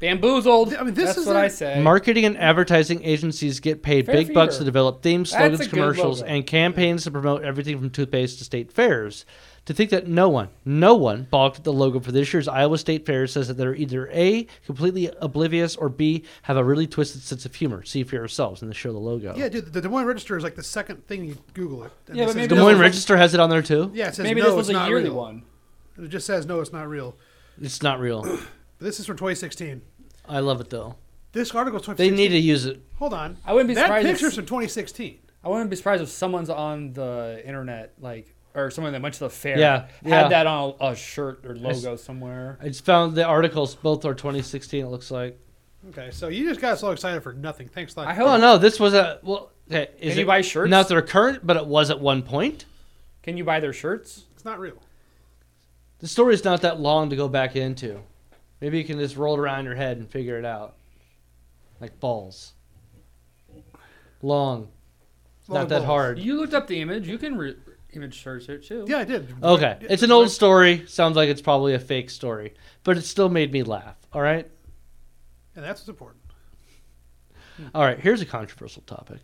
Speaker 3: Bamboozled.
Speaker 2: I mean, this
Speaker 3: That's
Speaker 2: is
Speaker 3: what
Speaker 2: a-
Speaker 3: I say.
Speaker 1: Marketing and advertising agencies get paid
Speaker 3: Fair
Speaker 1: big bucks
Speaker 3: fever.
Speaker 1: to develop themes,
Speaker 3: That's a
Speaker 1: slogans,
Speaker 3: good
Speaker 1: commercials,
Speaker 3: logo.
Speaker 1: and campaigns to promote everything from toothpaste to state fairs. To think that no one, no one balked at the logo for this year's Iowa State Fair says that they're either A, completely oblivious, or B, have a really twisted sense of humor. See for yourselves and they show the logo.
Speaker 2: yeah, dude. The Des Moines Register is like the second thing you Google it. and
Speaker 3: Yeah,
Speaker 2: it
Speaker 3: but
Speaker 2: says
Speaker 3: maybe
Speaker 1: Des
Speaker 2: no,
Speaker 1: Moines
Speaker 3: was-
Speaker 1: Register has it on there too.
Speaker 2: Yeah, it says
Speaker 3: Maybe
Speaker 2: no,
Speaker 3: this was
Speaker 2: it's
Speaker 3: a
Speaker 2: not
Speaker 3: yearly
Speaker 2: real.
Speaker 3: one.
Speaker 2: It just says no, it's not real.
Speaker 1: It's not real.
Speaker 2: This is from 2016.
Speaker 1: I love it though.
Speaker 2: This article is
Speaker 1: They
Speaker 2: 2016.
Speaker 1: need to use it.
Speaker 2: Hold on.
Speaker 3: I wouldn't be
Speaker 2: that
Speaker 3: surprised if-
Speaker 2: picture's from 2016.
Speaker 4: I wouldn't be surprised if someone's on the internet, like, or someone that went to the fair,
Speaker 1: Yeah,
Speaker 4: had
Speaker 1: yeah.
Speaker 4: that on a, a shirt or
Speaker 1: s-
Speaker 4: logo somewhere.
Speaker 1: I just found the articles. Both are 2016. It looks like.
Speaker 2: Okay, so you just got us all excited for nothing. Thanks,
Speaker 4: I
Speaker 2: like
Speaker 4: hope.
Speaker 1: Oh no, this was a well. Okay, is
Speaker 4: Can you
Speaker 1: it-
Speaker 4: buy shirts?
Speaker 1: Not their current, but it was at one point.
Speaker 4: Can you buy their shirts?
Speaker 2: it's not real.
Speaker 1: The story's not that long to go back into. Maybe you can just roll it around in your head and figure it out, like balls. Long, It's
Speaker 2: Long
Speaker 1: not that
Speaker 2: balls.
Speaker 1: hard.
Speaker 3: You looked up the image. You can re- image search it too.
Speaker 2: Yeah, I did.
Speaker 1: Okay,
Speaker 2: Yeah,
Speaker 1: it's an old story. Sounds like it's probably a fake story, but it still made me laugh. All right,
Speaker 2: and that's what's important.
Speaker 1: all right. Here's a controversial topic.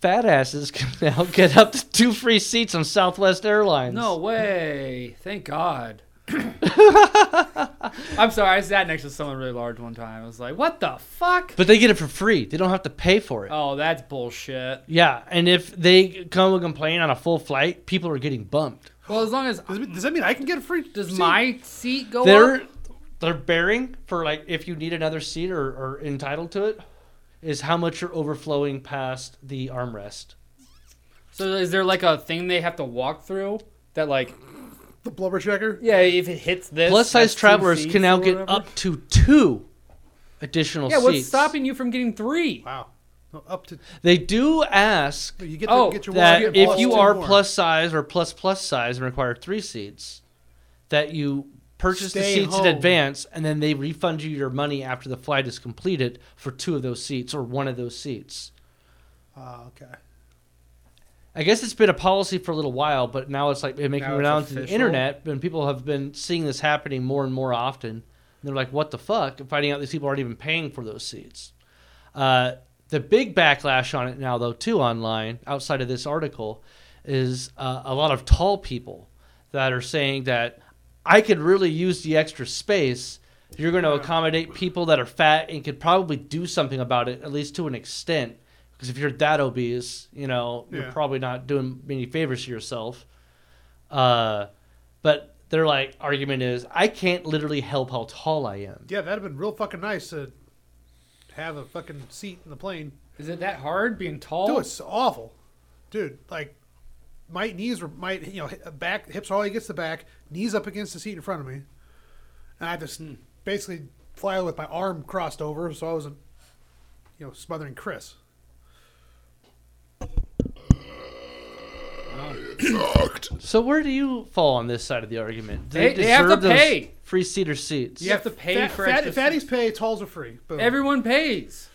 Speaker 1: Fat asses can now get up to two free seats on Southwest Airlines.
Speaker 3: No way. Thank God. I'm sorry. I sat next to someone really large one time. I was like, what the fuck?
Speaker 1: but they get it for free. They don't have to pay for it.
Speaker 3: Oh, that's bullshit.
Speaker 1: Yeah, and if they come and complain on a full flight, people are getting bumped.
Speaker 3: Well, as long as
Speaker 2: Does, it- does that mean I can get a free?
Speaker 3: does
Speaker 2: seat?
Speaker 3: my seat go
Speaker 1: They're
Speaker 3: up?
Speaker 1: they're bearing for like if you need another seat or, or entitled to it, is how much you're overflowing past the armrest.
Speaker 3: So is there like a thing they have to walk through that like
Speaker 2: the blubber checker?
Speaker 4: Yeah, if it hits this.
Speaker 1: Plus
Speaker 4: that's
Speaker 1: size
Speaker 4: two
Speaker 1: travelers
Speaker 4: seats
Speaker 1: can now
Speaker 4: or
Speaker 1: get
Speaker 4: whatever.
Speaker 1: up to two additional
Speaker 3: yeah?
Speaker 1: seats.
Speaker 3: What's stopping you from getting three?
Speaker 2: Wow, No, up to
Speaker 1: They do ask
Speaker 2: you get to
Speaker 3: Oh,
Speaker 2: get your
Speaker 1: that
Speaker 2: wallet and
Speaker 1: if
Speaker 2: plus
Speaker 1: you
Speaker 2: two
Speaker 1: are
Speaker 2: more.
Speaker 1: plus size or plus plus size and require three seats, that you purchase
Speaker 2: Stay
Speaker 1: the seats
Speaker 2: home.
Speaker 1: in advance and then they refund you your money after the flight is completed for two of those seats or one of those seats.
Speaker 2: Ah, okay.
Speaker 1: I guess it's been a policy for a little while, but now it's like been making
Speaker 3: Now
Speaker 1: it
Speaker 3: it's
Speaker 1: around to the
Speaker 3: official.
Speaker 1: internet, and people have been seeing this happening more and more often. And they're like, "What the fuck?" And finding out these people aren't even paying for those seats. Uh, the big backlash on it now, though, too, online outside of this article, is uh, a lot of tall people that are saying that I could really use the extra space. You're going to accommodate people that are fat and could probably do something about it, at least to an extent. Because if you're that obese, you know,
Speaker 2: Yeah.
Speaker 1: you're probably not doing many favors to yourself. Uh, but their like argument is, I can't literally help how tall I am.
Speaker 2: Yeah, that'd have been real fucking nice to have a fucking seat in the plane.
Speaker 3: Is it that hard being tall?
Speaker 2: Dude, it's awful, dude. Like my knees were my you know hi- uh, back hips are all against the back, knees up against the seat in front of me, and I had to
Speaker 3: Hmm.
Speaker 2: s basically fly with my arm crossed over, so I wasn't you know smothering Chris.
Speaker 1: So where do you fall on this side of the argument? Do
Speaker 3: They- they have
Speaker 1: deserve
Speaker 3: to
Speaker 1: those
Speaker 3: pay.
Speaker 1: free seater seats.
Speaker 3: You have to pay
Speaker 2: Fat,
Speaker 3: for
Speaker 2: fat-
Speaker 3: extra
Speaker 2: fatties pay, talls are free. Boom.
Speaker 3: Everyone pays.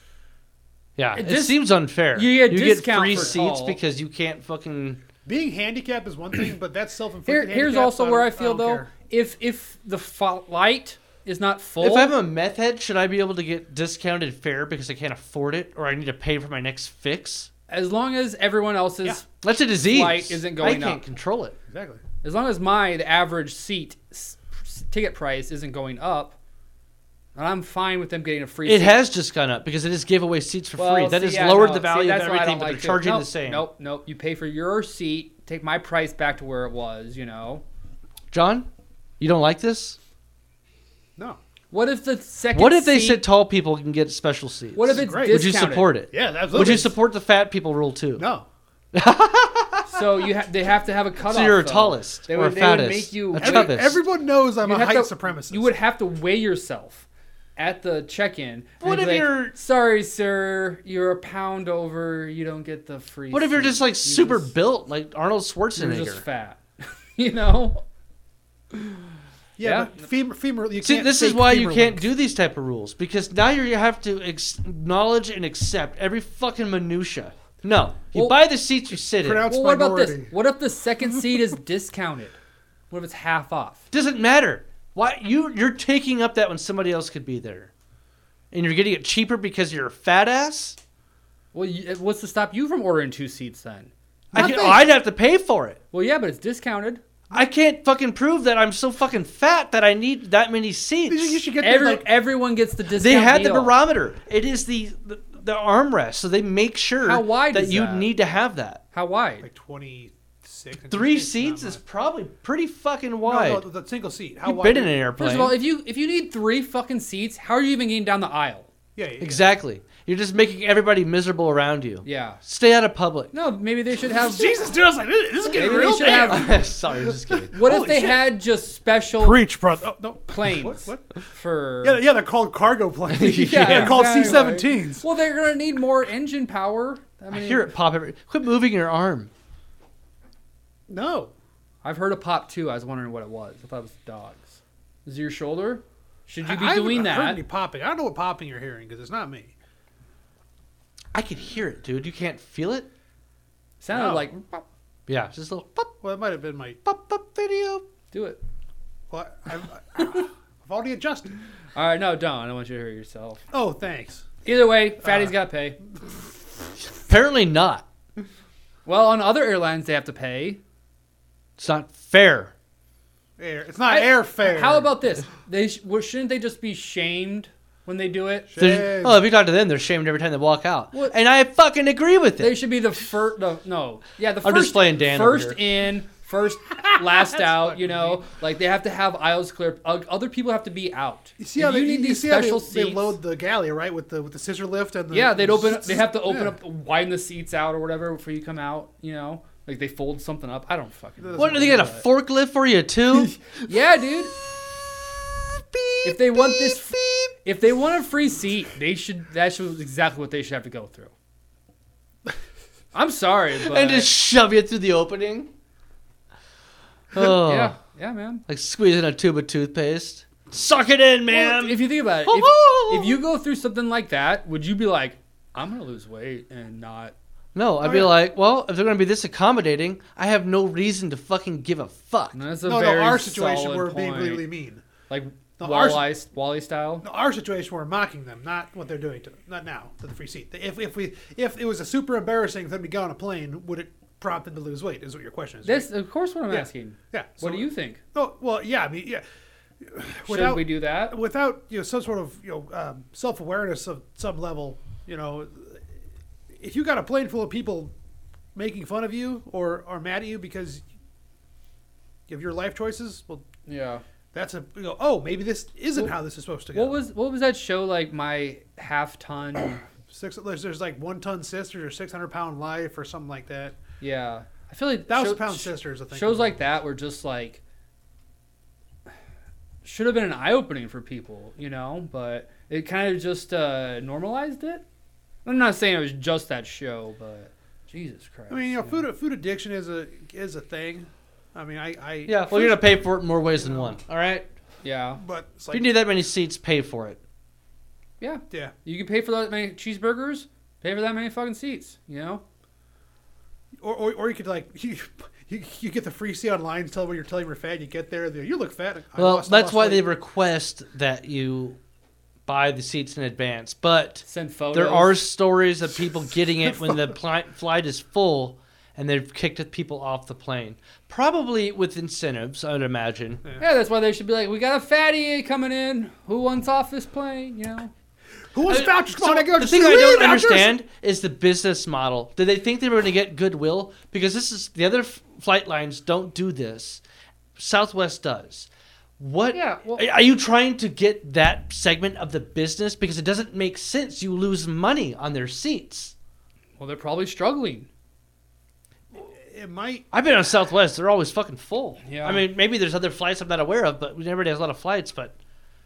Speaker 1: Yeah,
Speaker 3: It
Speaker 1: it,
Speaker 3: dis-
Speaker 1: seems unfair.
Speaker 3: you get a discount
Speaker 1: free
Speaker 3: for
Speaker 1: seats
Speaker 3: tall.
Speaker 1: because you can't fucking.
Speaker 2: Being handicapped is one thing, but that's
Speaker 3: Here,
Speaker 2: self-inflicted.
Speaker 3: here's
Speaker 2: handicap,
Speaker 3: also where I
Speaker 2: don't-
Speaker 3: feel
Speaker 2: don't
Speaker 3: though,
Speaker 2: care.
Speaker 3: if if the flight is not full,
Speaker 1: If I'm a meth head, should I be able to get discounted fare because I can't afford it, or I need to pay for my next fix?
Speaker 3: as long as everyone else's,
Speaker 2: Yeah.
Speaker 1: That's a disease.
Speaker 3: Flight isn't
Speaker 1: I
Speaker 3: going
Speaker 1: can't
Speaker 3: up.
Speaker 1: control it.
Speaker 2: Exactly.
Speaker 3: as long as my the average seat s- ticket price isn't going up, and I'm fine with them getting a free.
Speaker 1: It
Speaker 3: seat.
Speaker 1: has just gone up because it is giveaway seats for
Speaker 3: Well,
Speaker 1: free. That
Speaker 3: see,
Speaker 1: has
Speaker 3: yeah,
Speaker 1: lowered
Speaker 3: no,
Speaker 1: the
Speaker 3: see,
Speaker 1: value of
Speaker 3: that's why I
Speaker 1: everything,
Speaker 3: don't
Speaker 1: but
Speaker 3: like
Speaker 1: they're
Speaker 3: too.
Speaker 1: charging the
Speaker 3: Nope,
Speaker 1: same.
Speaker 3: Nope, nope. You pay for your seat, take my price back to where it was. You know,
Speaker 1: John, you don't like this?
Speaker 2: No.
Speaker 3: what if the second?
Speaker 1: What if they
Speaker 3: seat-
Speaker 1: said tall people can get special seats?
Speaker 3: What if it's
Speaker 2: Great.
Speaker 1: Would you
Speaker 3: discounted?
Speaker 1: support it?
Speaker 2: Yeah, absolutely.
Speaker 1: Would you support the fat people rule too?
Speaker 2: No.
Speaker 3: So you ha- they have to have a cutoff.
Speaker 1: So you're a
Speaker 3: though.
Speaker 1: tallest
Speaker 3: They
Speaker 1: or a
Speaker 3: would, they would
Speaker 1: fattest,
Speaker 3: make you
Speaker 1: a
Speaker 3: Every-
Speaker 1: Travis.
Speaker 2: Everyone knows I'm
Speaker 3: you'd
Speaker 2: a
Speaker 3: have
Speaker 2: height
Speaker 3: to-
Speaker 2: supremacist.
Speaker 3: You would have to weigh yourself at the check-in.
Speaker 1: What
Speaker 3: They'd be
Speaker 1: if
Speaker 3: like,
Speaker 1: you're-
Speaker 3: sorry, sir, you're a pound over. You don't get the free.
Speaker 1: What if you're
Speaker 3: seat.
Speaker 1: just like
Speaker 3: You
Speaker 1: super
Speaker 3: just-
Speaker 1: built, like Arnold
Speaker 3: You're
Speaker 1: Schwarzenegger?
Speaker 3: just fat. you know.
Speaker 2: yeah,
Speaker 3: yeah.
Speaker 2: but femur, femur. You
Speaker 1: See,
Speaker 2: can't
Speaker 1: this is
Speaker 2: fake
Speaker 1: why you
Speaker 2: femur
Speaker 1: can't
Speaker 2: length.
Speaker 1: do these type of rules because now you're, you have to ex- acknowledge and accept every fucking minutia. No, you
Speaker 3: Well-
Speaker 1: buy the seats you sit in.
Speaker 2: Pronounce
Speaker 3: Well, what about
Speaker 2: minority.
Speaker 3: this? What if the second seat is discounted? What if it's half off?
Speaker 1: Doesn't matter. Why you you're taking up that when somebody else could be there, and you're getting it cheaper because you're a fat ass.
Speaker 3: Well, you, what's to stop you from ordering two seats then?
Speaker 1: I can,
Speaker 3: Nothing.
Speaker 1: I'd have to pay for it.
Speaker 3: Well, yeah, but it's discounted.
Speaker 1: I can't fucking prove that I'm so fucking fat that I need that many seats.
Speaker 2: You should- You should get
Speaker 3: Every,
Speaker 2: Every, like
Speaker 3: everyone gets the discount.
Speaker 1: They had the
Speaker 3: deal.
Speaker 1: barometer. It is the the, the armrest, so they make sure
Speaker 3: How wide
Speaker 1: that
Speaker 3: is
Speaker 1: you
Speaker 3: that?
Speaker 1: need to have that.
Speaker 3: How wide?
Speaker 2: like twenty six.
Speaker 1: Three seats is probably pretty fucking wide.
Speaker 2: No, no, the single seat. How
Speaker 1: You've
Speaker 2: wide?
Speaker 1: been in an
Speaker 2: is it?
Speaker 1: airplane.
Speaker 3: First of all, if you if you need three fucking seats, how are you even getting down the aisle?
Speaker 2: Yeah, yeah, yeah.
Speaker 1: exactly. You're just making everybody miserable around you.
Speaker 3: Yeah.
Speaker 1: Stay out of public.
Speaker 3: No, maybe they should have.
Speaker 2: Jesus, dude, I was like, this this is getting
Speaker 3: Maybe they
Speaker 2: real
Speaker 3: should
Speaker 2: bad.
Speaker 3: have.
Speaker 1: Sorry, I'm just kidding.
Speaker 3: What if
Speaker 2: Holy
Speaker 3: they
Speaker 2: shit.
Speaker 3: had just special
Speaker 2: Preach, bro. Oh, no.
Speaker 3: planes
Speaker 2: What? What?
Speaker 3: for?
Speaker 2: Yeah, yeah, they're called cargo planes.
Speaker 3: Yeah,
Speaker 2: they're called
Speaker 3: exactly.
Speaker 2: C-17s.
Speaker 3: Well, they're gonna need more engine power. I
Speaker 1: I
Speaker 3: mean,
Speaker 1: hear it pop every. Quit moving your arm.
Speaker 2: No,
Speaker 3: I've heard a pop too. I was wondering what it was. I thought it was dogs. Is it your shoulder? Should you be
Speaker 2: I- I
Speaker 3: doing
Speaker 2: haven't Heard
Speaker 3: that?
Speaker 2: any popping? I don't know what popping you're hearing because it's not me.
Speaker 1: I can hear it, dude. You can't feel it.
Speaker 3: Sounded
Speaker 2: No.
Speaker 3: like pop,
Speaker 1: Yeah, it's just a little pop
Speaker 2: Well, it might have been my.
Speaker 1: pop up video.
Speaker 3: do it.
Speaker 2: Well, I've, I've already adjusted.
Speaker 3: All right, no, don't. I don't want you to hear yourself.
Speaker 2: Oh, thanks.
Speaker 3: Either way, fatty's
Speaker 2: Uh.
Speaker 3: got to pay.
Speaker 1: Apparently not.
Speaker 3: Well, on other airlines, they have to pay.
Speaker 1: It's not fair.
Speaker 2: Air. It's not
Speaker 3: I-
Speaker 2: airfare.
Speaker 3: How about this? They sh- well, shouldn't they just be shamed when they do it?
Speaker 1: They're-
Speaker 2: Shame.
Speaker 1: Oh, if you talk to them, they're shamed every time they walk out.
Speaker 3: What?
Speaker 1: And I fucking agree with it.
Speaker 3: They should be the first. No, no, yeah, the
Speaker 1: I'm
Speaker 3: first.
Speaker 1: just playing Dan over
Speaker 3: First in, first last out. You know, like they have to have aisles clear. o- Other people have to be out.
Speaker 2: You see
Speaker 3: If
Speaker 2: how they,
Speaker 3: you need
Speaker 2: you
Speaker 3: these
Speaker 2: see
Speaker 3: special
Speaker 2: how they, they
Speaker 3: seats.
Speaker 2: load the galley right with the with the scissor lift and the
Speaker 3: yeah, they'd open. They have to open
Speaker 2: Yeah.
Speaker 3: up, widen the seats out or whatever before you come out. You know, like they fold something up. I don't fucking. know.
Speaker 1: what are they got a forklift for you too?
Speaker 3: Yeah, dude. If they want this, if they want a free seat, they should. That's exactly what they should have to go through. I'm sorry, but
Speaker 1: and just shove you through the opening. Oh,
Speaker 3: yeah, yeah, man.
Speaker 1: like squeezing a tube of toothpaste. Suck it in, man.
Speaker 3: Well, if you think about it,
Speaker 1: Woo-hoo!
Speaker 3: if, if you go through something like that, would you be like, I'm gonna lose weight and not?
Speaker 1: no, I'd be
Speaker 2: Oh, yeah.
Speaker 1: like, well, if they're gonna be this accommodating, I have no reason to fucking give a fuck.
Speaker 3: And that's a
Speaker 2: no no
Speaker 3: very
Speaker 2: our situation
Speaker 3: solid
Speaker 2: where we're being
Speaker 3: point.
Speaker 2: really mean.
Speaker 3: like
Speaker 2: No, ours-
Speaker 3: walleye, walleye style.
Speaker 2: No, our situation where we're mocking them, not what they're doing to them, not now to the free seat. If if we if it was a super embarrassing for them to go on a plane, would it prompt them to lose weight? Is what your question is. right?
Speaker 3: That's of course what I'm
Speaker 2: Yeah.
Speaker 3: asking.
Speaker 2: yeah. so-
Speaker 3: what do you think?
Speaker 2: No, well, yeah. I mean, yeah.
Speaker 3: Should
Speaker 2: Without
Speaker 3: we do that?
Speaker 2: without you know some sort of you know um, self awareness of some level, you know, if you got a plane full of people making fun of you or are mad at you because of your life choices, well,
Speaker 3: Yeah.
Speaker 2: that's a you know, oh maybe this isn't how this is supposed to go.
Speaker 3: What was what was that show like? My half ton.
Speaker 2: Six, there's, there's like one ton sisters or six hundred pound life or something like that.
Speaker 3: yeah, I feel like
Speaker 2: Thousand
Speaker 3: show-
Speaker 2: pound
Speaker 3: sh-
Speaker 2: sisters, I think.
Speaker 3: shows like that were just like should have been an eye opening for people, you know, but it kind of just uh, normalized it. I'm not saying it was just that show, but Jesus Christ.
Speaker 2: I mean, you know, food food addiction is a is a thing. I mean, I, I
Speaker 1: Yeah, well, you're gonna pay for it in more ways than one. All right.
Speaker 3: Yeah.
Speaker 2: but it's
Speaker 1: If you
Speaker 2: like
Speaker 1: need that many seats, pay for it.
Speaker 3: Yeah.
Speaker 2: yeah.
Speaker 3: You can pay for that many cheeseburgers, pay for that many fucking seats, you know?
Speaker 2: Or, or, or you could like you, you, you get the free seat online. Tell when you're telling you're fat. You get there. they go, You look fat. I
Speaker 1: well,
Speaker 2: lost- I
Speaker 1: that's
Speaker 2: lost
Speaker 1: why they
Speaker 2: weight."
Speaker 1: request that you buy the seats in advance. But
Speaker 3: Send photos.
Speaker 1: there are stories of people getting it when the pli- flight is full, and they've kicked people off the plane, probably with incentives, I'd imagine.
Speaker 3: Yeah, that's why they should be like, we got a fatty coming in. Who wants off this plane? You know?
Speaker 2: Who wants vouchers? Come on, I go.
Speaker 1: the thing I don't understand is the business model. Did they think they were going to get goodwill? Because this is the other f- flight lines don't do this. Southwest does. What?
Speaker 3: Yeah, well-
Speaker 1: are- are you trying to get that segment of the business? Because it doesn't make sense. You lose money on their seats.
Speaker 3: Well, they're probably struggling.
Speaker 2: It might.
Speaker 1: I've been on Southwest; they're always fucking full.
Speaker 3: Yeah.
Speaker 1: I mean, maybe there's other flights I'm not aware of, but everybody has a lot of flights. But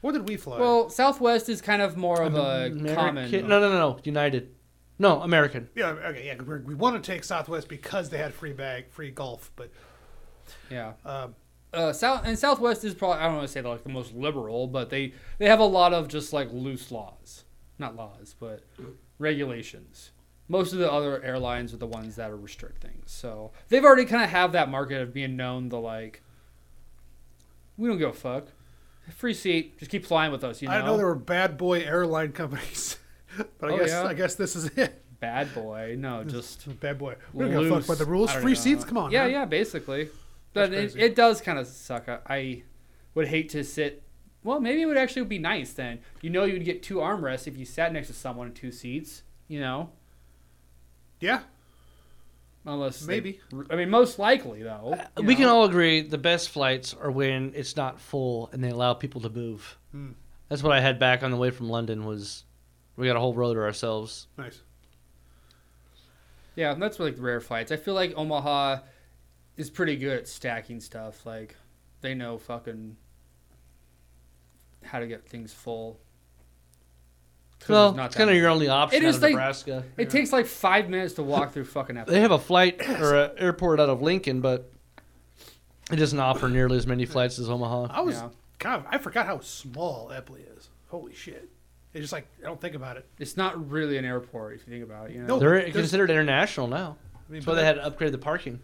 Speaker 2: What did we fly?
Speaker 3: Well, Southwest is kind of more of a
Speaker 1: American-
Speaker 3: common.
Speaker 1: No, no, no, no. United. No, American.
Speaker 2: yeah, okay, yeah. We're, we want to take Southwest because they had free bag, free golf, but
Speaker 3: Yeah.
Speaker 2: um,
Speaker 3: uh, South and Southwest is probably I don't want to say they're like the most liberal, but they they have a lot of just like loose laws, not laws, but regulations. Most of the other airlines are the ones that are restrict things, so they've already kind of have that market of being known the like. We don't give a fuck. Free seat, just keep flying with us. You know,
Speaker 2: I know there were bad boy airline companies, but I
Speaker 3: Oh,
Speaker 2: guess
Speaker 3: yeah?
Speaker 2: I guess this is it.
Speaker 3: bad boy. No, just
Speaker 2: Bad boy. We don't give a
Speaker 3: loose.
Speaker 2: fuck about the
Speaker 3: I
Speaker 2: rules.
Speaker 3: don't
Speaker 2: Free
Speaker 3: know.
Speaker 2: seats. Come on.
Speaker 3: Yeah,
Speaker 2: man.
Speaker 3: yeah, basically. But it,
Speaker 2: crazy.
Speaker 3: it does kind of suck. I, I would hate to sit. Well, maybe it would actually be nice then. You know, you'd get two armrests if you sat next to someone in two seats. You know,
Speaker 2: yeah.
Speaker 3: unless they-
Speaker 2: Maybe.
Speaker 3: I mean, most likely though. you
Speaker 1: Uh, we can
Speaker 3: know?
Speaker 1: all agree the best flights are when it's
Speaker 3: Hmm.
Speaker 1: not full and they allow people to move. That's what I had back on the way from London was We got a whole row to ourselves.
Speaker 2: Nice.
Speaker 3: Yeah, and that's like rare fights. I feel like Omaha is pretty good at stacking stuff. Like they know fucking how to get things full. 'Cause
Speaker 1: Well,
Speaker 3: there's not
Speaker 1: it's
Speaker 3: that
Speaker 1: kind of
Speaker 3: much.
Speaker 1: your only option
Speaker 3: It
Speaker 1: out
Speaker 3: is
Speaker 1: of
Speaker 3: like-
Speaker 1: Nebraska.
Speaker 3: It takes like five minutes to walk through fucking.
Speaker 1: They have a flight or an airport out of Lincoln, but it doesn't offer nearly as many flights as Omaha.
Speaker 2: I was
Speaker 3: Yeah.
Speaker 2: kind of I forgot how small Epley is. Holy shit! It's just like I don't think about it.
Speaker 3: It's not really an airport if you think about it. You know.
Speaker 2: No.
Speaker 1: They're
Speaker 2: there's-
Speaker 1: considered international now.
Speaker 2: I mean,
Speaker 1: That's why they had to upgrade the parking.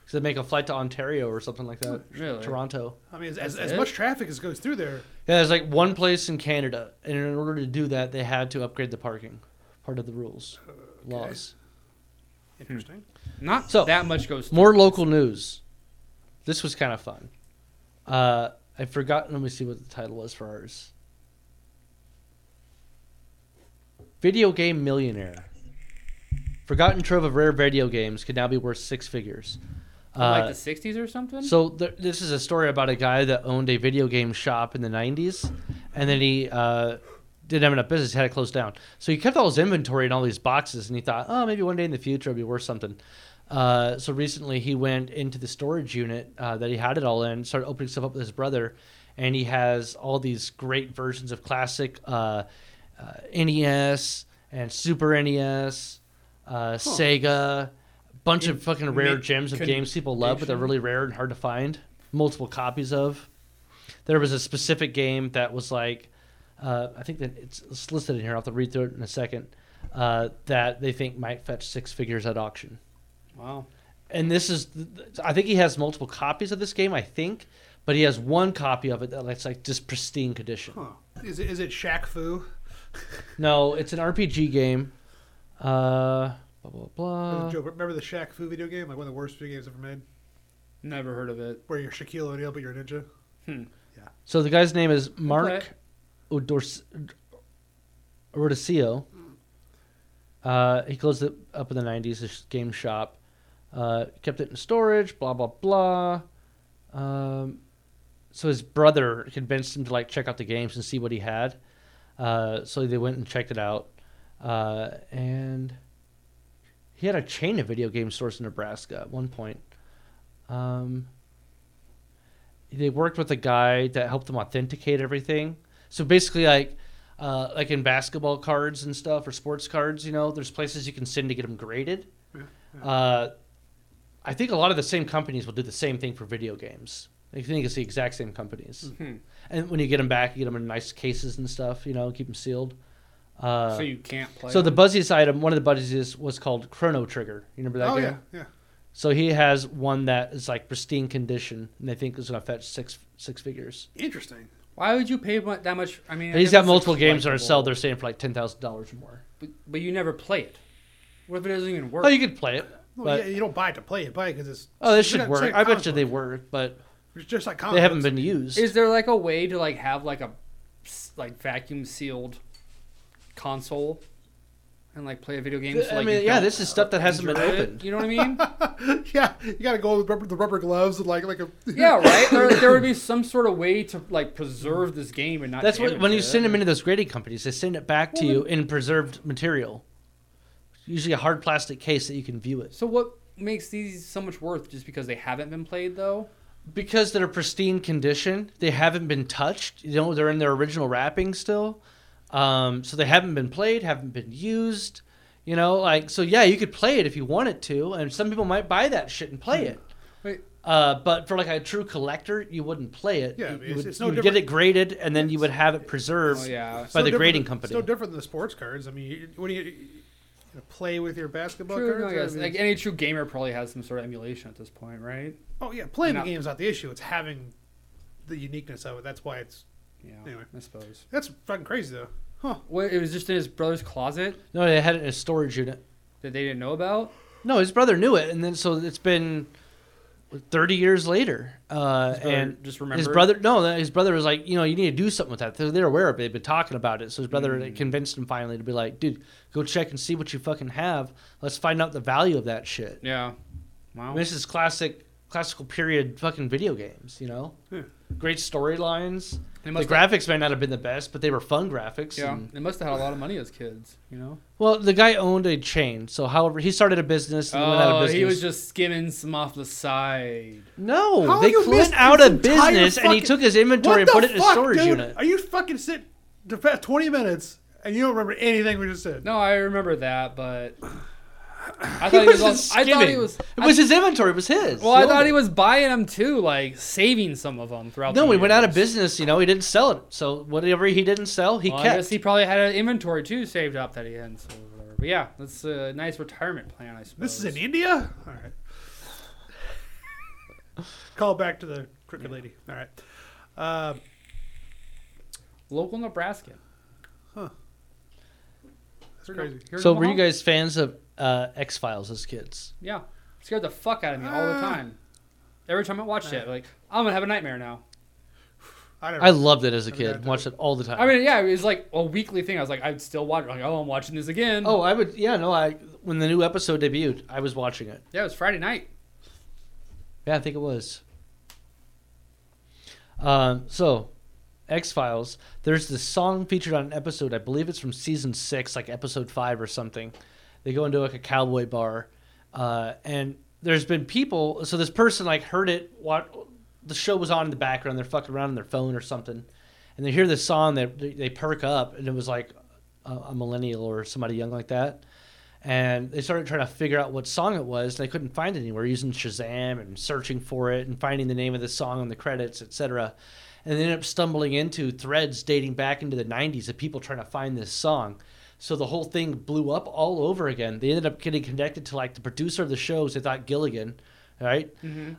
Speaker 1: Because they make a flight to Ontario or something like that.
Speaker 3: Really?
Speaker 1: Toronto.
Speaker 2: I mean, as, as,
Speaker 3: That's
Speaker 2: as
Speaker 3: it?
Speaker 2: much traffic as goes through there,
Speaker 1: Yeah, there's like one place in Canada, and in order to do that, they had to upgrade the parking. Part of the rules, laws. Hmm.
Speaker 2: interesting.
Speaker 3: Not
Speaker 1: So-
Speaker 3: that much goes.
Speaker 1: More local news. This was kind of fun. Uh, I forgot. Let me see what the title was for ours. Video game millionaire. Forgotten trove of rare video games could now be worth six figures.
Speaker 3: like
Speaker 1: Uh,
Speaker 3: the '60s or something.
Speaker 1: So th- this is a story about a guy that owned a video game shop in the '90s, and then he uh, didn't have enough business, had it closed down. So he kept all his inventory in all these boxes, and he thought, oh, maybe one day in the future it'll be worth something. Uh, so recently he went into the storage unit uh, that he had it all in, started opening stuff up with his brother, and he has all these great versions of classic uh, uh, NES and Super NES, uh, Sega, bunch of fucking rare
Speaker 3: mi-
Speaker 1: gems of
Speaker 3: con-
Speaker 1: games people love, but they're
Speaker 3: Nation.
Speaker 1: really rare and hard to find. Multiple copies of. There was a specific game that was like, uh, I think that it's, it's listed in here. I'll have to read through it in a second. Uh, that they think might fetch six figures at auction.
Speaker 3: wow.
Speaker 1: And this is, I think he has multiple copies of this game. I think, but he has one copy of it that's like just pristine condition.
Speaker 2: Huh? Is it is it Shaq Fu?
Speaker 1: No, it's an RPG game. Uh, blah blah blah.
Speaker 2: Joe, remember the Shaq Fu video game? Like one of the worst video games ever made,
Speaker 3: Never heard of it.
Speaker 2: where you're Shaquille O'Neal but you're a ninja.
Speaker 1: So the guy's name is
Speaker 3: Okay.
Speaker 1: Mark Odors- Ordosio. Uh, he closed it up in the 90s, this game shop. Uh, kept it in storage, blah, blah, blah. Um, so his brother convinced him to like check out the games and see what he had. Uh, so they went and checked it out. Uh, and he had a chain of video game stores in Nebraska at one point. Um, they worked with a guy that helped them authenticate everything. So basically, like uh, like in basketball cards and stuff or sports cards, you know, there's places you can send to get them graded. Uh, I think a lot of the same companies will do the same thing for video games. I think it's the exact same companies.
Speaker 3: Mhm.
Speaker 1: And when you get them back, you get them in nice cases and stuff, you know, keep them sealed. Uh,
Speaker 3: so you can't play.
Speaker 1: so the
Speaker 3: it?
Speaker 1: buzziest item, one of the buzziest was called Chrono Trigger. You remember that
Speaker 2: oh
Speaker 1: game?
Speaker 2: yeah, yeah.
Speaker 1: So he has one that is like pristine condition, and they think is going to fetch six six figures.
Speaker 2: Interesting.
Speaker 3: Why would you pay mu- that much? I mean,
Speaker 1: And he's
Speaker 3: if
Speaker 1: got
Speaker 3: it's a
Speaker 1: multiple games that are
Speaker 3: collectible,
Speaker 1: sold. They're saying for like ten thousand dollars or more.
Speaker 3: But, but you never play it. What if it doesn't even work?
Speaker 1: Oh, you could play it.
Speaker 2: Well,
Speaker 1: But-
Speaker 2: yeah, you don't buy it to play it, buy it because it's.
Speaker 1: Oh, this
Speaker 2: it's
Speaker 1: should
Speaker 2: like-
Speaker 1: work.
Speaker 2: it's like
Speaker 1: I bet you
Speaker 2: comic
Speaker 1: they
Speaker 2: book.
Speaker 1: work, but
Speaker 2: It's just like comic
Speaker 1: they haven't
Speaker 2: books.
Speaker 1: been used.
Speaker 3: Is there like a way to like have like a s- like vacuum sealed console and like play a video game?
Speaker 1: I mean, yeah, this is stuff that hasn't been opened.
Speaker 3: You know what I mean?
Speaker 2: yeah, you gotta go with rubber, the rubber gloves and like like a.
Speaker 3: yeah, right. There, there would be some sort of way to like preserve this game and not.
Speaker 1: That's what
Speaker 3: damage
Speaker 1: when you
Speaker 3: it.
Speaker 1: send them into those grading companies, they send it back to you in preserved material, usually a hard plastic case that you can view it
Speaker 3: So what makes these so much worth? Just because they haven't been played though.
Speaker 1: because they're pristine condition. They haven't been touched. You know, they're in their original wrapping still, um, so they haven't been played, haven't been used. You know, like so. Yeah, you could play it if you wanted to, and some people might buy that shit and
Speaker 2: Hmm.
Speaker 1: play it.
Speaker 3: Wait,
Speaker 1: Uh, but for like a true collector, you wouldn't play it.
Speaker 2: Yeah, I
Speaker 1: you,
Speaker 2: mean,
Speaker 1: you
Speaker 2: it's-
Speaker 1: would,
Speaker 2: it's no
Speaker 1: you would get
Speaker 2: different-
Speaker 1: it graded, and then you would have it preserved
Speaker 3: oh yeah.
Speaker 2: It's
Speaker 1: by
Speaker 2: no
Speaker 1: the
Speaker 2: different
Speaker 1: grading
Speaker 2: than-
Speaker 1: company.
Speaker 2: It's no different than the sports cards. I mean, you, what do you, you gonna play with your basketball
Speaker 3: True, no,
Speaker 2: cards?
Speaker 3: I
Speaker 2: I
Speaker 3: guess.
Speaker 2: mean,
Speaker 3: Like any true gamer probably has some sort of emulation at this point, right?
Speaker 2: oh yeah, playing
Speaker 3: No.
Speaker 2: the game's not the issue. It's having the uniqueness of it. That's why it's.
Speaker 3: Yeah,
Speaker 2: Anyway.
Speaker 3: I suppose.
Speaker 2: That's fucking crazy though. Huh?
Speaker 3: What, it was just in his brother's closet
Speaker 1: No, they had it in a storage unit.
Speaker 3: that they didn't know about.
Speaker 1: No, his brother knew it, and then so it's been thirty years later. Uh,
Speaker 3: His brother
Speaker 1: and
Speaker 3: just
Speaker 1: his
Speaker 3: remembered?
Speaker 1: brother, no, his brother was like, you know, you need to do something with that. They're, they're aware of it. They've been talking about it. So his brother
Speaker 3: Mm.
Speaker 1: convinced him finally to be like, dude, go check and see what you fucking have. Let's find out the value of that shit.
Speaker 3: Yeah.
Speaker 1: I
Speaker 3: Wow.
Speaker 1: mean, this is classic, classical period fucking video games. You know, great storylines.
Speaker 3: They
Speaker 1: The
Speaker 3: must have,
Speaker 1: graphics might not have been the best, but they were fun graphics.
Speaker 3: yeah,
Speaker 1: and-
Speaker 3: they must have had a lot of money as kids, you know.
Speaker 1: well, the guy owned a chain, so however he started a business and then went out of
Speaker 3: Oh,
Speaker 1: business.
Speaker 3: he was just skimming some off the side.
Speaker 1: no,
Speaker 2: How
Speaker 1: they
Speaker 2: you
Speaker 1: cleaned
Speaker 2: missed
Speaker 1: out
Speaker 2: this
Speaker 1: a
Speaker 2: entire
Speaker 1: business and he
Speaker 2: fucking-
Speaker 1: took his inventory and
Speaker 2: the
Speaker 1: put it in a
Speaker 2: fuck,
Speaker 1: storage
Speaker 2: dude?
Speaker 1: unit.
Speaker 2: Are you fucking sitting the past 20 minutes and you don't remember anything we just said?
Speaker 3: No, I remember that, but I
Speaker 1: He
Speaker 3: thought he was.
Speaker 1: wasn't
Speaker 3: also- I thought he
Speaker 1: skimming.
Speaker 3: was.
Speaker 1: It was his inventory. It was his.
Speaker 3: Well, I
Speaker 1: owned
Speaker 3: thought
Speaker 1: it.
Speaker 3: he was buying them too, like saving some of them throughout.
Speaker 1: No,
Speaker 3: the
Speaker 1: he went out of
Speaker 3: years.
Speaker 1: business. You know, he didn't sell it. So whatever he didn't sell, he
Speaker 3: Well, I
Speaker 1: kept.
Speaker 3: guess he probably had an inventory too saved up that he hadn't sold. Or whatever. But yeah, that's a nice retirement plan, I
Speaker 2: This
Speaker 3: suppose.
Speaker 2: is in India? All right. Call back to the crooked lady. All right. Uh,
Speaker 3: local Nebraska.
Speaker 2: that's crazy.
Speaker 3: Here in
Speaker 1: so were you
Speaker 3: Omaha?
Speaker 1: guys fans of uh, X Files as kids?
Speaker 3: Yeah, scared the fuck out of me all the
Speaker 1: Ah.
Speaker 2: Uh,
Speaker 3: time. Every time I watched it, like I'm gonna have a nightmare now.
Speaker 2: I never.
Speaker 1: I loved it as a
Speaker 2: Never got
Speaker 1: kid.
Speaker 2: to
Speaker 1: Watched it all the time.
Speaker 3: I mean, yeah, it was like a weekly thing. I was like, I'd still watch. it. Like, oh, I'm watching this again.
Speaker 1: oh, I would. Yeah, no. I when the new episode debuted, I was watching it.
Speaker 3: yeah, it was Friday night.
Speaker 1: Yeah, I think it was. Um, so, X Files. There's this song featured on an episode. I believe it's from season six, like episode five or something. They go into like a cowboy bar, uh, and there's been people. So this person like heard it. What the show was on in the background. They're fucking around on their phone or something, and they hear this song. They they perk up, and it was like a, a millennial or somebody young like that and they started trying to figure out what song it was and they couldn't find it anywhere using shazam and searching for it and finding the name of the song on the credits etc and they ended up stumbling into threads dating back into the 90s of people trying to find this song so the whole thing blew up all over again they ended up getting connected to like the producer of the shows they thought gilligan right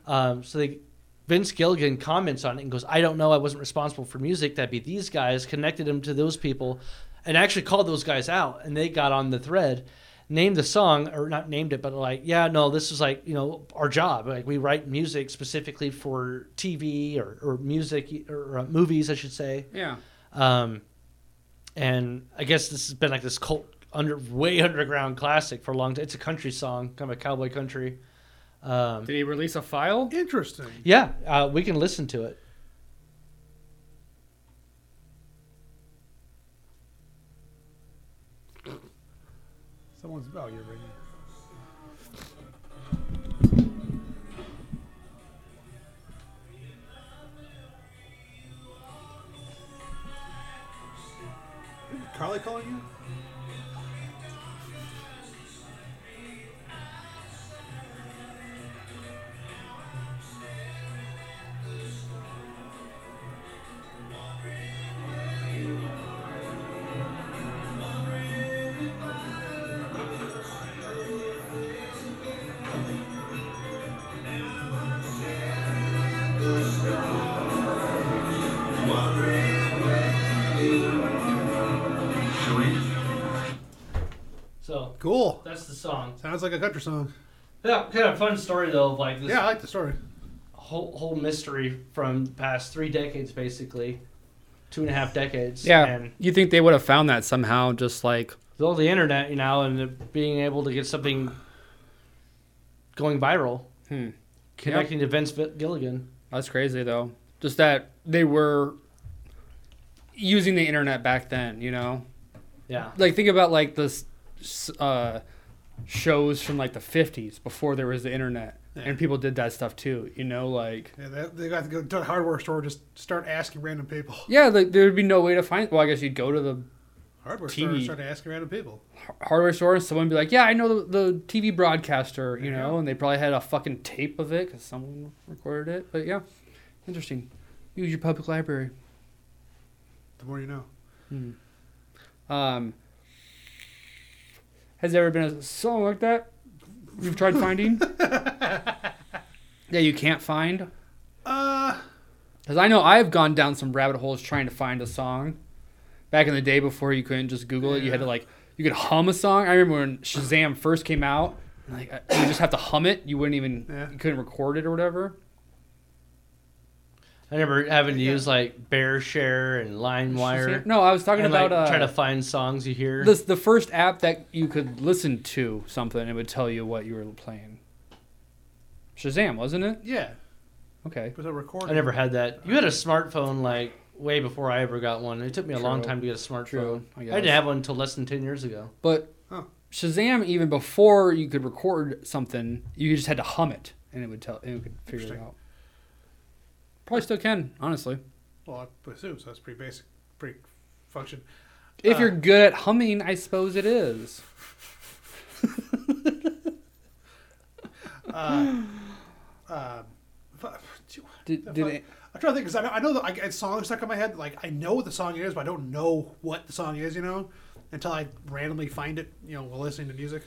Speaker 1: um, so they vince gilligan comments on it and goes i don't know i wasn't responsible for music that'd be these guys connected them to those people and actually called those guys out and they got on the thread named the song or not named it but like yeah no this is like you know our job like we write music specifically for tv or, or music or uh, movies i should say
Speaker 3: Yeah,
Speaker 1: um, and i guess this has been like this cult under way underground classic for a long time it's a country song kind of a cowboy country um,
Speaker 3: did he release a file?
Speaker 2: Interesting.
Speaker 1: yeah uh, we can listen to it
Speaker 2: Someone's. Oh, you're right. here. Carly calling you?
Speaker 1: so
Speaker 2: Cool.
Speaker 1: that's the song
Speaker 2: Sounds like a country song.
Speaker 1: yeah kind of fun story though of like this
Speaker 2: Yeah, I like the story.
Speaker 1: whole whole mystery from the past three decades, basically, two and a half decades. and
Speaker 3: you think they would have found that somehow? Just like
Speaker 1: with all the internet, you know, and the, being able to get something going viral,
Speaker 3: Hmm.
Speaker 1: connecting to Vince Vil- Gilligan.
Speaker 3: that's crazy though. Just that they were using the internet back then. You know,
Speaker 1: Yeah,
Speaker 3: like think about like the s- s- uh, shows from like the 50s before there was the internet
Speaker 2: Yeah.
Speaker 3: and people did that stuff too you know like
Speaker 2: Yeah, they, they got to go to the hardware store just start asking random people.
Speaker 3: yeah like there would be no way to find well i guess you'd go to the
Speaker 2: Hardware
Speaker 3: TV.
Speaker 2: store and start asking random people.
Speaker 3: har- hardware store and someone would be like yeah i know the, the tv broadcaster you know and they probably had a fucking tape of it because someone recorded it but yeah interesting use your public library
Speaker 2: The more you know.
Speaker 3: um has there ever been a song like that you've tried finding yeah you can't find
Speaker 2: Uh,
Speaker 3: Because I know I've gone down some rabbit holes trying to find a song. Back in the day before you couldn't just Google it, you had to like, you could hum a song. I remember when Shazam first came out, like I- you would just have to hum it. You wouldn't even,
Speaker 2: Yeah.
Speaker 3: you couldn't record it or whatever.
Speaker 1: I remember having to use like Bear Share and LimeWire.
Speaker 3: Shazam- No, I was talking
Speaker 1: and,
Speaker 3: about
Speaker 1: like,
Speaker 3: uh,
Speaker 1: trying to find songs you hear.
Speaker 3: this, the first app that you could listen to something. It would tell you what you were playing. Shazam, wasn't it?
Speaker 2: yeah.
Speaker 4: Okay.
Speaker 2: Was it recorded?
Speaker 1: I never had that. You had a smartphone like way before I ever got one. It took me a long
Speaker 3: True.
Speaker 1: time to get a smartphone.
Speaker 3: True, I
Speaker 1: I,
Speaker 3: guess.
Speaker 1: didn't have one until less than ten years ago.
Speaker 3: But
Speaker 2: Huh.
Speaker 3: Shazam, even before you could record something, you just had to hum it, and it would tell. And it could figure it
Speaker 2: Interesting.
Speaker 3: out. Probably still can, honestly.
Speaker 2: Well, I assume so. That's pretty basic, pretty function.
Speaker 3: If
Speaker 2: Uh,
Speaker 3: you're good at humming, I suppose it is.
Speaker 2: Uh, uh, f-
Speaker 3: Did, did it,
Speaker 2: I'm trying to think because I know, I know that I get songs stuck in my head. Like I know what the song is, but I don't know what the song is. You know, until I randomly find it. You know, while listening to music,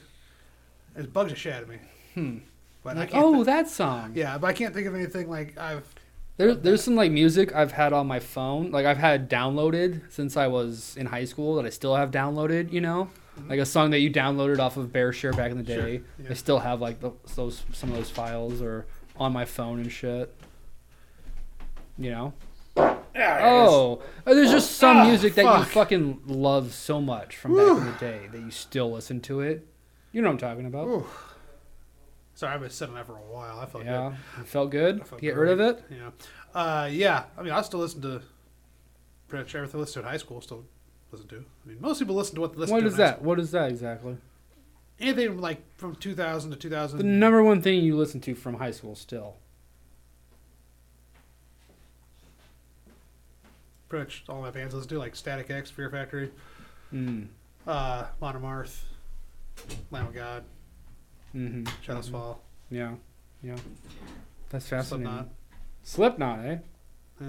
Speaker 2: it bugs the shit out of me. Hmm. But I
Speaker 3: like,
Speaker 2: can't.
Speaker 3: oh,
Speaker 2: thi-
Speaker 3: that song.
Speaker 2: yeah, but I can't think of anything like I've.
Speaker 3: There, there's some like music I've had on my phone, like I've had downloaded since I was in high school that I still have downloaded. You know, like a song that you downloaded off of BearShare back in the
Speaker 2: Mm-hmm. Sure,
Speaker 3: day.
Speaker 2: yeah.
Speaker 3: I still have like tho- those some of those files or on my phone and shit. You know. Oh, oh, there's just some
Speaker 2: Ah,
Speaker 3: music that you
Speaker 2: fuck.
Speaker 3: fucking love so much from back in the day that you still listen to it. You know what I'm talking about?
Speaker 2: Ooh. Sorry, I've been sitting on that for a while. I felt
Speaker 3: yeah, It felt good.
Speaker 2: I felt
Speaker 3: Get rid of
Speaker 2: great.
Speaker 3: it.
Speaker 2: good. Yeah. Uh, yeah. I mean, I still listen to pretty much everything I listened to in high school. Still listen to. I mean, most people listen to what they listen
Speaker 3: What
Speaker 2: to.
Speaker 3: is
Speaker 2: in high
Speaker 3: that? What is that exactly?
Speaker 2: school. Anything like from 2000 to 2000.
Speaker 3: The number one thing you listen to from high school still.
Speaker 2: pretty much all my bands listen to, like Static X, Fear Factory,
Speaker 3: Mm.
Speaker 2: uh, Modern Marth, Lamb of God,
Speaker 3: hmm
Speaker 2: Shadows Fall,
Speaker 3: Yeah. Yeah. That's fascinating.
Speaker 2: Slipknot.
Speaker 3: Slipknot, eh?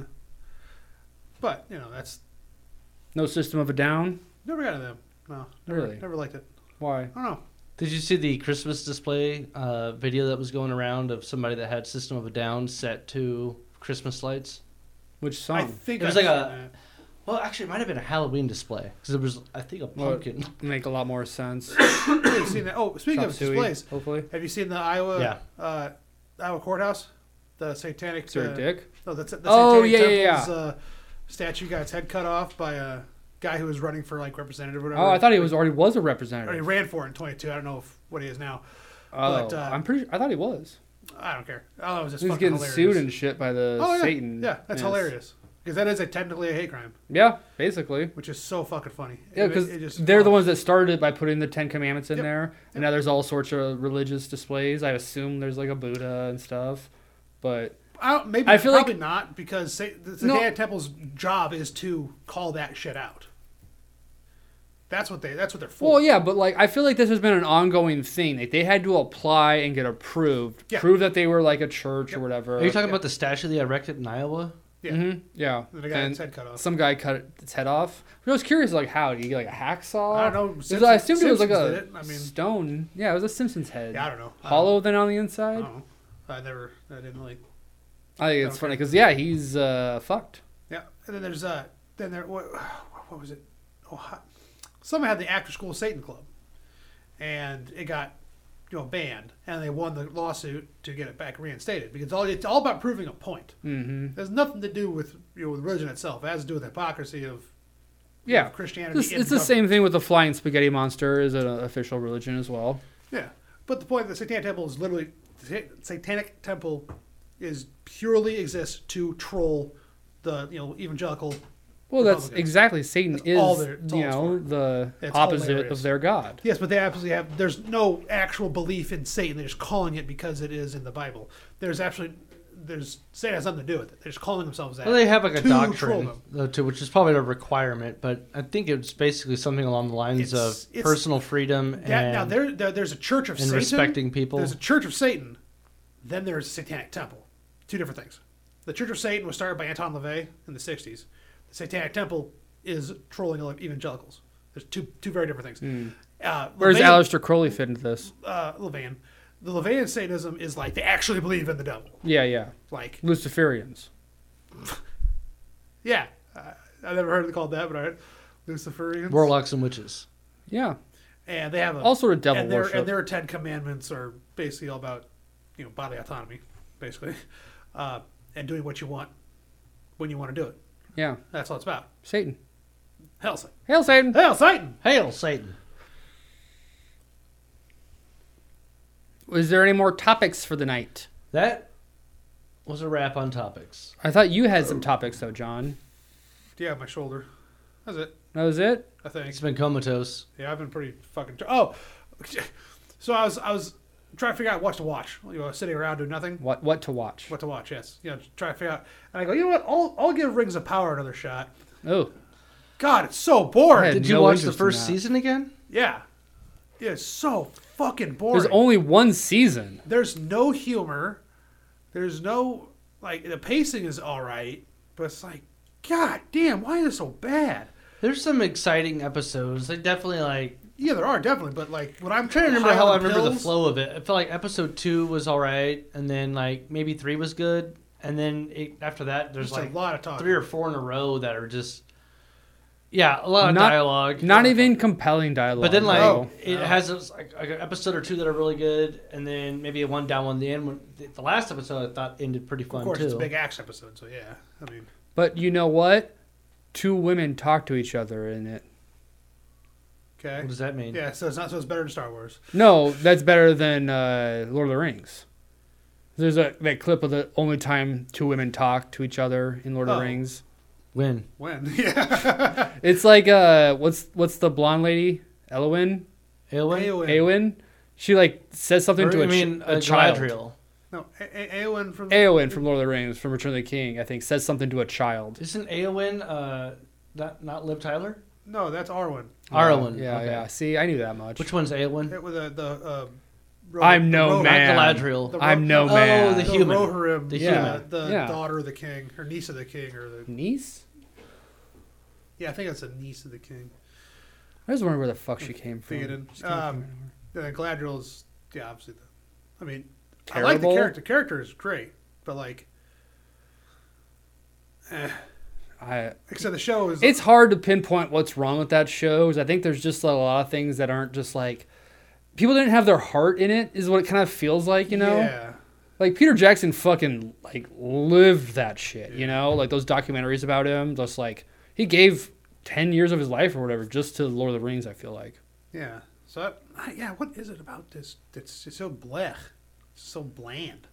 Speaker 2: But you know, that's
Speaker 3: No System of a Down?
Speaker 2: never got into them. No, never,
Speaker 3: Really?
Speaker 2: never liked it.
Speaker 3: Why?
Speaker 2: I don't know.
Speaker 1: Did you see the Christmas display uh, video that was going around of somebody that had System of a Down set to Christmas lights?
Speaker 3: Which
Speaker 2: I
Speaker 3: song?
Speaker 2: think
Speaker 1: It was
Speaker 2: I've
Speaker 1: like a-
Speaker 2: seen that.
Speaker 1: Well, actually, it might have been a Halloween display because there was, I think, a
Speaker 3: Well, uh,
Speaker 1: pumpkin.
Speaker 3: Make a lot more sense.
Speaker 2: I haven't seen that. Oh, speaking
Speaker 3: Chop
Speaker 2: of
Speaker 3: Suey,
Speaker 2: displays,
Speaker 3: Hopefully.
Speaker 2: have you seen the Iowa
Speaker 1: Yeah.
Speaker 2: uh, Iowa courthouse, the satanic?
Speaker 3: Sir
Speaker 2: uh,
Speaker 3: Dick?
Speaker 2: No, that's the
Speaker 3: Oh,
Speaker 2: satanic
Speaker 3: yeah, yeah,
Speaker 2: temple's Uh, statue got its head cut off by a guy who was running for like representative or whatever.
Speaker 3: Oh, I thought he was
Speaker 2: Or
Speaker 3: already was a
Speaker 2: he
Speaker 3: representative.
Speaker 2: ran for it in 22. I don't know if, what he is now.
Speaker 3: Oh,
Speaker 2: but, uh,
Speaker 3: I'm pretty. I thought he was.
Speaker 2: I don't care. Oh, it was just
Speaker 3: He was
Speaker 2: fucking
Speaker 3: getting
Speaker 2: hilarious.
Speaker 3: sued and shit by the
Speaker 2: oh, yeah.
Speaker 3: Satan.
Speaker 2: Yeah, that's
Speaker 3: Yes.
Speaker 2: hilarious. Because that is a technically a hate crime,
Speaker 3: Yeah, basically.
Speaker 2: which is so fucking funny.
Speaker 3: Yeah,
Speaker 2: It-
Speaker 3: because
Speaker 2: it just-
Speaker 3: they're the
Speaker 2: oh,
Speaker 3: ones that started it by putting the Ten Commandments in
Speaker 2: Yep.
Speaker 3: there, and now there's all sorts of religious displays. I assume there's like a Buddha and stuff, but
Speaker 2: I don't, maybe
Speaker 3: I feel like-
Speaker 2: probably not because sa- the
Speaker 3: No.
Speaker 2: Satanic Temple's job is to call that shit out. That's what they. That's what they're for.
Speaker 3: well, yeah, but like I feel like this has been an ongoing thing. Like they had to apply and get approved,
Speaker 2: Yeah.
Speaker 3: prove that they were like a church
Speaker 2: Yep.
Speaker 3: or whatever.
Speaker 1: Are you talking about the statue they erected in Iowa?
Speaker 2: yeah.
Speaker 3: Mhm, Yeah,
Speaker 2: And the guy had his head cut off.
Speaker 3: Some guy cut its head off. I was curious, like how? Did he get like a hacksaw?
Speaker 2: I don't know.
Speaker 3: 'Cause I
Speaker 2: Simpsons-
Speaker 3: assumed it was like
Speaker 2: Simpsons
Speaker 3: a
Speaker 2: did it. I mean-
Speaker 3: stone. Yeah, it was a Simpson's head.
Speaker 2: Yeah, I don't know. I don't-
Speaker 3: Hollow then on the
Speaker 2: I
Speaker 3: inside.
Speaker 2: don't know. I never. I didn't really.
Speaker 3: I
Speaker 2: Okay.
Speaker 3: think it's funny 'cause funny because yeah, he's uh, fucked.
Speaker 2: Yeah, and then there's uh, then there what, what was it? Oh, hi- someone had the after school Satan Club, and it got you know banned, and they won the lawsuit to get it back reinstated because all it's all about proving a point.
Speaker 3: Mm-hmm.
Speaker 2: There's nothing to do with you know with religion itself. It has to do with hypocrisy of
Speaker 3: Yeah,
Speaker 2: of Christianity.
Speaker 3: It's,
Speaker 2: in
Speaker 3: it's the same
Speaker 2: government.
Speaker 3: thing with the flying spaghetti monster is an official religion as well.
Speaker 2: Yeah, but the point of the Satanic Temple is literally the Sat- Satanic Temple is purely exists to troll the you know evangelical.
Speaker 3: Well, that's
Speaker 2: Republicans.
Speaker 3: exactly Satan
Speaker 2: That's
Speaker 3: is
Speaker 2: all they're- it's all
Speaker 3: you
Speaker 2: it's
Speaker 3: know the
Speaker 2: It's
Speaker 3: opposite
Speaker 2: hilarious.
Speaker 3: of their god.
Speaker 2: Yes, but they absolutely have. There's no actual belief in Satan. They're just calling it because it is in the Bible. There's actually, there's Satan has nothing to do with it. They're just calling themselves
Speaker 3: Uh,
Speaker 2: that.
Speaker 1: Well, they have like a
Speaker 2: To
Speaker 1: doctrine,
Speaker 2: troll them.
Speaker 1: though, too, which is probably a requirement, but I think it's basically something along the lines
Speaker 2: It's-
Speaker 1: of
Speaker 2: it's-
Speaker 1: personal freedom and,
Speaker 2: That- now there, there- there's a church of
Speaker 1: and
Speaker 2: Satan.
Speaker 1: respecting people.
Speaker 2: There's a church of Satan. Then there's Satanic Temple. Two different things. The Church of Satan was started by Anton LaVey in the '60s. The Satanic Temple is trolling evangelicals. There's two two very different things.
Speaker 1: Hmm.
Speaker 2: Uh,
Speaker 3: Where's
Speaker 2: LaVey-
Speaker 3: Aleister Crowley fit into this?
Speaker 2: Uh, LaVey. The Levian Satanism is like they actually believe in the devil.
Speaker 3: Yeah, yeah,
Speaker 2: Like
Speaker 3: Luciferians.
Speaker 2: Yeah, I, I never heard it called that, but all right. Luciferians.
Speaker 1: warlocks and witches.
Speaker 3: Yeah,
Speaker 2: And they have a,
Speaker 3: all sort of devil
Speaker 2: and their,
Speaker 3: worship.
Speaker 2: And their Ten Commandments are basically all about, you know, bodily autonomy, basically, uh, and doing what you want when you want to do it.
Speaker 3: yeah,
Speaker 2: That's all it's about.
Speaker 3: Satan.
Speaker 2: Hell, Satan.
Speaker 3: Hail Satan!
Speaker 2: Hell, Satan.
Speaker 1: Hail Satan!
Speaker 3: Is there any more topics for the night?
Speaker 1: That was a wrap on topics.
Speaker 3: I thought you had some topics though, John.
Speaker 2: Yeah, my shoulder. That's it.
Speaker 3: That was it.
Speaker 2: I think.
Speaker 1: It's been comatose.
Speaker 2: Yeah, I've been pretty fucking. Tr- oh, so I was I was trying to figure out what to watch. You know, sitting around doing nothing.
Speaker 3: What what to watch?
Speaker 2: What to watch? Yes. You know, try to figure out. And I go, you know what? I'll I'll give Rings of Power another shot.
Speaker 3: Oh,
Speaker 2: God, it's so boring.
Speaker 3: Had
Speaker 1: Did you
Speaker 3: no
Speaker 1: watch the
Speaker 3: interest in
Speaker 1: first
Speaker 3: that.
Speaker 1: season again?
Speaker 2: Yeah. Yeah, it's so fucking boring.
Speaker 3: there's
Speaker 2: There's,
Speaker 3: only one season.
Speaker 2: no humor. There's no like the pacing is all right, but it's like, god damn, why is it so bad?
Speaker 1: There's some exciting episodes. They definitely like.
Speaker 2: Yeah, there are definitely, but like when I'm
Speaker 1: I'm trying to remember
Speaker 2: high
Speaker 1: how I
Speaker 2: on
Speaker 1: remember the
Speaker 2: pills-
Speaker 1: flow of it. I felt like episode two was all right, and then like maybe three was good, and then it, after that, there's
Speaker 2: There's
Speaker 1: like
Speaker 2: a lot of talk.
Speaker 1: three or four in a row that are just. Yeah, a lot of
Speaker 3: Not-
Speaker 1: dialogue.
Speaker 3: Not even compelling dialogue.
Speaker 1: But then, like,
Speaker 3: no.
Speaker 1: it
Speaker 2: No.
Speaker 1: has those, like, like, an episode or two that are really good, and then maybe a one down one at the end. When the- the last episode I thought ended pretty fun
Speaker 2: of course,
Speaker 1: too.
Speaker 2: it's a big axe episode, so yeah. I mean,
Speaker 3: but you know what? Two women talk to each other in it.
Speaker 2: okay.
Speaker 1: What does that mean?
Speaker 2: Yeah, so it's not so it's better than Star Wars.
Speaker 3: No, that's better than uh, Lord of the Rings. There's a, that clip of the only time two women talk to each other in Lord of
Speaker 2: Oh.
Speaker 3: the Rings.
Speaker 1: When
Speaker 2: When? Yeah.
Speaker 3: It's like uh, what's what's the blonde lady? Elowin,
Speaker 1: Eowyn?
Speaker 2: Eowyn.
Speaker 3: Eowyn. She like says something
Speaker 1: Or,
Speaker 3: to a,
Speaker 1: I mean,
Speaker 3: ch-
Speaker 1: uh,
Speaker 3: a child.
Speaker 1: Galadriel.
Speaker 2: No, A- A- Eowyn from
Speaker 3: Eowyn from Lord of the Rings, from Return of the King, I think, says something to a child.
Speaker 1: Isn't Eowyn uh, not not Liv Tyler?
Speaker 2: No, that's Arwen.
Speaker 1: Arwen.
Speaker 3: Yeah,
Speaker 1: okay.
Speaker 3: yeah. See, I knew that much.
Speaker 1: Which one's Eowyn?
Speaker 2: It was the the. Uh, Ro-
Speaker 3: I'm no
Speaker 2: Ro-
Speaker 3: man.
Speaker 1: Not Galadriel.
Speaker 2: The
Speaker 3: I'm
Speaker 2: Ro-
Speaker 3: no
Speaker 1: Oh,
Speaker 3: man.
Speaker 1: the
Speaker 2: the
Speaker 1: human.
Speaker 2: Rohirrim,
Speaker 1: The
Speaker 2: the,
Speaker 1: human.
Speaker 2: the
Speaker 3: Yeah.
Speaker 2: daughter of the king, or niece of the king, or the
Speaker 3: niece?
Speaker 2: yeah, I think it's a niece of the king.
Speaker 3: I was wondering where the fuck she came from.
Speaker 2: Theoden.
Speaker 3: She came from
Speaker 2: Um,
Speaker 3: anywhere.
Speaker 2: And then Galadriel is yeah, obviously the. I mean, I like the
Speaker 3: Terrible?
Speaker 2: character. Character is great, but like, eh,
Speaker 3: I,
Speaker 2: except the show is
Speaker 3: it's hard to pinpoint what's wrong with that show. 'cause I think there's just a lot of things that aren't just like people didn't have their heart in it. Is what it kind of feels like, you know.
Speaker 2: yeah,
Speaker 3: Like Peter Jackson fucking like lived that shit, you know. Like those documentaries about him, just like he gave ten years of his life or whatever just to Lord of the Rings. I feel like.
Speaker 2: yeah. So I, I- yeah, what is it about this that's just so blech, so bland?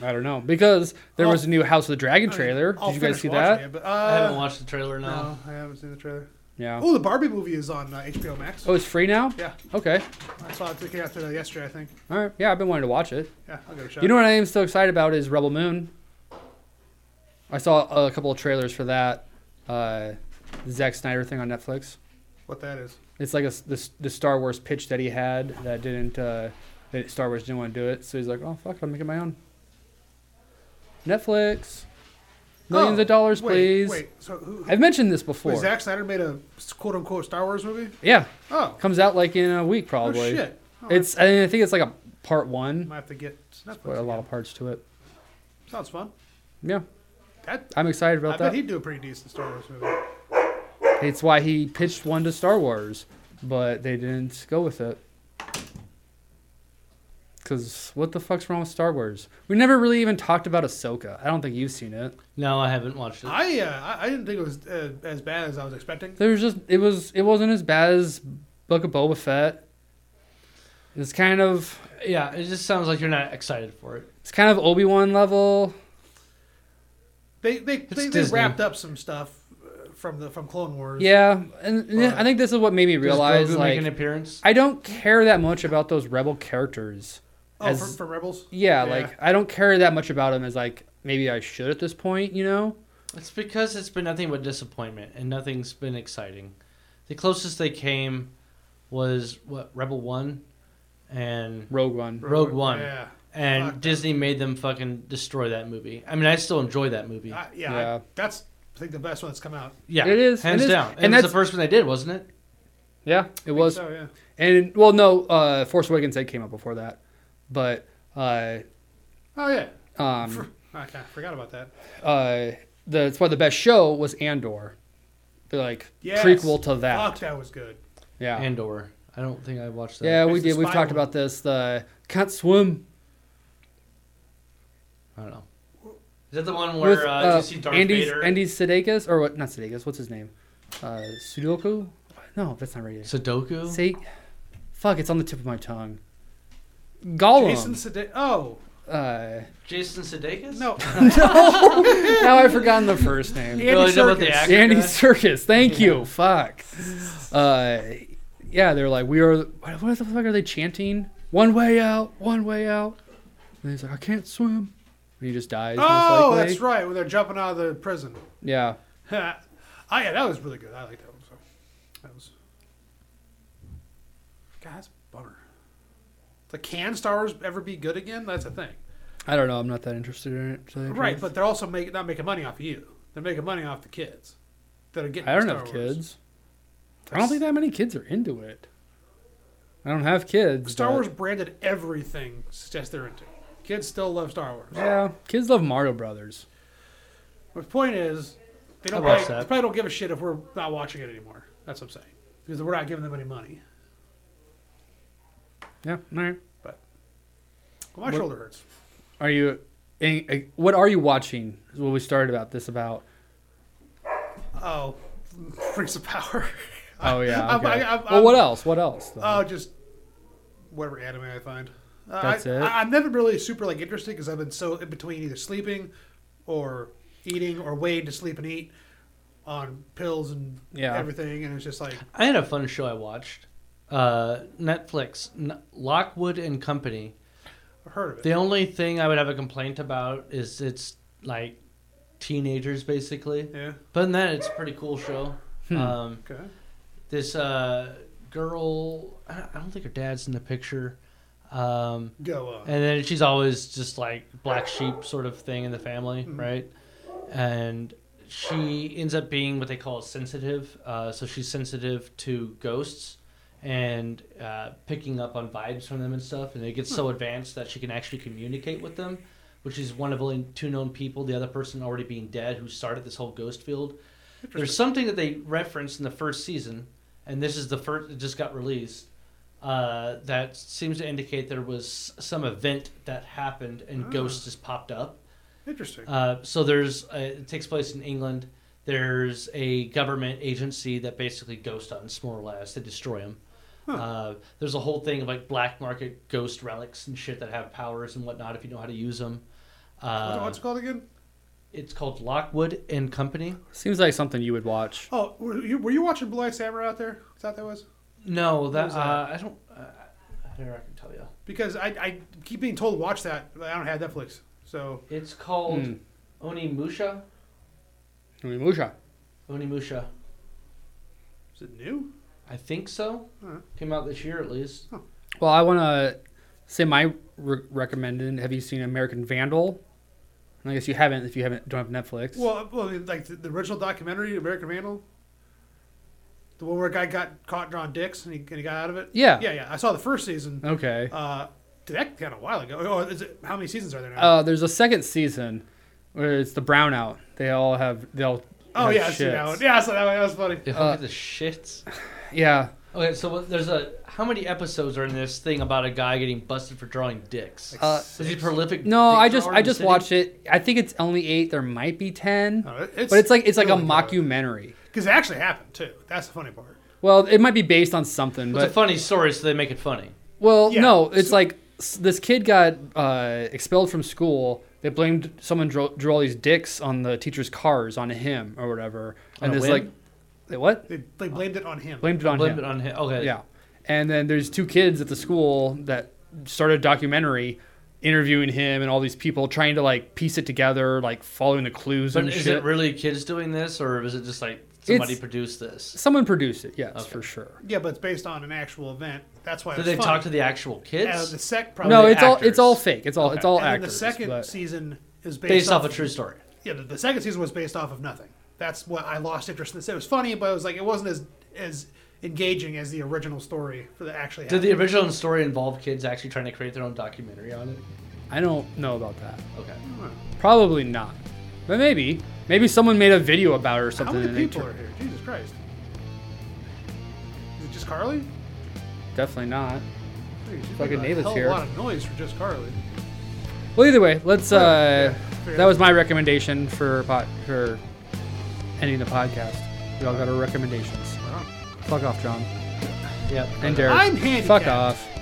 Speaker 3: I don't know because there
Speaker 2: I'll-
Speaker 3: was a new House of the Dragon
Speaker 2: I mean,
Speaker 3: trailer.
Speaker 2: I'll
Speaker 3: Did you
Speaker 2: finish
Speaker 3: guys see
Speaker 2: watching
Speaker 3: that?
Speaker 2: It, but, uh,
Speaker 1: I haven't watched the trailer
Speaker 2: No.
Speaker 1: now.
Speaker 2: I haven't seen the trailer.
Speaker 3: Yeah.
Speaker 2: Oh, the Barbie movie is on uh, HBO Max.
Speaker 3: Oh, it's free now.
Speaker 2: Yeah,
Speaker 3: Okay.
Speaker 2: I saw it came out today- yesterday, I think.
Speaker 3: All right. Yeah, I've been wanting to watch it.
Speaker 2: Yeah, I'll give it a shot.
Speaker 3: You know what I am so excited about is Rebel Moon. I saw a couple of trailers for that uh, Zack Snyder thing on Netflix.
Speaker 2: what that is?
Speaker 3: It's like a s this the Star Wars pitch that he had that didn't uh, that Star Wars didn't want to do it, so he's like, "Oh fuck, I'm making my own." Netflix, millions
Speaker 2: Oh,
Speaker 3: of dollars,
Speaker 2: wait,
Speaker 3: please.
Speaker 2: Wait, so who? who
Speaker 3: I've mentioned this before.
Speaker 2: wait, Zack Snyder made a quote unquote Star Wars movie?
Speaker 3: Yeah,
Speaker 2: Oh,
Speaker 3: comes out like in a week
Speaker 2: oh
Speaker 3: probably.
Speaker 2: shit! Oh,
Speaker 3: It's and I think it's like a part one,
Speaker 2: I might have to get Netflix.
Speaker 3: but a lot
Speaker 2: again.
Speaker 3: of parts to it.
Speaker 2: Sounds fun.
Speaker 3: Yeah,
Speaker 2: That,
Speaker 3: I'm excited
Speaker 2: I
Speaker 3: about
Speaker 2: bet
Speaker 3: that.
Speaker 2: he'd do a pretty decent Star Wars movie.
Speaker 3: It's why he pitched one to Star Wars, but they didn't go with it. Cause what the fuck's wrong with Star Wars? We never really even talked about Ahsoka. I don't think you've seen it.
Speaker 1: No, I haven't watched it.
Speaker 2: I uh, I- I didn't think it was uh, as bad as I was expecting.
Speaker 3: There was just it was it wasn't as bad as Book of Boba Fett. It's kind of
Speaker 1: yeah, it just sounds like you're not excited for it.
Speaker 3: it's kind of Obi Wan level.
Speaker 2: They they they, they
Speaker 1: Disney.
Speaker 2: wrapped up some stuff uh, from the from Clone Wars.
Speaker 3: Yeah, and, and I think this is what made me
Speaker 1: Does
Speaker 3: realize
Speaker 1: Grogu
Speaker 3: like
Speaker 1: make an appearance.
Speaker 3: I don't care that much about those rebel characters.
Speaker 2: Oh,
Speaker 3: as-
Speaker 2: from, from Rebels.
Speaker 3: Yeah,
Speaker 2: Yeah.
Speaker 3: like I don't care that much about them as like maybe I should at this point, you know?
Speaker 1: It's because it's been nothing but disappointment, and nothing's been exciting. The closest they came was what Rebel One, and
Speaker 3: Rogue One.
Speaker 1: Rogue One.
Speaker 2: Yeah.
Speaker 1: and
Speaker 2: Fuck.
Speaker 1: Disney made them fucking destroy that movie. I mean, I still enjoy that movie.
Speaker 2: I, yeah, I,
Speaker 3: Yeah.
Speaker 2: that's I think the best one that's come out.
Speaker 1: yeah,
Speaker 3: It is,
Speaker 1: hands
Speaker 3: it is.
Speaker 1: down.
Speaker 3: And
Speaker 1: And that's
Speaker 3: that's-
Speaker 1: the first one they did, wasn't it?
Speaker 3: Yeah, it was.
Speaker 2: So, Oh, yeah.
Speaker 3: And well, no, uh, Force Awakens that came out before that, but uh,
Speaker 2: Oh yeah.
Speaker 3: um,
Speaker 2: I kinda forgot about that.
Speaker 3: uh, the that's why the best show was Andor, the like
Speaker 2: Yes.
Speaker 3: prequel to that.
Speaker 2: Fuck, that was good.
Speaker 3: Yeah,
Speaker 1: Andor. I don't think I watched that.
Speaker 3: yeah, we
Speaker 2: It's the
Speaker 3: did. We've
Speaker 2: spy
Speaker 3: talked
Speaker 2: one.
Speaker 3: about this. The can't swim
Speaker 1: I don't know. Is that the one
Speaker 3: with
Speaker 1: where uh,
Speaker 3: uh,
Speaker 1: you see Darth
Speaker 3: Andy
Speaker 1: Vader?
Speaker 3: Andy Sudeikis or what? Not Sudeikis. What's his name? Uh, Sudoku? No, that's not right.
Speaker 1: Sudoku.
Speaker 3: Say, fuck, it's on the tip of my tongue. Gollum.
Speaker 2: Jason Sudeikis. Oh,
Speaker 3: Uh,
Speaker 1: Jason Sudeikis?
Speaker 2: No,
Speaker 3: now I've forgotten the first name.
Speaker 1: You really know about the
Speaker 2: Serkis.
Speaker 1: actor
Speaker 3: Andy
Speaker 1: guy?
Speaker 3: Circus. Thank you. Fuck. Uh, yeah, they're like, we are. What, what the fuck are they chanting? One way out. One way out. And he's like, I can't swim. And he just dies. most
Speaker 2: Oh,
Speaker 3: likely.
Speaker 2: that's right. When they're jumping out of the prison.
Speaker 3: Yeah.
Speaker 2: oh yeah, that was really good. I like that one. So that was. God, that's a bummer. Like, can Star Wars ever be good again? That's a thing.
Speaker 3: I don't know. I'm not that interested in it. to tell you the
Speaker 2: Right,
Speaker 3: truth.
Speaker 2: but they're also make, not making money off of you. They're making money off the kids that are getting.
Speaker 3: I don't
Speaker 2: Star
Speaker 3: have
Speaker 2: Wars.
Speaker 3: kids. I don't think that many kids are into it. I don't have kids.
Speaker 2: Star
Speaker 3: but-
Speaker 2: Wars branded everything suggests they're into. Kids still love Star Wars.
Speaker 3: Yeah, kids love Mario Brothers.
Speaker 2: My point is, they don't
Speaker 1: I watched
Speaker 2: probably,
Speaker 1: that.
Speaker 2: they probably don't give a shit if we're not watching it anymore. That's what I'm saying because we're not giving them any money.
Speaker 3: Yeah. All right.
Speaker 2: Well, my
Speaker 3: What-
Speaker 2: shoulder hurts.
Speaker 3: Are you? any- uh, What are you watching? Is what we started about this about.
Speaker 2: Oh, Rings of Power.
Speaker 3: Oh yeah.
Speaker 2: I'm-
Speaker 3: Okay.
Speaker 2: I- I'm-
Speaker 3: well, what
Speaker 2: I'm-
Speaker 3: else? What else? Though?
Speaker 2: Oh, just whatever anime I find. Uh,
Speaker 3: That's
Speaker 2: I,
Speaker 3: it?
Speaker 2: I, I'm never really super like interested because I've been so in between either sleeping or eating or waiting to sleep and eat on pills and
Speaker 3: Yeah.
Speaker 2: everything, and it's just like
Speaker 1: I had a fun show I watched. Uh, Netflix, N- Lockwood and Company.
Speaker 2: I've heard of it.
Speaker 1: The only thing I would have a complaint about is it's like teenagers basically.
Speaker 2: yeah.
Speaker 1: But in that, it's a pretty cool show.
Speaker 2: Hmm.
Speaker 1: Um,
Speaker 2: Okay.
Speaker 1: this uh, girl, I don't- I don't think her dad's in the picture. Um,
Speaker 2: Go on.
Speaker 1: and then she's always just like black sheep sort of thing in the family, right? And she ends up being what they call sensitive. Uh, so she's sensitive to ghosts and uh, picking up on vibes from them and stuff. And it gets so advanced that she can actually communicate with them, which is one of only two known people, the other person already being dead, who started this whole ghost field. There's something that they referenced in the first season, and this is the first, it just got released uh, that seems to indicate there was some event that happened and ghosts just popped up.
Speaker 2: Interesting.
Speaker 1: Uh, so there's a, it takes place in England. There's a government agency that basically ghost hunts more or less. They destroy them. Uh, there's a whole thing of like black market ghost relics and shit that have powers and whatnot if you know how to use them.
Speaker 2: What's it-
Speaker 1: Uh,
Speaker 2: What's it called again?
Speaker 1: it's called Lockwood and Company.
Speaker 3: Seems like something you would watch.
Speaker 2: Oh, were you, were you watching Blue Eye Samurai out there? Is that what that was?
Speaker 1: No, that,
Speaker 2: was that?
Speaker 1: uh, I don't. Uh, I don't know, I can tell you.
Speaker 2: Because I, I keep being told to watch that, but I don't have Netflix. So
Speaker 1: It's called
Speaker 3: Hmm.
Speaker 1: Onimusha.
Speaker 3: Musha.
Speaker 1: Onimusha.
Speaker 2: is it new?
Speaker 1: I think so.
Speaker 2: Huh.
Speaker 1: Came out this year at least.
Speaker 3: Well, I want to say my re- recommended. Have you seen American Vandal? And I guess you haven't if you haven't don't have Netflix.
Speaker 2: Well, uh, well, I mean, like the, the original documentary, American Vandal, the one where a guy got caught drawing dicks and he, and he got out of it.
Speaker 3: Yeah.
Speaker 2: yeah, yeah. I saw the first season.
Speaker 3: okay.
Speaker 2: Uh, did that kind of a while ago. Oh, is it, how many seasons are there now?
Speaker 3: Uh, there's a second season where it's the brownout. They all have they all.
Speaker 2: oh
Speaker 3: have
Speaker 2: yeah, I see that
Speaker 3: shits.
Speaker 2: one. Yeah, I saw that one. That was funny.
Speaker 1: Dude, look at the shits.
Speaker 3: Yeah.
Speaker 1: Uh, Okay, so what- there's a how many episodes are in this thing about a guy getting busted for drawing dicks?
Speaker 3: Uh,
Speaker 1: Is he prolific?
Speaker 3: No,
Speaker 1: dick
Speaker 3: I just
Speaker 1: drawer
Speaker 3: I
Speaker 1: in the
Speaker 3: just
Speaker 1: city?
Speaker 3: watched it. I think it's only eight. There might be ten,
Speaker 2: No, it- it's
Speaker 3: but it's like it's like
Speaker 2: really
Speaker 3: a
Speaker 2: good.
Speaker 3: mockumentary.
Speaker 2: because it actually happened too. That's the funny part.
Speaker 3: Well, it might be based on something,
Speaker 1: It's
Speaker 3: but
Speaker 1: a funny story, so they make it funny.
Speaker 3: well,
Speaker 2: Yeah,
Speaker 3: no, it's
Speaker 2: so-
Speaker 3: like s- this kid got uh, expelled from school. They blamed someone drew, drew all these dicks on the teacher's cars on him or whatever,
Speaker 1: On
Speaker 3: and
Speaker 1: a
Speaker 3: this
Speaker 1: whim?
Speaker 3: like, they what?
Speaker 2: They, they blamed it on him.
Speaker 3: Blamed it on
Speaker 1: Blame
Speaker 3: him.
Speaker 1: it on him. Okay.
Speaker 3: Yeah. And then there's two kids at the school that started a documentary interviewing him and all these people trying to like piece it together, like following the clues
Speaker 1: But
Speaker 3: and
Speaker 1: is
Speaker 3: shit.
Speaker 1: it really kids doing this, or is it just like somebody
Speaker 3: It's-
Speaker 1: produced this?
Speaker 3: Someone produced it, yes,
Speaker 1: Okay.
Speaker 3: for sure.
Speaker 2: yeah, but it's based on an actual event. That's why.
Speaker 1: Did
Speaker 2: it was
Speaker 1: they
Speaker 2: funny.
Speaker 1: talk to the actual
Speaker 2: Uh, the
Speaker 1: kids?
Speaker 2: sec probably.
Speaker 3: No,
Speaker 1: the
Speaker 3: it's all it's all
Speaker 1: actors.
Speaker 3: fake. It's all it's all
Speaker 2: and then
Speaker 3: actors.
Speaker 2: the second
Speaker 3: but-
Speaker 2: season is based,
Speaker 1: Based off a
Speaker 2: of
Speaker 1: true story.
Speaker 2: yeah, the, the second season was based off of nothing. That's what I lost interest in. It was funny, but it was like it wasn't as as engaging as the original story for the actually.
Speaker 1: Did
Speaker 2: happened.
Speaker 1: the original story involve kids actually trying to create their own documentary on it?
Speaker 3: I don't know about that.
Speaker 1: Okay.
Speaker 3: Probably not. But maybe. Maybe someone made a video about it or
Speaker 2: How
Speaker 3: something.
Speaker 2: many
Speaker 3: and they
Speaker 2: people
Speaker 3: tur-
Speaker 2: are here? Jesus Christ! Is it just Carly?
Speaker 3: Definitely not.
Speaker 2: Dude, she's
Speaker 3: Fucking
Speaker 2: making a
Speaker 3: Neva's
Speaker 2: hell of
Speaker 3: here.
Speaker 2: A lot of noise for just Carly.
Speaker 3: Well, either way, let's. uh
Speaker 2: fair.
Speaker 3: That was my recommendation for pot for ending the podcast. We all got our recommendations.
Speaker 2: Wow.
Speaker 3: Fuck off, John.
Speaker 1: Yep.
Speaker 3: And Derek.
Speaker 2: I'm handicapped.
Speaker 3: Fuck off.